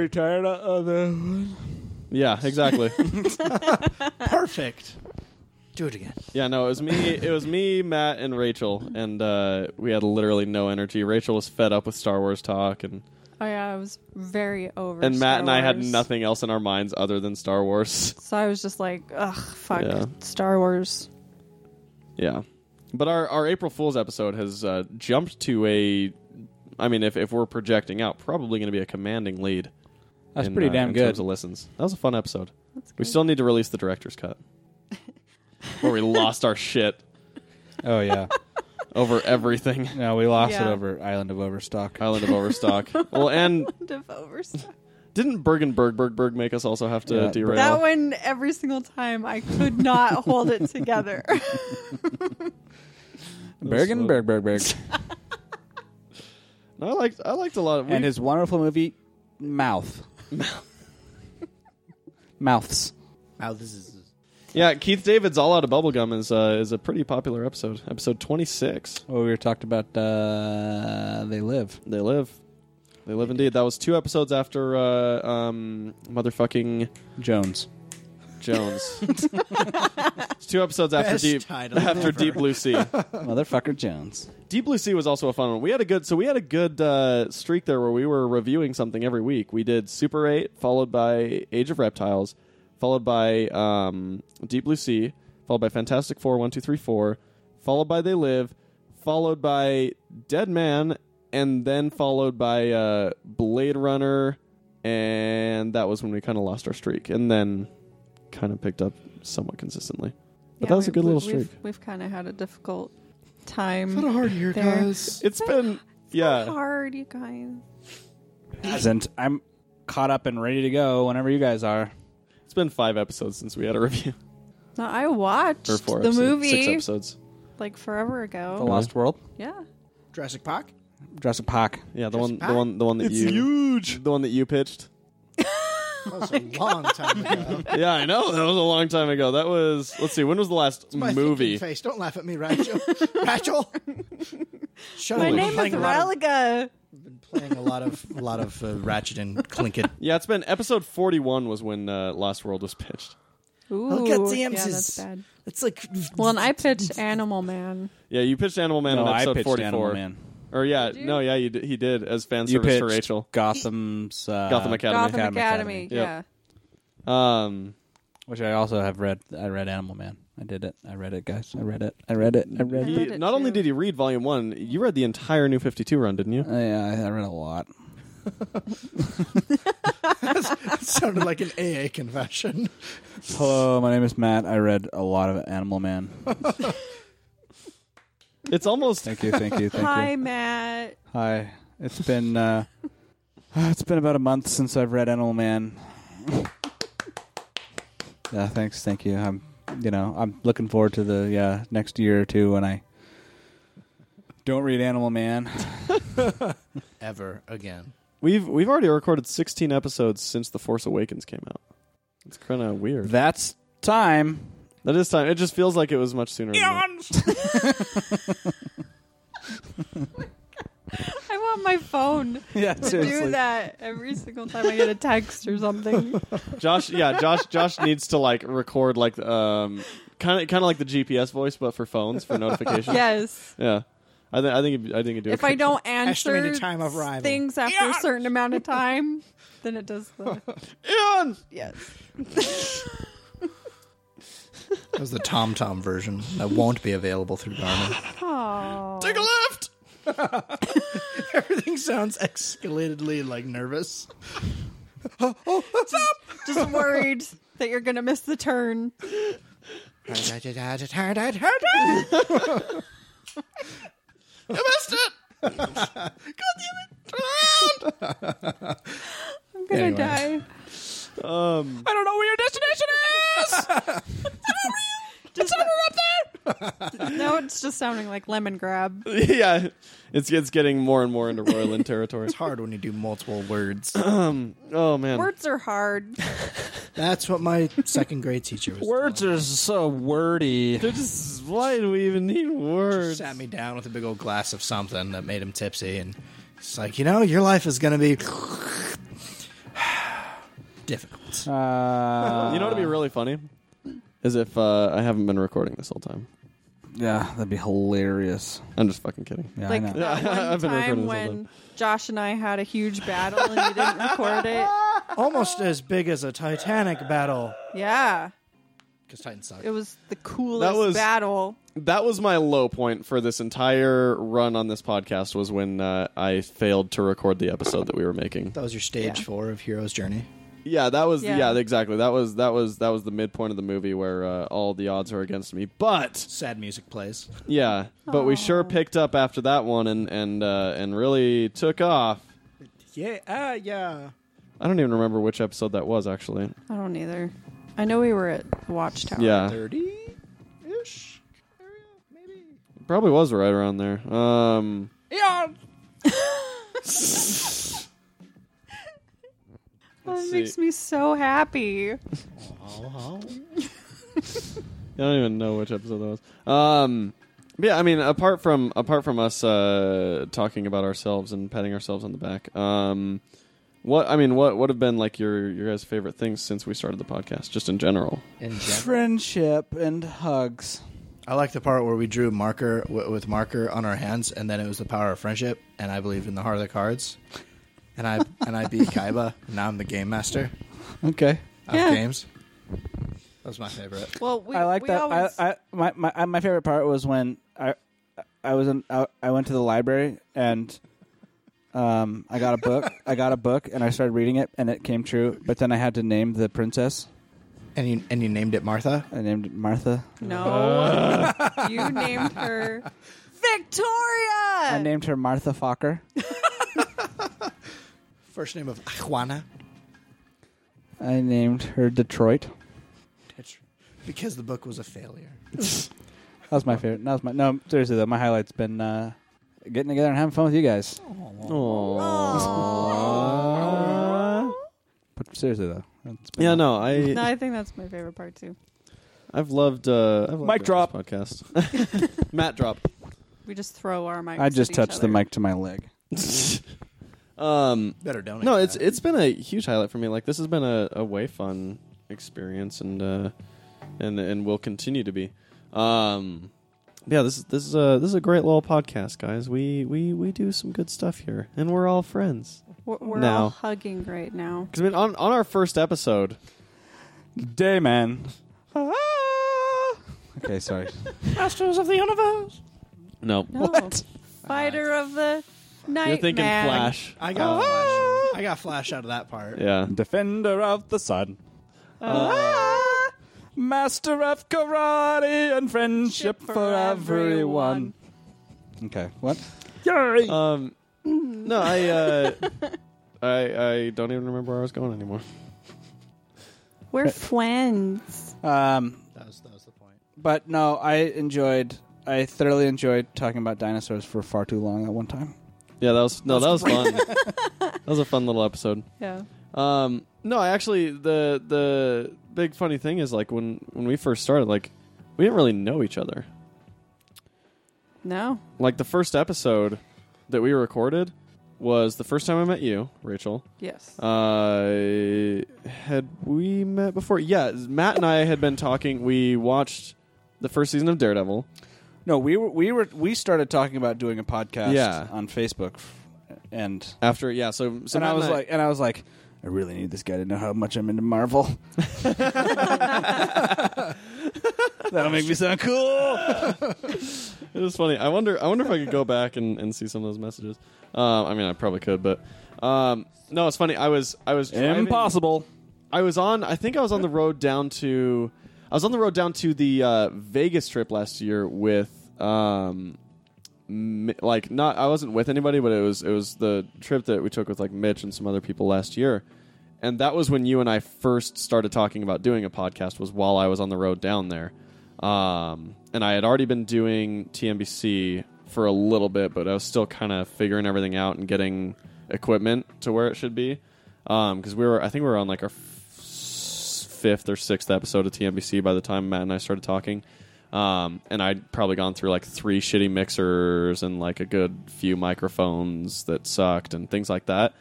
Speaker 1: Oh, tired of the?
Speaker 3: Yeah, exactly.
Speaker 2: Perfect. Do it again.
Speaker 3: yeah, no, it was me. It was me, Matt, and Rachel, and uh, we had literally no energy. Rachel was fed up with Star Wars talk, and
Speaker 4: Oh yeah, I was very over.
Speaker 3: and
Speaker 4: Star
Speaker 3: Matt and I had
Speaker 4: Wars.
Speaker 3: nothing else in our minds other than Star Wars.
Speaker 4: So I was just like, ugh, fuck
Speaker 3: Yeah.
Speaker 4: Star Wars.
Speaker 3: Yeah. But our, our April Fool's episode has uh, jumped to a. I mean, if, if we're projecting out, probably going to be a commanding lead.
Speaker 1: That's
Speaker 3: in,
Speaker 1: pretty
Speaker 3: uh,
Speaker 1: damn
Speaker 3: in
Speaker 1: good.
Speaker 3: Terms of listens. That was a fun episode.
Speaker 4: That's
Speaker 3: We
Speaker 4: good.
Speaker 3: still need to release the director's cut, where we lost our shit
Speaker 1: oh yeah,
Speaker 3: over everything.
Speaker 1: no, we lost it
Speaker 4: Yeah.
Speaker 1: over Island of Overstock.
Speaker 3: Island of Overstock. well, and
Speaker 4: Of Overstock.
Speaker 3: didn't Bergen Berg Berg Berg make us also have to
Speaker 1: Yeah,
Speaker 3: derail?
Speaker 4: That one, every single time, I could not hold it together.
Speaker 1: Bergen, Berg, Berg, Berg,
Speaker 3: No, I liked I liked a lot of.
Speaker 1: and
Speaker 3: we-
Speaker 1: his wonderful movie Mouth. Mouths.
Speaker 2: Wow, this is
Speaker 3: yeah, Keith David's All Out of Bubblegum is uh, is a pretty popular episode. Episode twenty six.
Speaker 1: Well, we were talked about uh, they live.
Speaker 3: They live. They live indeed. That was two episodes after uh, um, motherfucking
Speaker 1: Jones.
Speaker 3: Jones. it's two episodes after
Speaker 2: Best
Speaker 3: deep
Speaker 2: title
Speaker 3: after
Speaker 2: ever.
Speaker 3: Deep Blue Sea.
Speaker 1: Motherfucker Jones.
Speaker 3: Deep Blue Sea was also a fun one. We had a good so we had a good uh, streak there where we were reviewing something every week. We did Super Eight, followed by Age of Reptiles, followed by um, Deep Blue Sea, followed by Fantastic Four one two three four, followed by They Live, followed by Dead Man, and then followed by uh, Blade Runner, and that was when we kind of lost our streak, and then kind of picked up somewhat consistently. But that was a good little
Speaker 4: we've-
Speaker 3: streak.
Speaker 4: We've, kind of had a difficult time.
Speaker 2: hard year,
Speaker 4: There.
Speaker 2: guys.
Speaker 3: It's been yeah.
Speaker 4: Hard, you guys.
Speaker 1: Hasn't. I'm caught up and ready to go whenever you guys are.
Speaker 3: It's been five episodes since we had a review.
Speaker 4: No, I watched
Speaker 3: Or four
Speaker 4: the
Speaker 3: episodes, Six
Speaker 4: movie
Speaker 3: episodes. Oh.
Speaker 4: like forever
Speaker 1: The
Speaker 4: ago.
Speaker 3: Really?
Speaker 1: Lost World.
Speaker 4: Yeah.
Speaker 2: Jurassic Park.
Speaker 1: Jurassic Park.
Speaker 3: Yeah, the
Speaker 2: Just
Speaker 3: one, the
Speaker 2: packed.
Speaker 3: one, the one that you, huge. The one that you pitched.
Speaker 2: That was a long time ago.
Speaker 3: yeah, I know. That was a long time ago. That was. Let's see. When was the last
Speaker 2: My
Speaker 3: movie?
Speaker 2: thinking Face. Don't laugh at me, Rachel. Rachel. Shut
Speaker 4: My
Speaker 2: up.
Speaker 4: name
Speaker 2: Playing
Speaker 4: is
Speaker 2: a lot of-
Speaker 4: Religa.
Speaker 2: been playing a lot of a lot of uh, Ratchet and Clinket.
Speaker 3: Yeah, it's been episode forty-one was when uh, Last World was pitched.
Speaker 4: Ooh,
Speaker 2: Look at the
Speaker 4: yeah,
Speaker 2: M's
Speaker 4: that's
Speaker 2: is-
Speaker 4: bad.
Speaker 2: It's like
Speaker 4: Well, and I pitched Animal Man.
Speaker 3: Yeah, you pitched Animal Man
Speaker 1: no,
Speaker 3: in
Speaker 1: I
Speaker 3: episode
Speaker 1: pitched
Speaker 3: forty-four.
Speaker 1: Animal Man.
Speaker 3: Or yeah,
Speaker 4: Did you?
Speaker 3: no, yeah, you did, he did as fan
Speaker 1: You
Speaker 3: service
Speaker 1: pitched
Speaker 3: for Rachel.
Speaker 1: Gotham's uh,
Speaker 3: Gotham Academy.
Speaker 4: Gotham Academy.
Speaker 1: Academy.
Speaker 4: Yeah.
Speaker 3: Yep. Um,
Speaker 1: which I also have read. I read Animal Man. I did it. I read it, guys. I read it. I read it. I read
Speaker 3: he-
Speaker 1: it.
Speaker 4: read it
Speaker 3: not only
Speaker 4: too.
Speaker 3: did he read Volume One, you read the entire New Fifty Two run, didn't you?
Speaker 4: Mm-hmm.
Speaker 1: Uh, yeah, I- I read a lot.
Speaker 2: sounded like an AA confession.
Speaker 1: Hello, my name is Matt. I read a lot of Animal Man.
Speaker 3: It's almost
Speaker 1: Thank you, thank you, thank
Speaker 4: Hi,
Speaker 1: you.
Speaker 4: Matt.
Speaker 1: Hi. It's been uh, it's been about a month since I've read Animal Man. yeah, thanks, thank you. I'm you know I'm looking forward to the yeah next year or two when I don't read Animal Man.
Speaker 2: Ever again.
Speaker 3: we've we've already recorded sixteen episodes since The Force Awakens came out. It's kind of weird.
Speaker 1: That's time.
Speaker 3: That is time. It just feels like it was much sooner. Than that.
Speaker 4: I want my phone
Speaker 1: Yeah,
Speaker 4: to do that every single time I get a text or something.
Speaker 3: Josh, yeah, Josh, Josh needs to like record like um kind of kind of like the GPS voice, but for phones for notifications.
Speaker 4: yes.
Speaker 3: yeah. I think I think it'd be- I think it'd do.
Speaker 4: If
Speaker 3: okay.
Speaker 4: I don't answer
Speaker 2: Estimated time of arrival.
Speaker 4: things after a certain amount of time, then it does the
Speaker 3: Ian!
Speaker 4: yes.
Speaker 2: That was the Tom Tom version that won't be available through Garmin.
Speaker 4: Oh.
Speaker 3: take a left.
Speaker 2: Everything sounds escalatedly like nervous.
Speaker 4: Just worried that you're gonna miss the turn.
Speaker 2: That's
Speaker 3: You missed it.
Speaker 4: I'm gonna
Speaker 2: Anyway.
Speaker 4: die.
Speaker 3: Um,
Speaker 5: I don't know where your destination is. it's over up there.
Speaker 4: No, it's just sounding like lemon grab.
Speaker 3: yeah, it's it's getting more and more into Royland territory.
Speaker 2: It's hard when you do multiple words.
Speaker 3: Oh man,
Speaker 4: Words are hard.
Speaker 2: That's what my second grade teacher was.
Speaker 1: Words are so wordy.
Speaker 3: They're just- why do we even need
Speaker 2: Just
Speaker 3: words?
Speaker 2: sat me down with a big old glass of something that made him tipsy, and he's like, you know, your life is gonna be difficult.
Speaker 1: Uh,
Speaker 3: you know what'd be really funny is if uh, I haven't been recording this whole time.
Speaker 1: yeah, that'd be hilarious.
Speaker 3: I'm just fucking kidding.
Speaker 1: Yeah,
Speaker 4: Like
Speaker 1: I know.
Speaker 4: that one
Speaker 3: I've been
Speaker 4: time
Speaker 3: recording this all
Speaker 4: when
Speaker 3: day.
Speaker 4: Josh and I had a huge battle and you didn't record it.
Speaker 2: Almost as big as a Titanic battle.
Speaker 4: Yeah,
Speaker 2: Because Titans suck.
Speaker 4: it was the coolest
Speaker 3: That was-
Speaker 4: battle.
Speaker 3: That was my low point for this entire run on this podcast was when uh, I failed to record the episode that we were making.
Speaker 2: That was your stage
Speaker 4: Yeah.
Speaker 2: four of Hero's Journey.
Speaker 3: Yeah, that was yeah.
Speaker 4: Yeah.
Speaker 3: exactly. That was that was that was the midpoint of the movie where uh, all the odds are against me. But
Speaker 2: Sad music plays.
Speaker 3: yeah, but we sure
Speaker 4: Aw.
Speaker 3: picked up after that one and and uh, and really took off.
Speaker 2: Yeah, ah, yeah.
Speaker 3: I don't even remember which episode that was actually.
Speaker 4: I don't either. I know we were at the Watchtower.
Speaker 3: Yeah,
Speaker 2: 30 ish area, maybe.
Speaker 3: probably was right around there. Um,
Speaker 4: that
Speaker 3: Let's
Speaker 4: makes
Speaker 3: see.
Speaker 4: me so happy.
Speaker 2: Uh-huh.
Speaker 3: I don't even know which episode that was. Um, but yeah, I mean, apart from apart from us uh, talking about ourselves and patting ourselves on the back, um, what I mean, what would have been like your your guys' favorite things since we started the podcast, just in general?
Speaker 2: In
Speaker 1: Friendship and hugs.
Speaker 2: I like the part where we drew marker w- with marker on our hands, and then it was the power of friendship. And I believed in the heart of the cards, and I and I beat Kaiba. And now I'm the game master
Speaker 1: Okay.
Speaker 2: of
Speaker 4: Yeah.
Speaker 2: games. That was my favorite.
Speaker 4: Well, we,
Speaker 1: I like
Speaker 4: we
Speaker 1: that.
Speaker 4: Always,
Speaker 1: I, I my, my I- my favorite part was when I I was in I, I went to the library and um I got a book I got a book and I started reading it and it came true but then I had to name the princess
Speaker 2: And you and you named it Martha.
Speaker 1: I named it Martha
Speaker 4: no,
Speaker 3: Uh.
Speaker 4: you named her Victoria. Uh,
Speaker 1: I named her Martha Fokker
Speaker 2: First name of Juana,
Speaker 1: I named her Detroit
Speaker 2: because the book was a failure.
Speaker 1: that was my favorite that was my no seriously though my highlight's been uh getting together and having fun with you guys but seriously though it's been-
Speaker 3: Yeah, no, I
Speaker 4: no, I think that's my favorite part too.
Speaker 3: I've loved uh, I've loved
Speaker 1: Mic
Speaker 3: doing
Speaker 1: drop.
Speaker 3: this podcast. Matt drop.
Speaker 4: We just throw our mics.
Speaker 1: I just
Speaker 4: at each
Speaker 1: touched the
Speaker 4: other.
Speaker 1: mic to my leg
Speaker 3: Um,
Speaker 2: Better donate.
Speaker 3: no, it's
Speaker 2: that.
Speaker 3: it's been a huge highlight for me. Like this has been a, a way fun experience, and uh, and and will continue to be. Um, yeah, this is this is a this is a great little podcast, guys. We we we do some good stuff here, and we're all friends.
Speaker 4: We're, we're
Speaker 3: No.
Speaker 4: all hugging right now.
Speaker 3: Because I mean, on on our first episode,
Speaker 1: day man okay sorry
Speaker 5: Masters of the universe.
Speaker 3: no,
Speaker 4: No. Fighter of the night.
Speaker 3: you're thinking
Speaker 4: man.
Speaker 3: Flash.
Speaker 2: I got flash. I got flash out of that part.
Speaker 3: Ah! Yeah,
Speaker 1: Defender of the sun. Ah, master of karate and friendship
Speaker 4: For
Speaker 1: for everyone. Okay, what?
Speaker 3: Um, no, I, uh, I, I don't even remember where I was going anymore.
Speaker 4: We're friends.
Speaker 1: Um,
Speaker 2: That was that was the point.
Speaker 1: but no, I enjoyed. I thoroughly enjoyed talking about dinosaurs for far too long at one time.
Speaker 3: Yeah, that was no, that was fun. that was a fun little episode.
Speaker 4: Yeah.
Speaker 3: Um, no, I actually the the big funny thing is like when when we first started, like we didn't really know each other.
Speaker 4: No.
Speaker 3: Like the first episode that we recorded was the first time I met you, Rachel.
Speaker 4: Yes.
Speaker 3: Uh, had we met before? Yeah, Matt and I had been talking. We watched the first season of Daredevil.
Speaker 1: No, we were we were we started talking about doing a podcast
Speaker 3: Yeah.
Speaker 1: on Facebook, f- and
Speaker 3: After yeah, so so
Speaker 1: and I
Speaker 3: Matt
Speaker 1: was
Speaker 3: and
Speaker 1: like, and I was like, I really need this guy to know how much I'm into Marvel. That'll make me sound cool.
Speaker 3: It was funny. I wonder. I wonder if I could go back and, and see some of those messages. Um, I mean, I probably could, but um, no, it's funny. I was I was driving-
Speaker 1: Impossible.
Speaker 3: I was on. I think I was on the road down to. I was on the road down to the uh, Vegas trip last year with, um, mi- like not. I wasn't with anybody, but it was it was the trip that we took with like Mitch and some other people last year, and that was when you and I first started talking about doing a podcast. Was while I was on the road down there, Um, and I had already been doing TMBC for a little bit, but I was still kind of figuring everything out and getting equipment to where it should be. Because we were, I think we were on like our f- fifth or sixth episode of TMBC by the time Matt and I started talking. Um, and I'd probably gone through like three shitty mixers and like a good few microphones that sucked and things like that.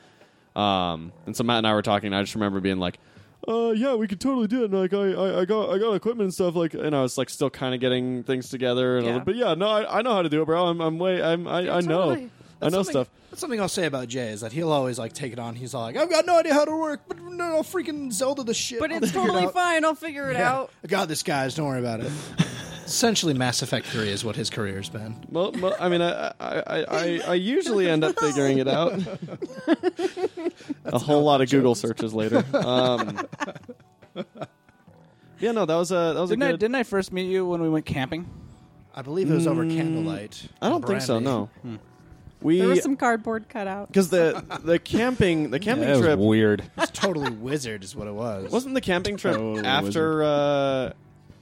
Speaker 3: Um, and so Matt and I were talking. And I just remember being like, "Uh, yeah, we could totally do it." And like, I, I, I got, I got equipment and stuff. Like, and I was like, still kind of getting things together. And I was
Speaker 4: Yeah.
Speaker 3: like, but yeah, no, I, I know how to do it, bro. I'm, I'm way, I'm, I, I know,
Speaker 4: totally.
Speaker 3: I know
Speaker 2: something-
Speaker 3: stuff.
Speaker 2: That's something I'll say about Jay is that he'll always like take it on. He's all like, I've got no idea how to work, but no, I'll freaking Zelda the shit.
Speaker 4: But
Speaker 2: I'll
Speaker 4: it's
Speaker 2: figure it
Speaker 4: totally
Speaker 2: out."
Speaker 4: fine. I'll figure it
Speaker 2: Yeah.
Speaker 4: out.
Speaker 2: I got this, guys. Don't worry about it. Essentially, Mass Effect Three is what his career's been.
Speaker 3: Well, well, I mean, I, I, I, I, I usually end up figuring it out. a whole lot of Google searches later. Um, yeah, no, that was a that was
Speaker 1: Didn't
Speaker 3: a
Speaker 1: I,
Speaker 3: good.
Speaker 1: didn't I first meet you when we went camping?
Speaker 2: I believe it was over candlelight.
Speaker 3: Mm, I don't think so.
Speaker 2: Brandy.
Speaker 3: No, we
Speaker 4: There was some cardboard cutout.
Speaker 3: because the the camping the camping trip
Speaker 1: weird.
Speaker 2: it's totally wizard is what it was.
Speaker 3: Wasn't the camping trip
Speaker 1: Oh,
Speaker 3: after uh,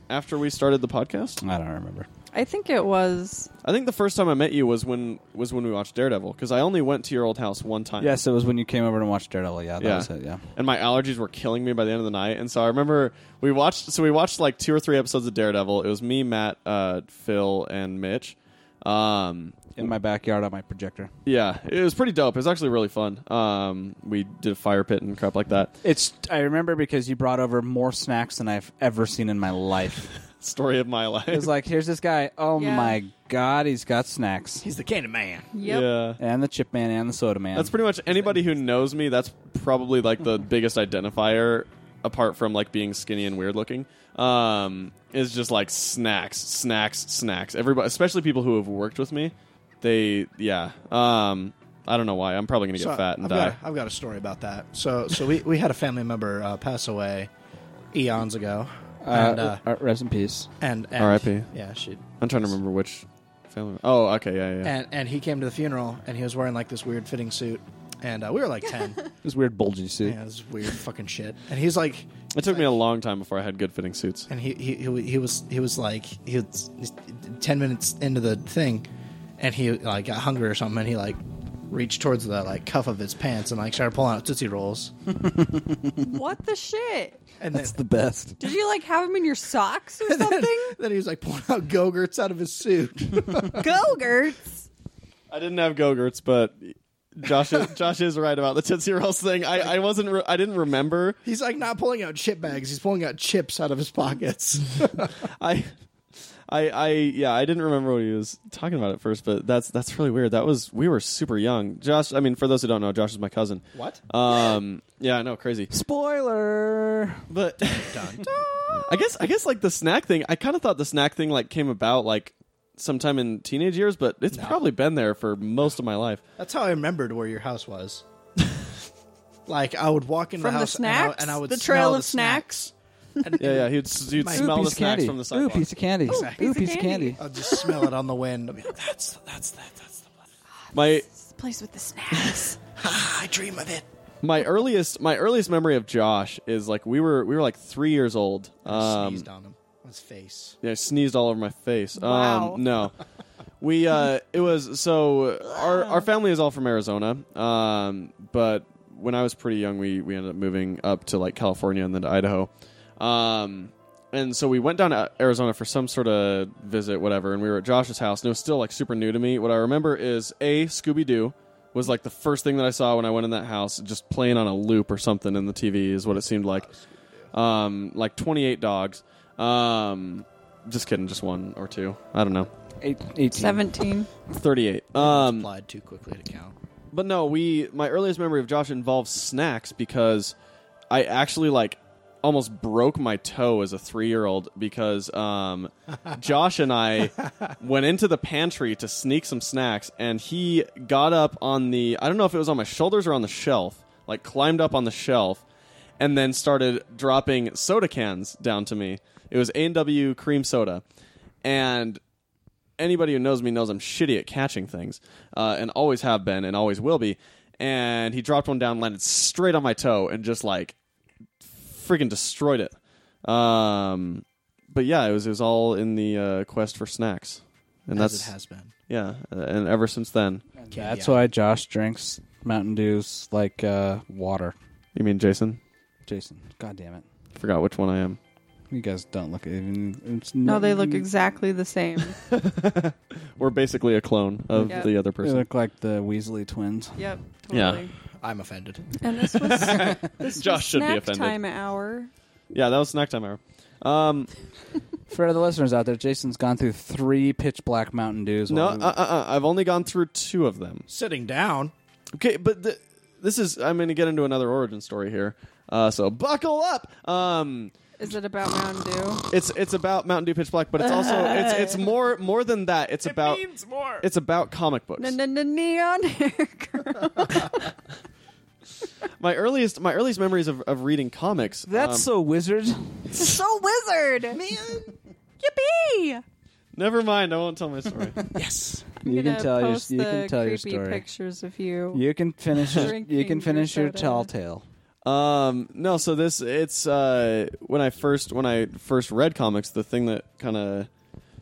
Speaker 3: after we started the podcast?
Speaker 1: I don't remember.
Speaker 4: I think it was.
Speaker 3: I think the first time I met you was when was when we watched Daredevil because I only went to your old house one time.
Speaker 1: Yes, it was when you came over and watched Daredevil. Yeah, that
Speaker 3: Yeah.
Speaker 1: was it. Yeah.
Speaker 3: And my allergies were killing me by the end of the night, and so I remember we watched. So we watched like two or three episodes of Daredevil. It was me, Matt, uh, Phil, and Mitch. Um,
Speaker 1: In my backyard on my projector.
Speaker 3: yeah, it was pretty dope. It was actually really fun. Um, we did a fire pit and crap like that.
Speaker 1: It's I remember because you brought over more snacks than I've ever seen in my life.
Speaker 3: Story of my life.
Speaker 1: It was like, here's this guy. Oh
Speaker 4: Yeah.
Speaker 1: my god, he's got snacks.
Speaker 2: He's the candy man.
Speaker 4: Yep.
Speaker 3: Yeah.
Speaker 1: And the chip man and the soda man.
Speaker 3: That's pretty much anybody who knows me. That's probably like the biggest identifier, apart from like being skinny and weird looking. Um, is just like snacks, snacks, snacks. Everybody, especially people who have worked with me, they yeah. Um, I don't know why. I'm probably gonna get
Speaker 2: So
Speaker 3: fat and
Speaker 2: I've
Speaker 3: die.
Speaker 2: Got a, I've got a story about that. So, so we, we had a family member uh, pass away eons ago, and uh,
Speaker 1: uh, rest in peace.
Speaker 2: and, and
Speaker 3: R.I.P..
Speaker 2: Yeah, she.
Speaker 3: I'm trying to remember which family. Oh, okay, yeah, yeah.
Speaker 2: And and he came to the funeral, and he was wearing like this weird fitting suit, and uh, we were like ten.
Speaker 1: This weird bulgy suit.
Speaker 2: yeah, this weird fucking shit. And he's like,
Speaker 3: it took me a long time before I had good fitting suits.
Speaker 2: and he he, he, he was he was like he was ten minutes into the thing, and he like got hungry or something, and he like reached towards the like cuff of his pants and like started pulling out tootsie rolls.
Speaker 4: What the shit?
Speaker 2: And
Speaker 1: That's
Speaker 2: then,
Speaker 1: the best.
Speaker 4: Did you like have them in your socks or something?
Speaker 2: then he was like pulling out go-gurts out of his suit.
Speaker 4: Go-gurts.
Speaker 3: I didn't have Go-Gurts, but Josh is, Josh is right about the Tootsie Rolls thing. I, I wasn't. Re- I didn't remember.
Speaker 2: He's like not pulling out chip bags. He's pulling out chips out of his pockets.
Speaker 3: I, I, I, yeah, I didn't remember what he was talking about at first, but that's that's really weird. That was we were super young. Josh, I mean, for those who don't know, Josh is my cousin.
Speaker 2: What?
Speaker 3: Um, yeah, I know, crazy,
Speaker 1: Spoiler.
Speaker 3: but I guess I guess like the snack thing. I kind of thought the snack thing like came about like sometime in teenage years, but it's probably been there for most of my life.
Speaker 2: That's how I remembered where your house was. like I would walk into
Speaker 4: From
Speaker 2: the
Speaker 4: the
Speaker 2: house and I-
Speaker 4: snacks?
Speaker 2: and, I, would
Speaker 4: The
Speaker 2: smell
Speaker 4: trail
Speaker 2: the
Speaker 4: of snacks?
Speaker 2: And-
Speaker 3: Yeah, yeah, he'd s- he'd
Speaker 2: My-
Speaker 1: Ooh,
Speaker 3: smell the
Speaker 1: piece of
Speaker 3: snacks
Speaker 1: candy.
Speaker 3: from the
Speaker 1: Ooh,
Speaker 3: sidewalk.
Speaker 1: piece of candy.
Speaker 4: piece of candy.
Speaker 2: I'll just smell it on the wind. I'll be like, that's
Speaker 3: my
Speaker 4: This place with the snacks.
Speaker 2: Ah, I dream of it.
Speaker 3: my earliest my earliest memory of Josh is like we were we were like three years old.
Speaker 2: I
Speaker 3: Um,
Speaker 2: sneezed on him. On his face.
Speaker 3: Yeah, I sneezed all over my face.
Speaker 4: Wow.
Speaker 3: Um, no. We uh it was so our our family is all from Arizona. Um but when I was pretty young we we ended up moving up to like California and then to Idaho. Um and so we went down to Arizona for some sort of visit whatever and we were at Josh's house and it was still like super new to me. What I remember is a Scooby Doo was like the first thing that I saw when I went in that house just playing on a loop or something in the TV is what it seemed like um, like 28 dogs. Um, just kidding, just one or two. I don't know.
Speaker 1: Uh, Eight, 18.
Speaker 4: 17.
Speaker 3: 38. Um,
Speaker 2: Applied too quickly to count.
Speaker 3: but no, we my earliest memory of Josh involves snacks because I actually like almost broke my toe as a three year old because um, Josh and I went into the pantry to sneak some snacks and he got up on the I don't know if it was on my shoulders or on the shelf, like climbed up on the shelf and then started dropping soda cans down to me. It was A and W cream soda. And anybody who knows me knows I'm shitty at catching things, uh, and always have been, and always will be. And he dropped one down, landed straight on my toe, and just like freaking destroyed it. Um, but yeah, it was it was all in the uh, quest for snacks, and
Speaker 2: as
Speaker 3: that's
Speaker 2: it has been.
Speaker 3: yeah, uh, and ever since then,
Speaker 1: That's why Josh drinks Mountain Dews like uh, water.
Speaker 3: you mean Jason?
Speaker 1: Jason, god damn it.
Speaker 3: Forgot which one I am.
Speaker 1: You guys don't look even. It's
Speaker 4: No, they look exactly the same.
Speaker 3: We're basically a clone of
Speaker 4: Yep.
Speaker 3: the other
Speaker 1: They
Speaker 3: person.
Speaker 1: look like the Weasley twins.
Speaker 4: Yep.
Speaker 3: Yeah.
Speaker 4: Totally.
Speaker 2: I'm offended.
Speaker 4: And this was this was
Speaker 3: Josh should be
Speaker 4: snack
Speaker 3: offended.
Speaker 4: time hour.
Speaker 3: Yeah, that was snack time hour. Um,
Speaker 1: For the listeners out there, Jason's gone through three pitch black Mountain Dews.
Speaker 3: no,
Speaker 1: while
Speaker 3: uh,
Speaker 1: we-
Speaker 3: uh, uh, I've only gone through two of them.
Speaker 2: Sitting down.
Speaker 3: Okay, but th- this is I'm going to get into another origin story here. Uh, so buckle up. Um,
Speaker 4: Is it about Mountain Dew?
Speaker 3: it's it's about Mountain Dew Pitch Black, but it's also it's it's more more than that. It's about
Speaker 5: more.
Speaker 3: it's about comic books.
Speaker 4: Neon hair girl.
Speaker 3: My earliest my earliest memories of, of reading comics.
Speaker 1: That's
Speaker 3: um,
Speaker 1: so wizard.
Speaker 4: so wizard. Man. Yippee.
Speaker 3: never mind. I won't tell my story.
Speaker 2: Yes.
Speaker 4: I'm
Speaker 1: You can
Speaker 4: gonna
Speaker 1: tell your
Speaker 4: post
Speaker 1: you
Speaker 4: the
Speaker 1: can tell your
Speaker 4: creepy
Speaker 1: story.
Speaker 4: pictures of you.
Speaker 1: You can finish. you
Speaker 4: Drinking
Speaker 1: can finish your
Speaker 4: soda.
Speaker 1: tall tale.
Speaker 3: Um, no, so this it's uh, when I first when I first read comics, the thing that kind of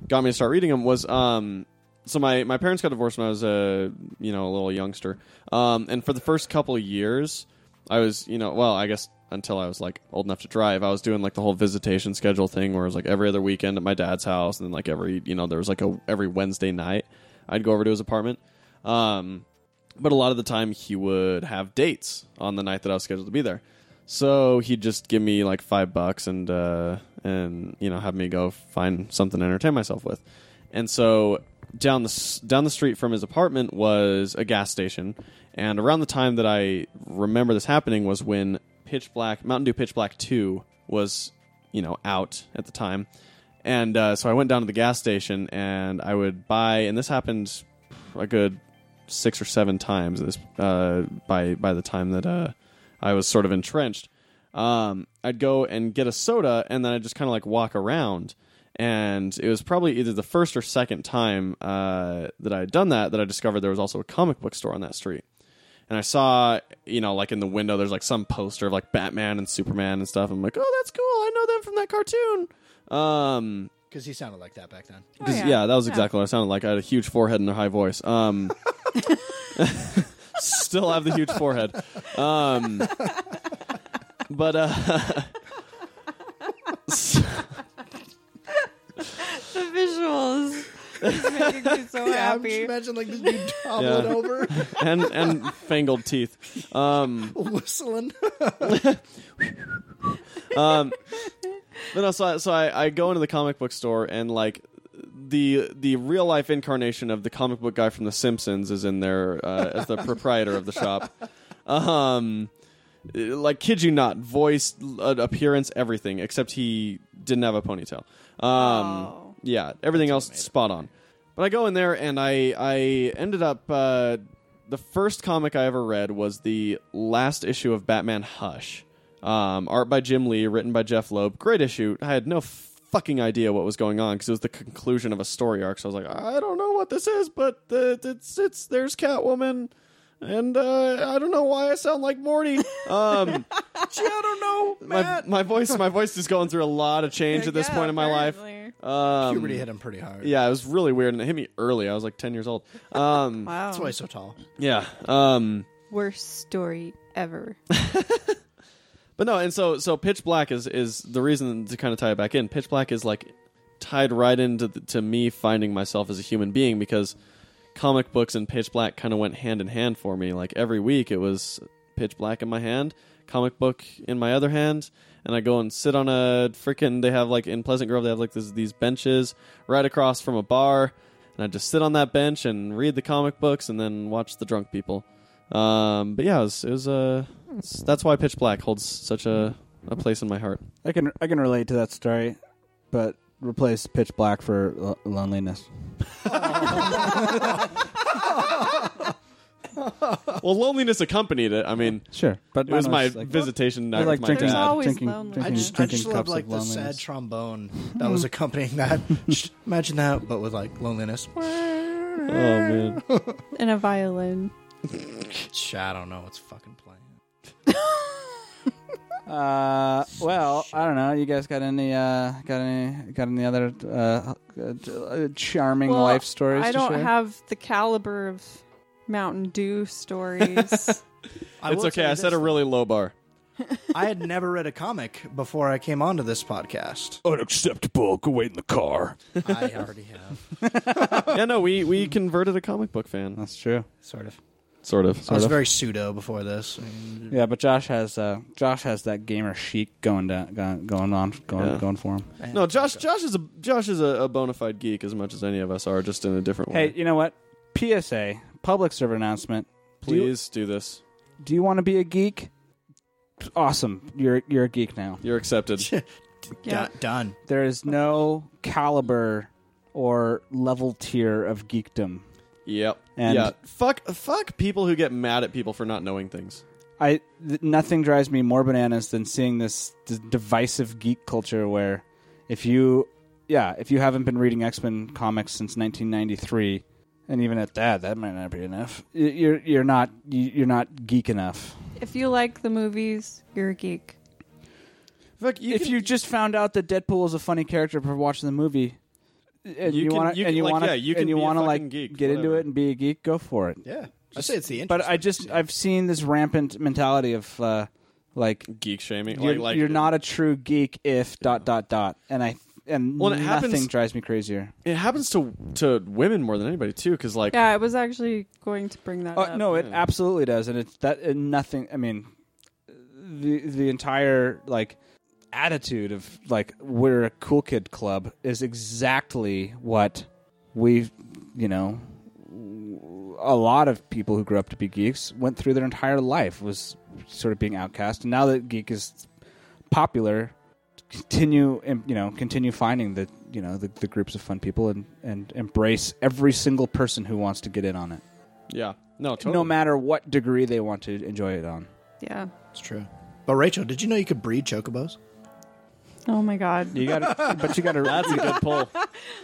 Speaker 3: got me to start reading them was um, so my my parents got divorced when I was a you know a little youngster, um, and for the first couple of years, I was you know well I guess until I was like old enough to drive, I was doing like the whole visitation schedule thing where it was like every other weekend at my dad's house, and then like every you know there was like a every Wednesday night I'd go over to his apartment. Um, but a lot of the time he would have dates on the night that I was scheduled to be there. So he'd just give me like five bucks and uh, and you know have me go find something to entertain myself with. And so down the s- down the street from his apartment was a gas station, and around the time that I remember this happening was when Pitch Black Mountain Dew Pitch Black Two was you know out at the time, and uh, so I went down to the gas station and I would buy, and this happened a good six or seven times this uh, by by the time that uh, I was sort of entrenched. Um, I'd go and get a soda, and then I'd just kind of like walk around. And it was probably either the first or second time uh, that I had done that that I discovered there was also a comic book store on that street. And I saw, you know, like in the window, there's like some poster of like Batman and Superman and stuff. I'm like, oh, that's cool. I know them from that cartoon. Um,
Speaker 2: Because he sounded like that back then.
Speaker 4: Oh,
Speaker 3: yeah. that was exactly what I sounded like. I had a huge forehead and a high voice. Um, still have the huge forehead. Um, but uh,
Speaker 4: The visuals is making me so happy.
Speaker 2: imagine like this dude toppling
Speaker 3: Yeah.
Speaker 2: over,
Speaker 3: and and fangled teeth. Um,
Speaker 2: whistling.
Speaker 3: um, but no, so I, so I, I go into the comic book store and like the the real life incarnation of the comic book guy from The Simpsons is in there uh, as the proprietor of the shop. Um, like kid you not, voice, uh, appearance, everything except he didn't have a ponytail. Um,
Speaker 4: Oh.
Speaker 3: yeah, everything else spot on. But I go in there and I I ended up uh, the first comic I ever read was the last issue of Batman Hush, um, art by Jim Lee, written by Jeff Loeb. Great issue. I had no fucking idea what was going on because it was the conclusion of a story arc. So I was like, I don't know what this is, but uh, it's it's there's Catwoman. And uh, I don't know why I sound like Morty. Um,
Speaker 2: I don't know.
Speaker 3: my, my voice, my voice is going through a lot of change at this
Speaker 4: Yeah,
Speaker 3: point in my
Speaker 4: apparently.
Speaker 3: life. Um,
Speaker 2: Puberty hit him pretty hard.
Speaker 3: yeah, it was really weird, and it hit me early. I was like ten years old. Um,
Speaker 4: Wow.
Speaker 2: That's why he's so tall.
Speaker 3: yeah, um,
Speaker 4: Worst story ever.
Speaker 3: but no, and so so Pitch Black is is the reason to kind of tie it back in. Pitch Black is like tied right into the, to me finding myself as a human being because comic books and Pitch Black kind of went hand in hand for me. Like every week, it was Pitch Black in my hand, comic book in my other hand, and I go and sit on a freaking. They have like in Pleasant Grove, they have like this, these benches right across from a bar, and I just sit on that bench and read the comic books and then watch the drunk people. Um, but yeah, it was, it was uh, it's- that's why Pitch Black holds such a, a place in my heart.
Speaker 1: I can I can relate to that story, but replace pitch black for lo- loneliness.
Speaker 3: Well, loneliness accompanied it. I mean,
Speaker 1: Sure, but
Speaker 3: it was
Speaker 1: mine
Speaker 3: my
Speaker 1: like-
Speaker 3: visitation night
Speaker 1: It was like
Speaker 3: with my
Speaker 1: drinking,
Speaker 4: There's
Speaker 3: dad.
Speaker 4: always
Speaker 1: drinking,
Speaker 4: loneliness.
Speaker 2: I
Speaker 1: drinking,
Speaker 2: just, I
Speaker 1: drinking
Speaker 2: just love
Speaker 1: cups
Speaker 2: like
Speaker 1: of
Speaker 2: the
Speaker 1: loneliness.
Speaker 2: sad trombone that was accompanying that. Just imagine that, but with like loneliness.
Speaker 3: Oh man,
Speaker 4: And a violin.
Speaker 2: Shh, I don't know. It's fucking playing.
Speaker 1: Uh, well, I don't know. You guys got any uh, got any got any other uh, uh, charming
Speaker 4: Well,
Speaker 1: life stories?
Speaker 4: I
Speaker 1: to
Speaker 4: don't
Speaker 1: share?
Speaker 4: have the caliber of Mountain Dew stories.
Speaker 2: I
Speaker 3: it's
Speaker 2: will
Speaker 3: okay.
Speaker 2: say
Speaker 3: I set a
Speaker 2: this.
Speaker 3: really low bar.
Speaker 2: I had never read a comic before I came onto this podcast.
Speaker 6: Unacceptable. Go wait in the car.
Speaker 2: I already have.
Speaker 3: yeah, no, we we converted a comic book fan,
Speaker 1: That's true.
Speaker 2: Sort of.
Speaker 3: sort of.
Speaker 2: I
Speaker 3: Sort
Speaker 2: was
Speaker 3: of.
Speaker 2: very pseudo before this.
Speaker 1: Yeah, but Josh has uh, Josh has that gamer chic going down, going, going on going
Speaker 3: Yeah.
Speaker 1: going for him.
Speaker 3: no, Josh.
Speaker 2: uh,
Speaker 3: Josh is a Josh is a, a bona fide geek as much as any of us are, just in a different
Speaker 1: Hey,
Speaker 3: way.
Speaker 1: you know what? PSA, public server announcement. do you-
Speaker 3: Please do this.
Speaker 1: Do you want to be a geek? Awesome, you're you're a geek now.
Speaker 3: You're accepted.
Speaker 4: yeah.
Speaker 2: Done. done.
Speaker 1: There is no caliber or level tier of geekdom.
Speaker 3: Yep.
Speaker 1: And-
Speaker 3: yeah. Fuck. Fuck people who get mad at people for not knowing things.
Speaker 1: I th- nothing drives me more bananas than seeing this, d divisive geek culture where if you yeah if you haven't been reading X Men comics since 1993 and even at that that might not be enough y- you're you're not you- you're not geek enough
Speaker 4: If you like the movies, you're a geek.
Speaker 3: Fuck. You
Speaker 1: if you just found out that Deadpool is a funny character for watching the movie and
Speaker 3: You
Speaker 1: you,
Speaker 3: can-
Speaker 1: want
Speaker 3: you
Speaker 1: and
Speaker 3: can,
Speaker 1: you
Speaker 3: like,
Speaker 1: want to
Speaker 3: yeah, you
Speaker 1: and
Speaker 3: can
Speaker 1: you
Speaker 3: be a
Speaker 1: want to like
Speaker 3: fucking geek,
Speaker 1: get into
Speaker 3: whatever.
Speaker 1: it and be a geek go for it
Speaker 2: Yeah. I say it's the
Speaker 1: but I just I've seen this rampant mentality of uh, like
Speaker 3: geek shaming.
Speaker 1: you're,
Speaker 3: like, like uh,
Speaker 1: you're not a true geek if dot dot dot and i and
Speaker 3: Well, and it
Speaker 1: nothing
Speaker 3: happens-
Speaker 1: drives me crazier
Speaker 3: It happens to to women more than anybody too, because like
Speaker 4: Yeah, I was actually going to bring that
Speaker 1: oh,
Speaker 4: up.
Speaker 1: no it absolutely does and it's that and nothing i mean the the entire like attitude of like we're a cool kid club is exactly what we you know a lot of people who grew up to be geeks went through their entire life was sort of being outcast and now that geek is popular continue em- you know continue finding the you know the, the groups of fun people and and embrace every single person who wants to get in on it
Speaker 3: yeah, no, totally.
Speaker 1: no matter what degree they want to enjoy it on
Speaker 4: Yeah.
Speaker 2: It's true. But Rachel, did you know you could breed chocobos?
Speaker 4: Oh my god.
Speaker 1: you got to but you got to
Speaker 3: That's a good pull.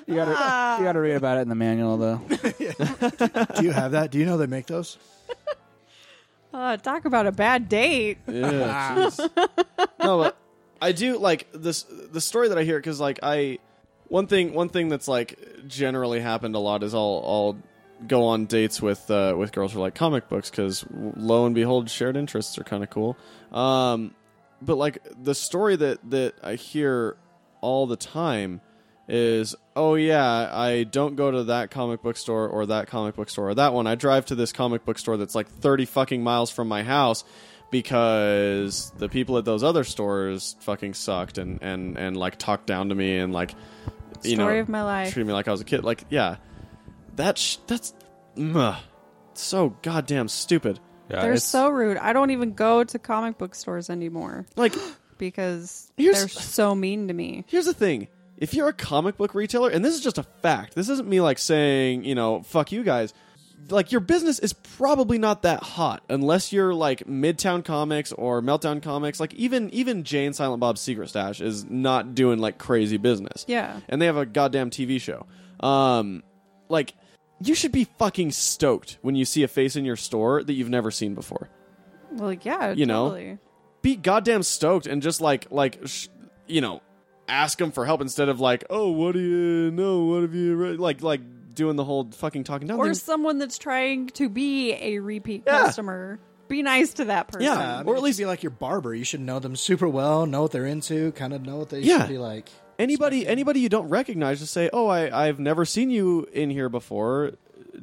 Speaker 1: you got to you got to read about it in the manual though
Speaker 2: Do you have that? Do you know they make those?
Speaker 4: Uh, talk about a bad date.
Speaker 3: Yeah, Ah. jeez. no, but I do like this the story that I hear because like I one thing one thing that's like generally happened a lot is I'll I'll go on dates with uh, with girls who like comic books because lo and behold shared interests are kind of cool. Um, but like the story that that I hear all the time is oh yeah i don't go to that comic book store or that comic book store or that one i drive to this comic book store that's like 30 fucking miles from my house because the people at those other stores fucking sucked and and and like talked down to me and like you
Speaker 4: Story
Speaker 3: know
Speaker 4: of my life.
Speaker 3: treated me like i was a kid like yeah that sh- that's Mwah. so goddamn stupid
Speaker 4: they're so rude. I don't even go to comic book stores anymore
Speaker 3: like
Speaker 4: because
Speaker 3: Here's-
Speaker 4: they're so mean to me.
Speaker 3: here's the thing if you're a comic book retailer and this is just a fact this isn't me like saying you know fuck you guys like your business is probably not that hot unless you're like midtown comics or meltdown comics like even even jane silent bob's secret stash is not doing like crazy business
Speaker 4: Yeah.
Speaker 3: and they have a goddamn tv show um like you should be fucking stoked when you see a face in your store that you've never seen before
Speaker 4: Well, yeah,
Speaker 3: You know?
Speaker 4: totally.
Speaker 3: be goddamn stoked and just like like sh- you know ask them for help instead of like oh what do you know what have you read? like like doing the whole fucking talking down
Speaker 4: Or
Speaker 3: thing.
Speaker 4: someone that's trying to be a repeat
Speaker 3: Yeah.
Speaker 4: customer. Be nice to that person.
Speaker 3: Yeah.
Speaker 2: I mean,
Speaker 3: Or at
Speaker 2: it should
Speaker 3: least-
Speaker 2: be like your barber. You should know them super well, know what they're into, kind of know what they
Speaker 3: Yeah.
Speaker 2: should be like.
Speaker 3: anybody anybody you don't recognize just say oh i i've never seen you in here before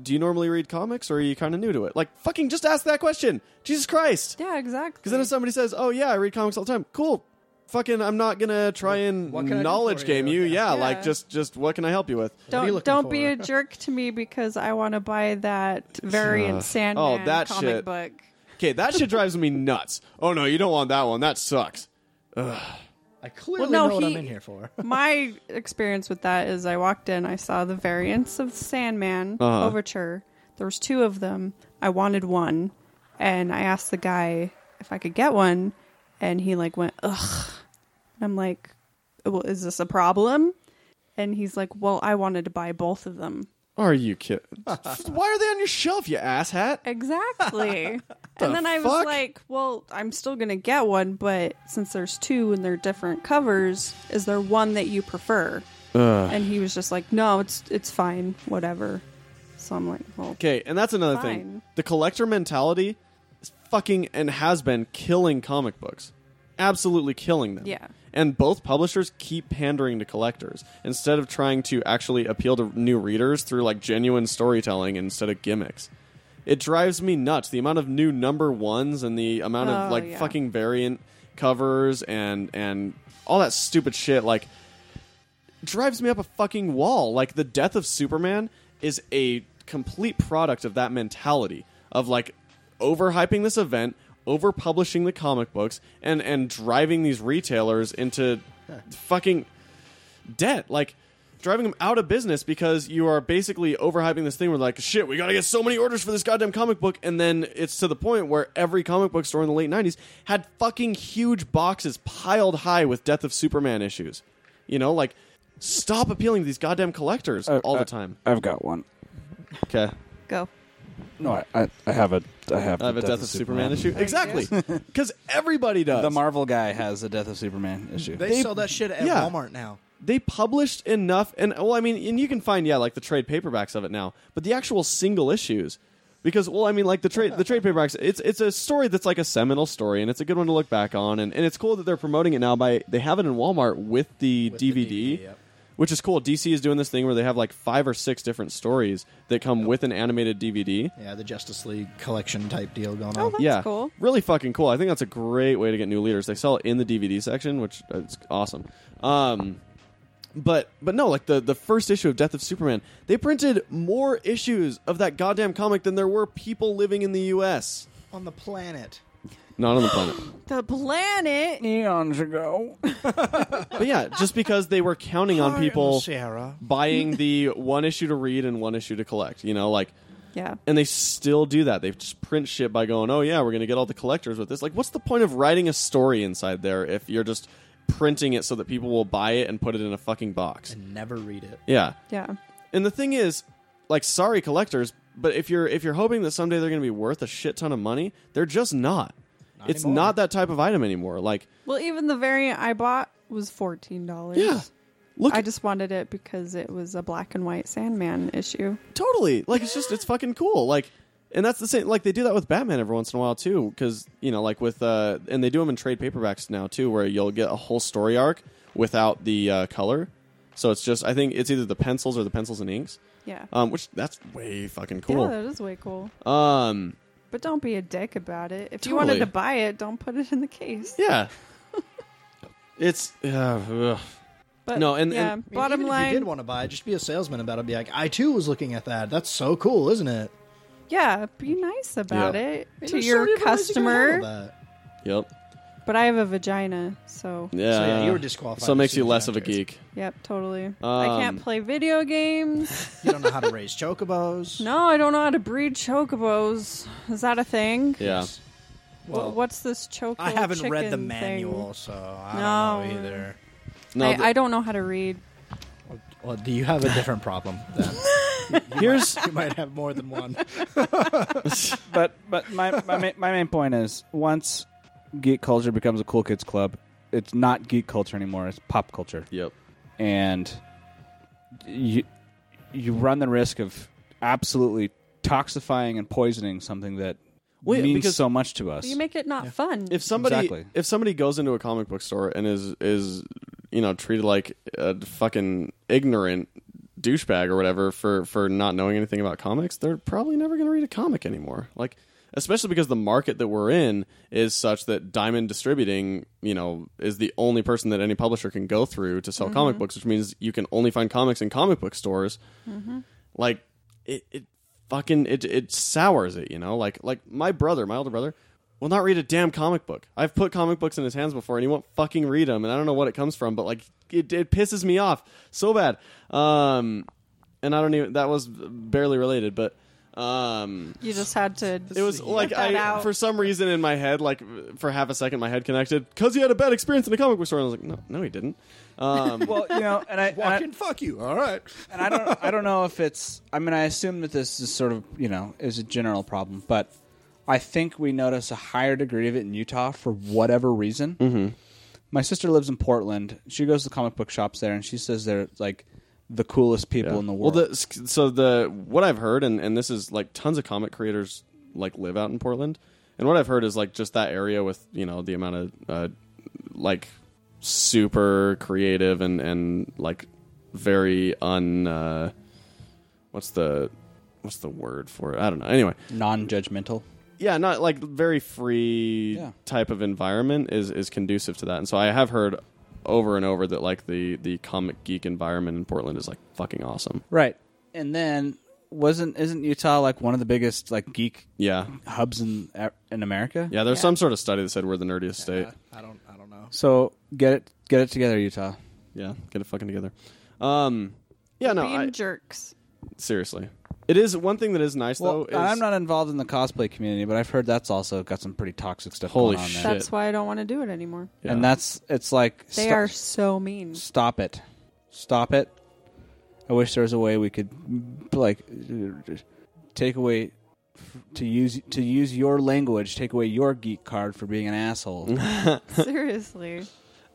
Speaker 3: do you normally read comics or are you kind of new to it like fucking just ask that question jesus christ
Speaker 4: Yeah, exactly.
Speaker 3: because then if somebody says oh yeah i read comics all the time cool fucking i'm not gonna try and
Speaker 2: what can I do
Speaker 3: knowledge
Speaker 2: for
Speaker 3: game
Speaker 2: you?
Speaker 3: you, yeah,
Speaker 4: Yeah.
Speaker 3: like just just what can i help you with
Speaker 2: are you
Speaker 4: Don't
Speaker 2: looking
Speaker 4: don't be
Speaker 2: for?
Speaker 4: a jerk to me because I want to buy that variant
Speaker 3: Ugh.
Speaker 4: Sandman
Speaker 3: Oh, that
Speaker 4: comic
Speaker 3: shit.
Speaker 4: book.
Speaker 3: okay that shit drives me nuts oh no you don't want that one that sucks
Speaker 2: I clearly
Speaker 4: no,
Speaker 2: know what
Speaker 4: he-
Speaker 2: I'm in here for.
Speaker 4: My experience with that is I walked in, I saw the variants of Sandman
Speaker 3: Uh-huh.
Speaker 4: Overture. There was two of them. I wanted one, and I asked the guy if I could get one, and he like went ugh. And I'm like, well, is this a problem? And he's like, well, I wanted to buy both of them.
Speaker 3: Are you kidding? Why are they on your shelf, you asshat?
Speaker 4: Exactly. and then I was
Speaker 3: fuck?
Speaker 4: like, well, I'm still going to get one, but since there's two and they're different covers, is there one that you prefer? And he was just like, no, it's it's fine, whatever. So I'm like, well,
Speaker 3: Okay, and that's another thing.
Speaker 4: Fine.
Speaker 3: The collector mentality is fucking and has been killing comic books. Absolutely killing them.
Speaker 4: Yeah.
Speaker 3: And both publishers keep pandering to collectors instead of trying to actually appeal to new readers through like genuine storytelling instead of gimmicks. It drives me nuts the amount of new number ones and the amount of
Speaker 4: Oh,
Speaker 3: like
Speaker 4: yeah.
Speaker 3: fucking variant covers and and all that stupid shit like drives me up a fucking wall. Like the death of Superman is a complete product of that mentality of like overhyping this event, overpublishing the comic books, and and driving these retailers into fucking debt. Like driving them out of business because you are basically overhyping this thing where like shit we gotta get so many orders for this goddamn comic book and then it's to the point where every comic book store in the late 90s had fucking huge boxes piled high with death of superman issues you know like stop appealing to these goddamn collectors all the time
Speaker 6: I've got one.
Speaker 3: Uh, okay
Speaker 4: go.
Speaker 6: No, I, I, I have a, I have,
Speaker 3: i have a death, of superman, issue exactly because everybody does
Speaker 1: The Marvel guy has the Death of Superman issue.
Speaker 2: They, sell that shit at
Speaker 3: yeah.
Speaker 2: Walmart now.
Speaker 3: they published enough and well i mean and you can find yeah like the trade paperbacks of it now but the actual single issues because well i mean like the trade the trade paperbacks it's it's a story that's like a seminal story and it's a good one to look back on and, and it's cool that they're promoting it now by they have it in walmart with the
Speaker 2: the
Speaker 3: dvd,
Speaker 2: DVD, yep.
Speaker 3: which is cool dc is doing this thing where they have like five or six different stories that come with an animated dvd
Speaker 2: Yeah, the Justice League collection type deal going
Speaker 4: Oh,
Speaker 2: on.
Speaker 4: that's
Speaker 3: yeah
Speaker 4: cool.
Speaker 3: really fucking cool i think that's a great way to get new leaders they sell it in the dvd section which is awesome um but but no like the the first issue of death of superman they printed more issues of that goddamn comic than there were people living in the us
Speaker 2: On the planet.
Speaker 3: not on the planet
Speaker 4: The planet.
Speaker 6: Eons ago.
Speaker 3: but yeah just because they were counting on people
Speaker 2: Sierra.
Speaker 3: buying the one issue to read and one issue to collect you know like
Speaker 4: Yeah.
Speaker 3: and they still do that. They just print shit by going, "Oh yeah, we're going to get all the collectors with this." Like, what's the point of writing a story inside there if you're just printing it so that people will buy it and put it in a fucking box?
Speaker 2: And never read it.
Speaker 3: Yeah.
Speaker 4: Yeah.
Speaker 3: And the thing is, like, sorry collectors, but if you're if you're hoping that someday they're going to be worth a shit ton of money, they're just not. it's
Speaker 2: anymore.
Speaker 3: not that type of item anymore. Like,
Speaker 4: Well, even the variant I bought was $14.
Speaker 3: yeah. Look,
Speaker 4: I just wanted it because it was a black and white Sandman issue.
Speaker 3: totally like it's just it's fucking cool like and that's the same like they do that with batman every once in a while too because you know like with uh and they do them in trade paperbacks now too where you'll get a whole story arc without the uh, color so it's just i think it's either the pencils or the pencils and inks
Speaker 4: Yeah.
Speaker 3: um which that's way fucking cool
Speaker 4: Yeah, that is way cool.
Speaker 3: um
Speaker 4: But don't be a dick about it. If you
Speaker 3: Totally.
Speaker 4: wanted to buy it, don't put it in the case.
Speaker 3: yeah it's uh, ugh.
Speaker 4: But
Speaker 3: No, and-
Speaker 4: yeah,
Speaker 3: and-
Speaker 4: bottom
Speaker 2: Even
Speaker 4: line,
Speaker 2: if you did want to buy it, just be a salesman about it. Be like, I too was looking at that. That's so cool, isn't it?
Speaker 4: yeah, be nice about
Speaker 3: Yeah.
Speaker 4: it
Speaker 2: And
Speaker 4: to
Speaker 2: there's so
Speaker 4: your
Speaker 2: many different ways you can handle
Speaker 4: customer.
Speaker 2: that.
Speaker 3: yep
Speaker 4: But I have a vagina, so
Speaker 3: yeah
Speaker 2: So, yeah, you were disqualified
Speaker 3: so it
Speaker 2: as
Speaker 3: makes you
Speaker 2: soon as
Speaker 3: less of a
Speaker 2: after it.
Speaker 3: geek
Speaker 4: yep, totally. I
Speaker 3: Um,
Speaker 4: can't play video games.
Speaker 2: You don't know how to raise chocobos.
Speaker 4: No, I don't know how to breed chocobos. Is that a thing?
Speaker 3: yeah
Speaker 4: Wh- what's this choco?
Speaker 2: I haven't read the
Speaker 4: chicken
Speaker 2: manual, so I
Speaker 4: No.
Speaker 2: don't know either.
Speaker 4: thing?
Speaker 3: no
Speaker 4: I,
Speaker 3: th-
Speaker 4: I don't know how to read.
Speaker 2: Well, do you have a different problem? Then?
Speaker 1: Here's
Speaker 2: you might have more than one.
Speaker 1: but but my my, ma- my main point is once geek culture becomes a cool kids club, it's not geek culture anymore. It's pop culture,
Speaker 3: yep
Speaker 1: and you you run the risk of absolutely toxifying and poisoning something that
Speaker 3: Well, yeah,
Speaker 1: means
Speaker 3: because-
Speaker 1: so much to us.
Speaker 4: You make it not fun.
Speaker 3: if somebody
Speaker 1: Exactly.
Speaker 3: if somebody goes into a comic book store and is is you know treated like a fucking ignorant douchebag or whatever for for not knowing anything about comics, they're probably never going to read a comic anymore. Like especially because the market that we're in is such that Diamond Distributing, you know, is the only person that any publisher can go through to sell comic books, which means you can only find comics in comic book stores like it, it fucking it it sours it you know like like my brother my older brother will not read a damn comic book i've put comic books in his hands before and he won't fucking read them and i don't know what it comes from but like it, it pisses me off so bad um and i don't even that was barely related but um
Speaker 4: you just had to.
Speaker 3: it was like
Speaker 4: that
Speaker 3: i
Speaker 4: out.
Speaker 3: for some reason in my head like for half a second my head connected because he had a bad experience in a comic book store and i was like no no he didn't Um,
Speaker 1: Well, you know, and I and I-
Speaker 2: Fucking fuck you. All right.
Speaker 1: and I don't I don't know if it's I mean I assume that this is sort of you know is a general problem, but I think we notice a higher degree of it in Utah for whatever reason. Mm-hmm. My sister lives in Portland. She goes to comic book shops there, and she says they're like the coolest people in the world.
Speaker 3: Well, the, so the what I've heard, and, and this is like tons of comic creators like live out in Portland, and what I've heard is like just that area with you know the amount of uh, like super creative and and like very un uh, what's the what's the word for it? I don't know. Anyway,
Speaker 1: non-judgmental.
Speaker 3: yeah, not like very free
Speaker 1: Yeah.
Speaker 3: type of environment is is conducive to that. And so I have heard over and over that like the the comic geek environment in Portland is like fucking awesome.
Speaker 1: Right. And then wasn't isn't Utah like one of the biggest like geek
Speaker 3: Yeah.
Speaker 1: hubs in in America?
Speaker 3: Yeah, there's
Speaker 4: Yeah.
Speaker 3: some sort of study that said we're the nerdiest state.
Speaker 2: I don't. I don't know.
Speaker 1: So get it get it together, Utah.
Speaker 3: Yeah, get it fucking together. Um, yeah, no,
Speaker 4: Being
Speaker 3: I,
Speaker 4: jerks.
Speaker 3: seriously, it is one thing that is nice
Speaker 1: Well,
Speaker 3: though. Is,
Speaker 1: I'm not involved in the cosplay community, but I've heard that's also got some pretty toxic stuff
Speaker 3: Holy
Speaker 1: going on there.
Speaker 3: shit.
Speaker 4: That's why I don't want to do it anymore.
Speaker 3: Yeah.
Speaker 1: And that's it's like
Speaker 4: They
Speaker 1: sto-
Speaker 4: are so mean.
Speaker 1: stop it, stop it. I wish there was a way we could like take away to use to use your language, take away your geek card for being an asshole.
Speaker 4: Seriously.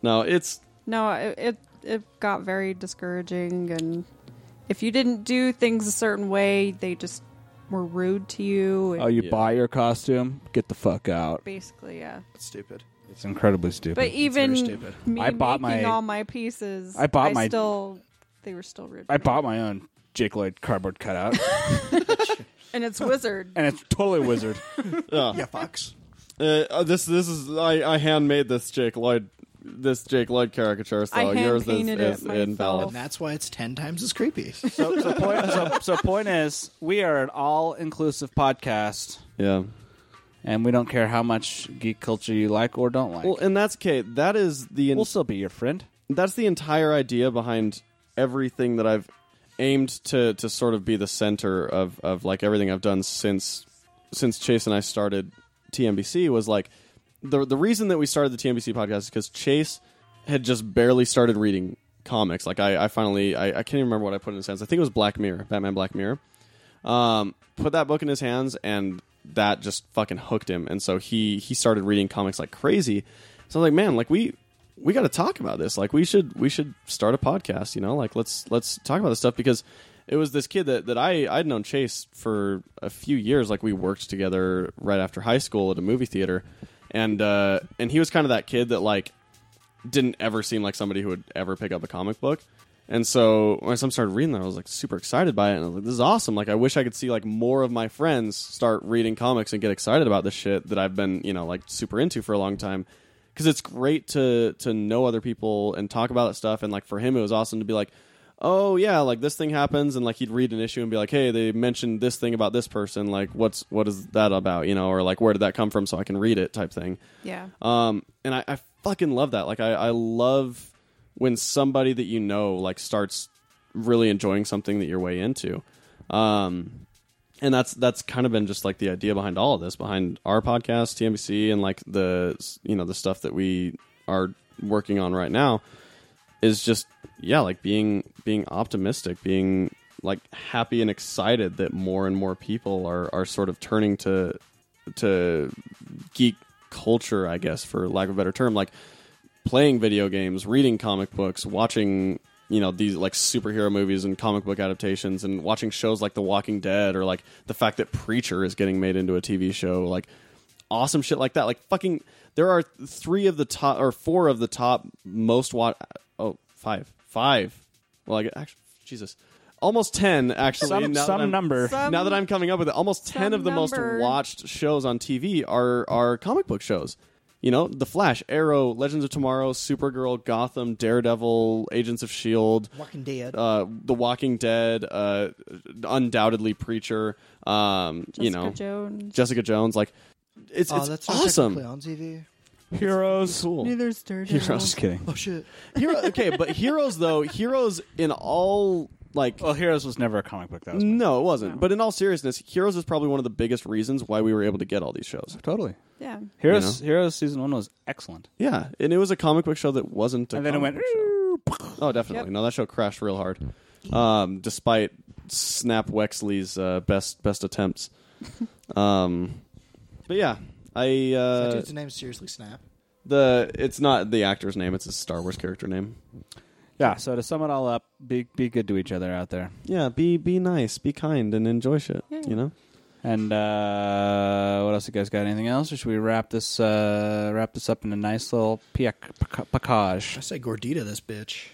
Speaker 3: no, it's
Speaker 4: No, it, it it got very discouraging, and if you didn't do things a certain way, they just were rude to you. and
Speaker 1: oh, you
Speaker 3: Yeah.
Speaker 1: buy your costume? Get the fuck out.
Speaker 4: basically, yeah.
Speaker 2: That's stupid.
Speaker 1: It's incredibly stupid.
Speaker 4: But even
Speaker 2: stupid.
Speaker 4: me
Speaker 1: I bought
Speaker 4: making
Speaker 1: my-
Speaker 4: all my pieces,
Speaker 1: I bought
Speaker 4: I
Speaker 1: my-
Speaker 4: still. They were still rude,
Speaker 1: I bought my own Jake Lloyd cardboard cutout,
Speaker 4: and it's wizard.
Speaker 1: and it's totally wizard.
Speaker 2: Yeah, fucks.
Speaker 3: uh, uh, this this is I, I handmade this Jake Lloyd this Jake Lloyd caricature, so
Speaker 4: I
Speaker 3: yours is,
Speaker 4: hand-painted it
Speaker 3: is invalid.
Speaker 2: And that's why it's ten times as creepy.
Speaker 1: So, so, point, so, so point is, we are an all-inclusive podcast,
Speaker 3: Yeah.
Speaker 1: and we don't care how much geek culture you like or don't like.
Speaker 3: Well, and that's Kate. That is the
Speaker 1: we'll still be your friend.
Speaker 3: that's the entire idea behind everything that I've aimed to to sort of be the center of of like everything I've done since since Chase and I started TMBC was like the the reason that we started the TMBC podcast is because Chase had just barely started reading comics. Like I, I finally I, I can't even remember what I put in his hands. I think it was Black Mirror, Batman Black Mirror. Um, put that book in his hands and that just fucking hooked him. And so he he started reading comics like crazy. So I was like, man, like we we got to talk about this. Like we should we should start a podcast. You know, like let's let's talk about this stuff because it was this kid that, that I I'd known Chase for a few years. Like we worked together right after high school at a movie theater, and uh, and he was kind of that kid that like didn't ever seem like somebody who would ever pick up a comic book. And so when I started reading that, I was like super excited by it, and I was like, "This is awesome! Like, I wish I could see like more of my friends start reading comics and get excited about this shit that I've been, you know, like super into for a long time." Because it's great to to know other people and talk about that stuff. And like for him, it was awesome to be like, "Oh yeah, like this thing happens," and like he'd read an issue and be like, "Hey, they mentioned this thing about this person. Like, what's what is that about? You know, or like where did that come from? So I can read it, type thing."
Speaker 4: Yeah,
Speaker 3: Um, and I, I fucking love that. Like, I, I love when somebody that you know like starts really enjoying something that you're way into. Um, and that's that's kind of been just like the idea behind all of this, behind our podcast, TMBC, and like the you know the stuff that we are working on right now is just yeah, like being being optimistic, being like happy and excited that more and more people are are sort of turning to to geek culture, I guess, for lack of a better term, like playing video games, reading comic books, watching you know these like superhero movies and comic book adaptations, and watching shows like The Walking Dead, or like the fact that Preacher is getting made into a TV show, like awesome shit like that. Like fucking, there are three of the top or four of the top most watch. Oh, five, five. Well, I get actually Jesus. Almost ten, actually.
Speaker 1: Some-
Speaker 3: now that
Speaker 1: some
Speaker 3: I'm-
Speaker 1: number.
Speaker 4: Some-
Speaker 3: now that I'm coming up with it, almost ten
Speaker 4: Um, some
Speaker 3: of the
Speaker 4: number.
Speaker 3: most watched shows on TV are are comic book shows. You know, The Flash, Arrow, Legends of Tomorrow, Supergirl, Gotham, Daredevil, Agents of Shield,
Speaker 2: Walking Dead.
Speaker 3: E uh, The Walking Dead, uh, undoubtedly Preacher. Um,
Speaker 4: Jessica
Speaker 3: you know,
Speaker 4: Jones.
Speaker 3: Jessica Jones. Like, it's
Speaker 2: oh,
Speaker 3: it's
Speaker 2: that's
Speaker 3: awesome.
Speaker 2: Not technically on TV.
Speaker 1: Heroes.
Speaker 3: Cool.
Speaker 4: Neither's dirty.
Speaker 1: Just kidding.
Speaker 2: Oh shit.
Speaker 3: Hero, okay, but heroes though, heroes in all like
Speaker 4: Oh.
Speaker 1: Well, Heroes was never a comic book. That was
Speaker 3: no, it wasn't. But in all seriousness, Heroes is probably one of the biggest reasons why we were able to get all these shows.
Speaker 1: totally.
Speaker 4: Yeah,
Speaker 1: Heroes. Heroes season one was excellent,
Speaker 3: Yeah, and it was a comic book show that wasn't. A
Speaker 1: and then it
Speaker 3: comic
Speaker 1: went
Speaker 3: book show. Oh, definitely.
Speaker 4: Yep.
Speaker 3: No, that show crashed real hard. Um, despite Snap Wexley's uh, best best attempts. um, but yeah, I
Speaker 2: That
Speaker 3: uh,
Speaker 2: dude's name seriously snap.
Speaker 3: the it's not the actor's name; it's his Star Wars character name.
Speaker 1: Yeah. So to sum it all up, be be good to each other out there,
Speaker 3: Yeah, be be nice, be kind, and enjoy shit. You know.
Speaker 1: and uh, what else you guys got? Anything else, or should we wrap this uh, wrap this up in a nice little piac- pac-
Speaker 2: I
Speaker 1: package?
Speaker 2: say gordita, this bitch.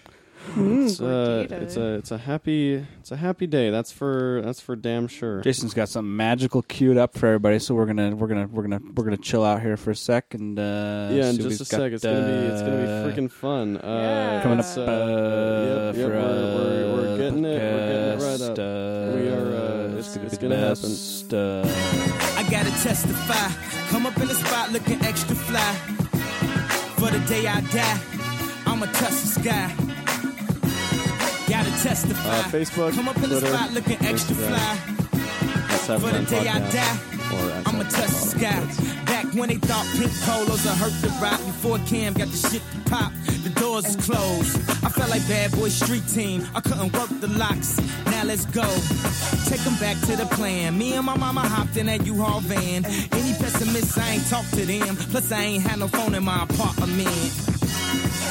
Speaker 3: It's, uh,
Speaker 4: Gordita.
Speaker 3: it's a it's a happy it's a happy day. That's for that's for damn sure.
Speaker 1: Jason's got something magical queued up for everybody, so we're gonna we're gonna we're gonna we're gonna chill out here for a sec and uh,
Speaker 3: yeah, in
Speaker 1: see what
Speaker 3: just a
Speaker 1: he's got,
Speaker 3: sec, it's gonna be it's gonna
Speaker 1: uh,
Speaker 3: be freaking fun. Uh,
Speaker 4: Yeah.
Speaker 1: coming up.
Speaker 3: it's,
Speaker 1: Uh,
Speaker 3: Uh, yep, yep,
Speaker 1: for
Speaker 3: we're, we're,
Speaker 1: a
Speaker 3: we're getting it. We're getting it right up.
Speaker 1: podcast, Uh,
Speaker 3: We are, uh, it's-
Speaker 1: gonna
Speaker 3: it's
Speaker 1: be
Speaker 3: gonna happen.
Speaker 1: best, uh,
Speaker 7: I gotta testify. Come up in the spot looking extra fly. For the day I die, I'ma touch the sky. Gotta testify.
Speaker 3: Uh, Facebook,
Speaker 7: Come up in the
Speaker 3: Twitter,
Speaker 7: spot looking extra
Speaker 3: Instagram.
Speaker 7: fly.
Speaker 3: Let's have
Speaker 7: For
Speaker 3: fun
Speaker 7: the day I
Speaker 3: podcast.
Speaker 7: die,
Speaker 3: Or
Speaker 1: uh,
Speaker 3: at
Speaker 7: I'ma touch the
Speaker 3: Saturday
Speaker 7: sky.
Speaker 3: Night Live.
Speaker 7: Back when they thought pink polos I hurt the rock. Before Cam got the shit to pop, the doors is closed. I felt like bad boy street team. I couldn't work the locks. Now let's go. Take 'em back to the plan. Me and my mama hopped in that U-Haul van. Any pessimists, I ain't talk to them. Plus, I ain't had no phone in my apartment.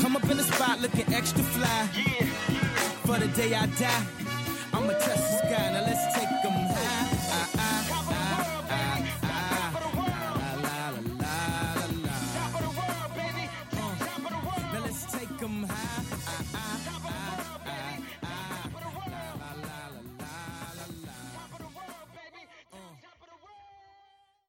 Speaker 7: Come up in the spot looking extra fly. For the day I die, I'ma test this guy. Now Ah, Uh,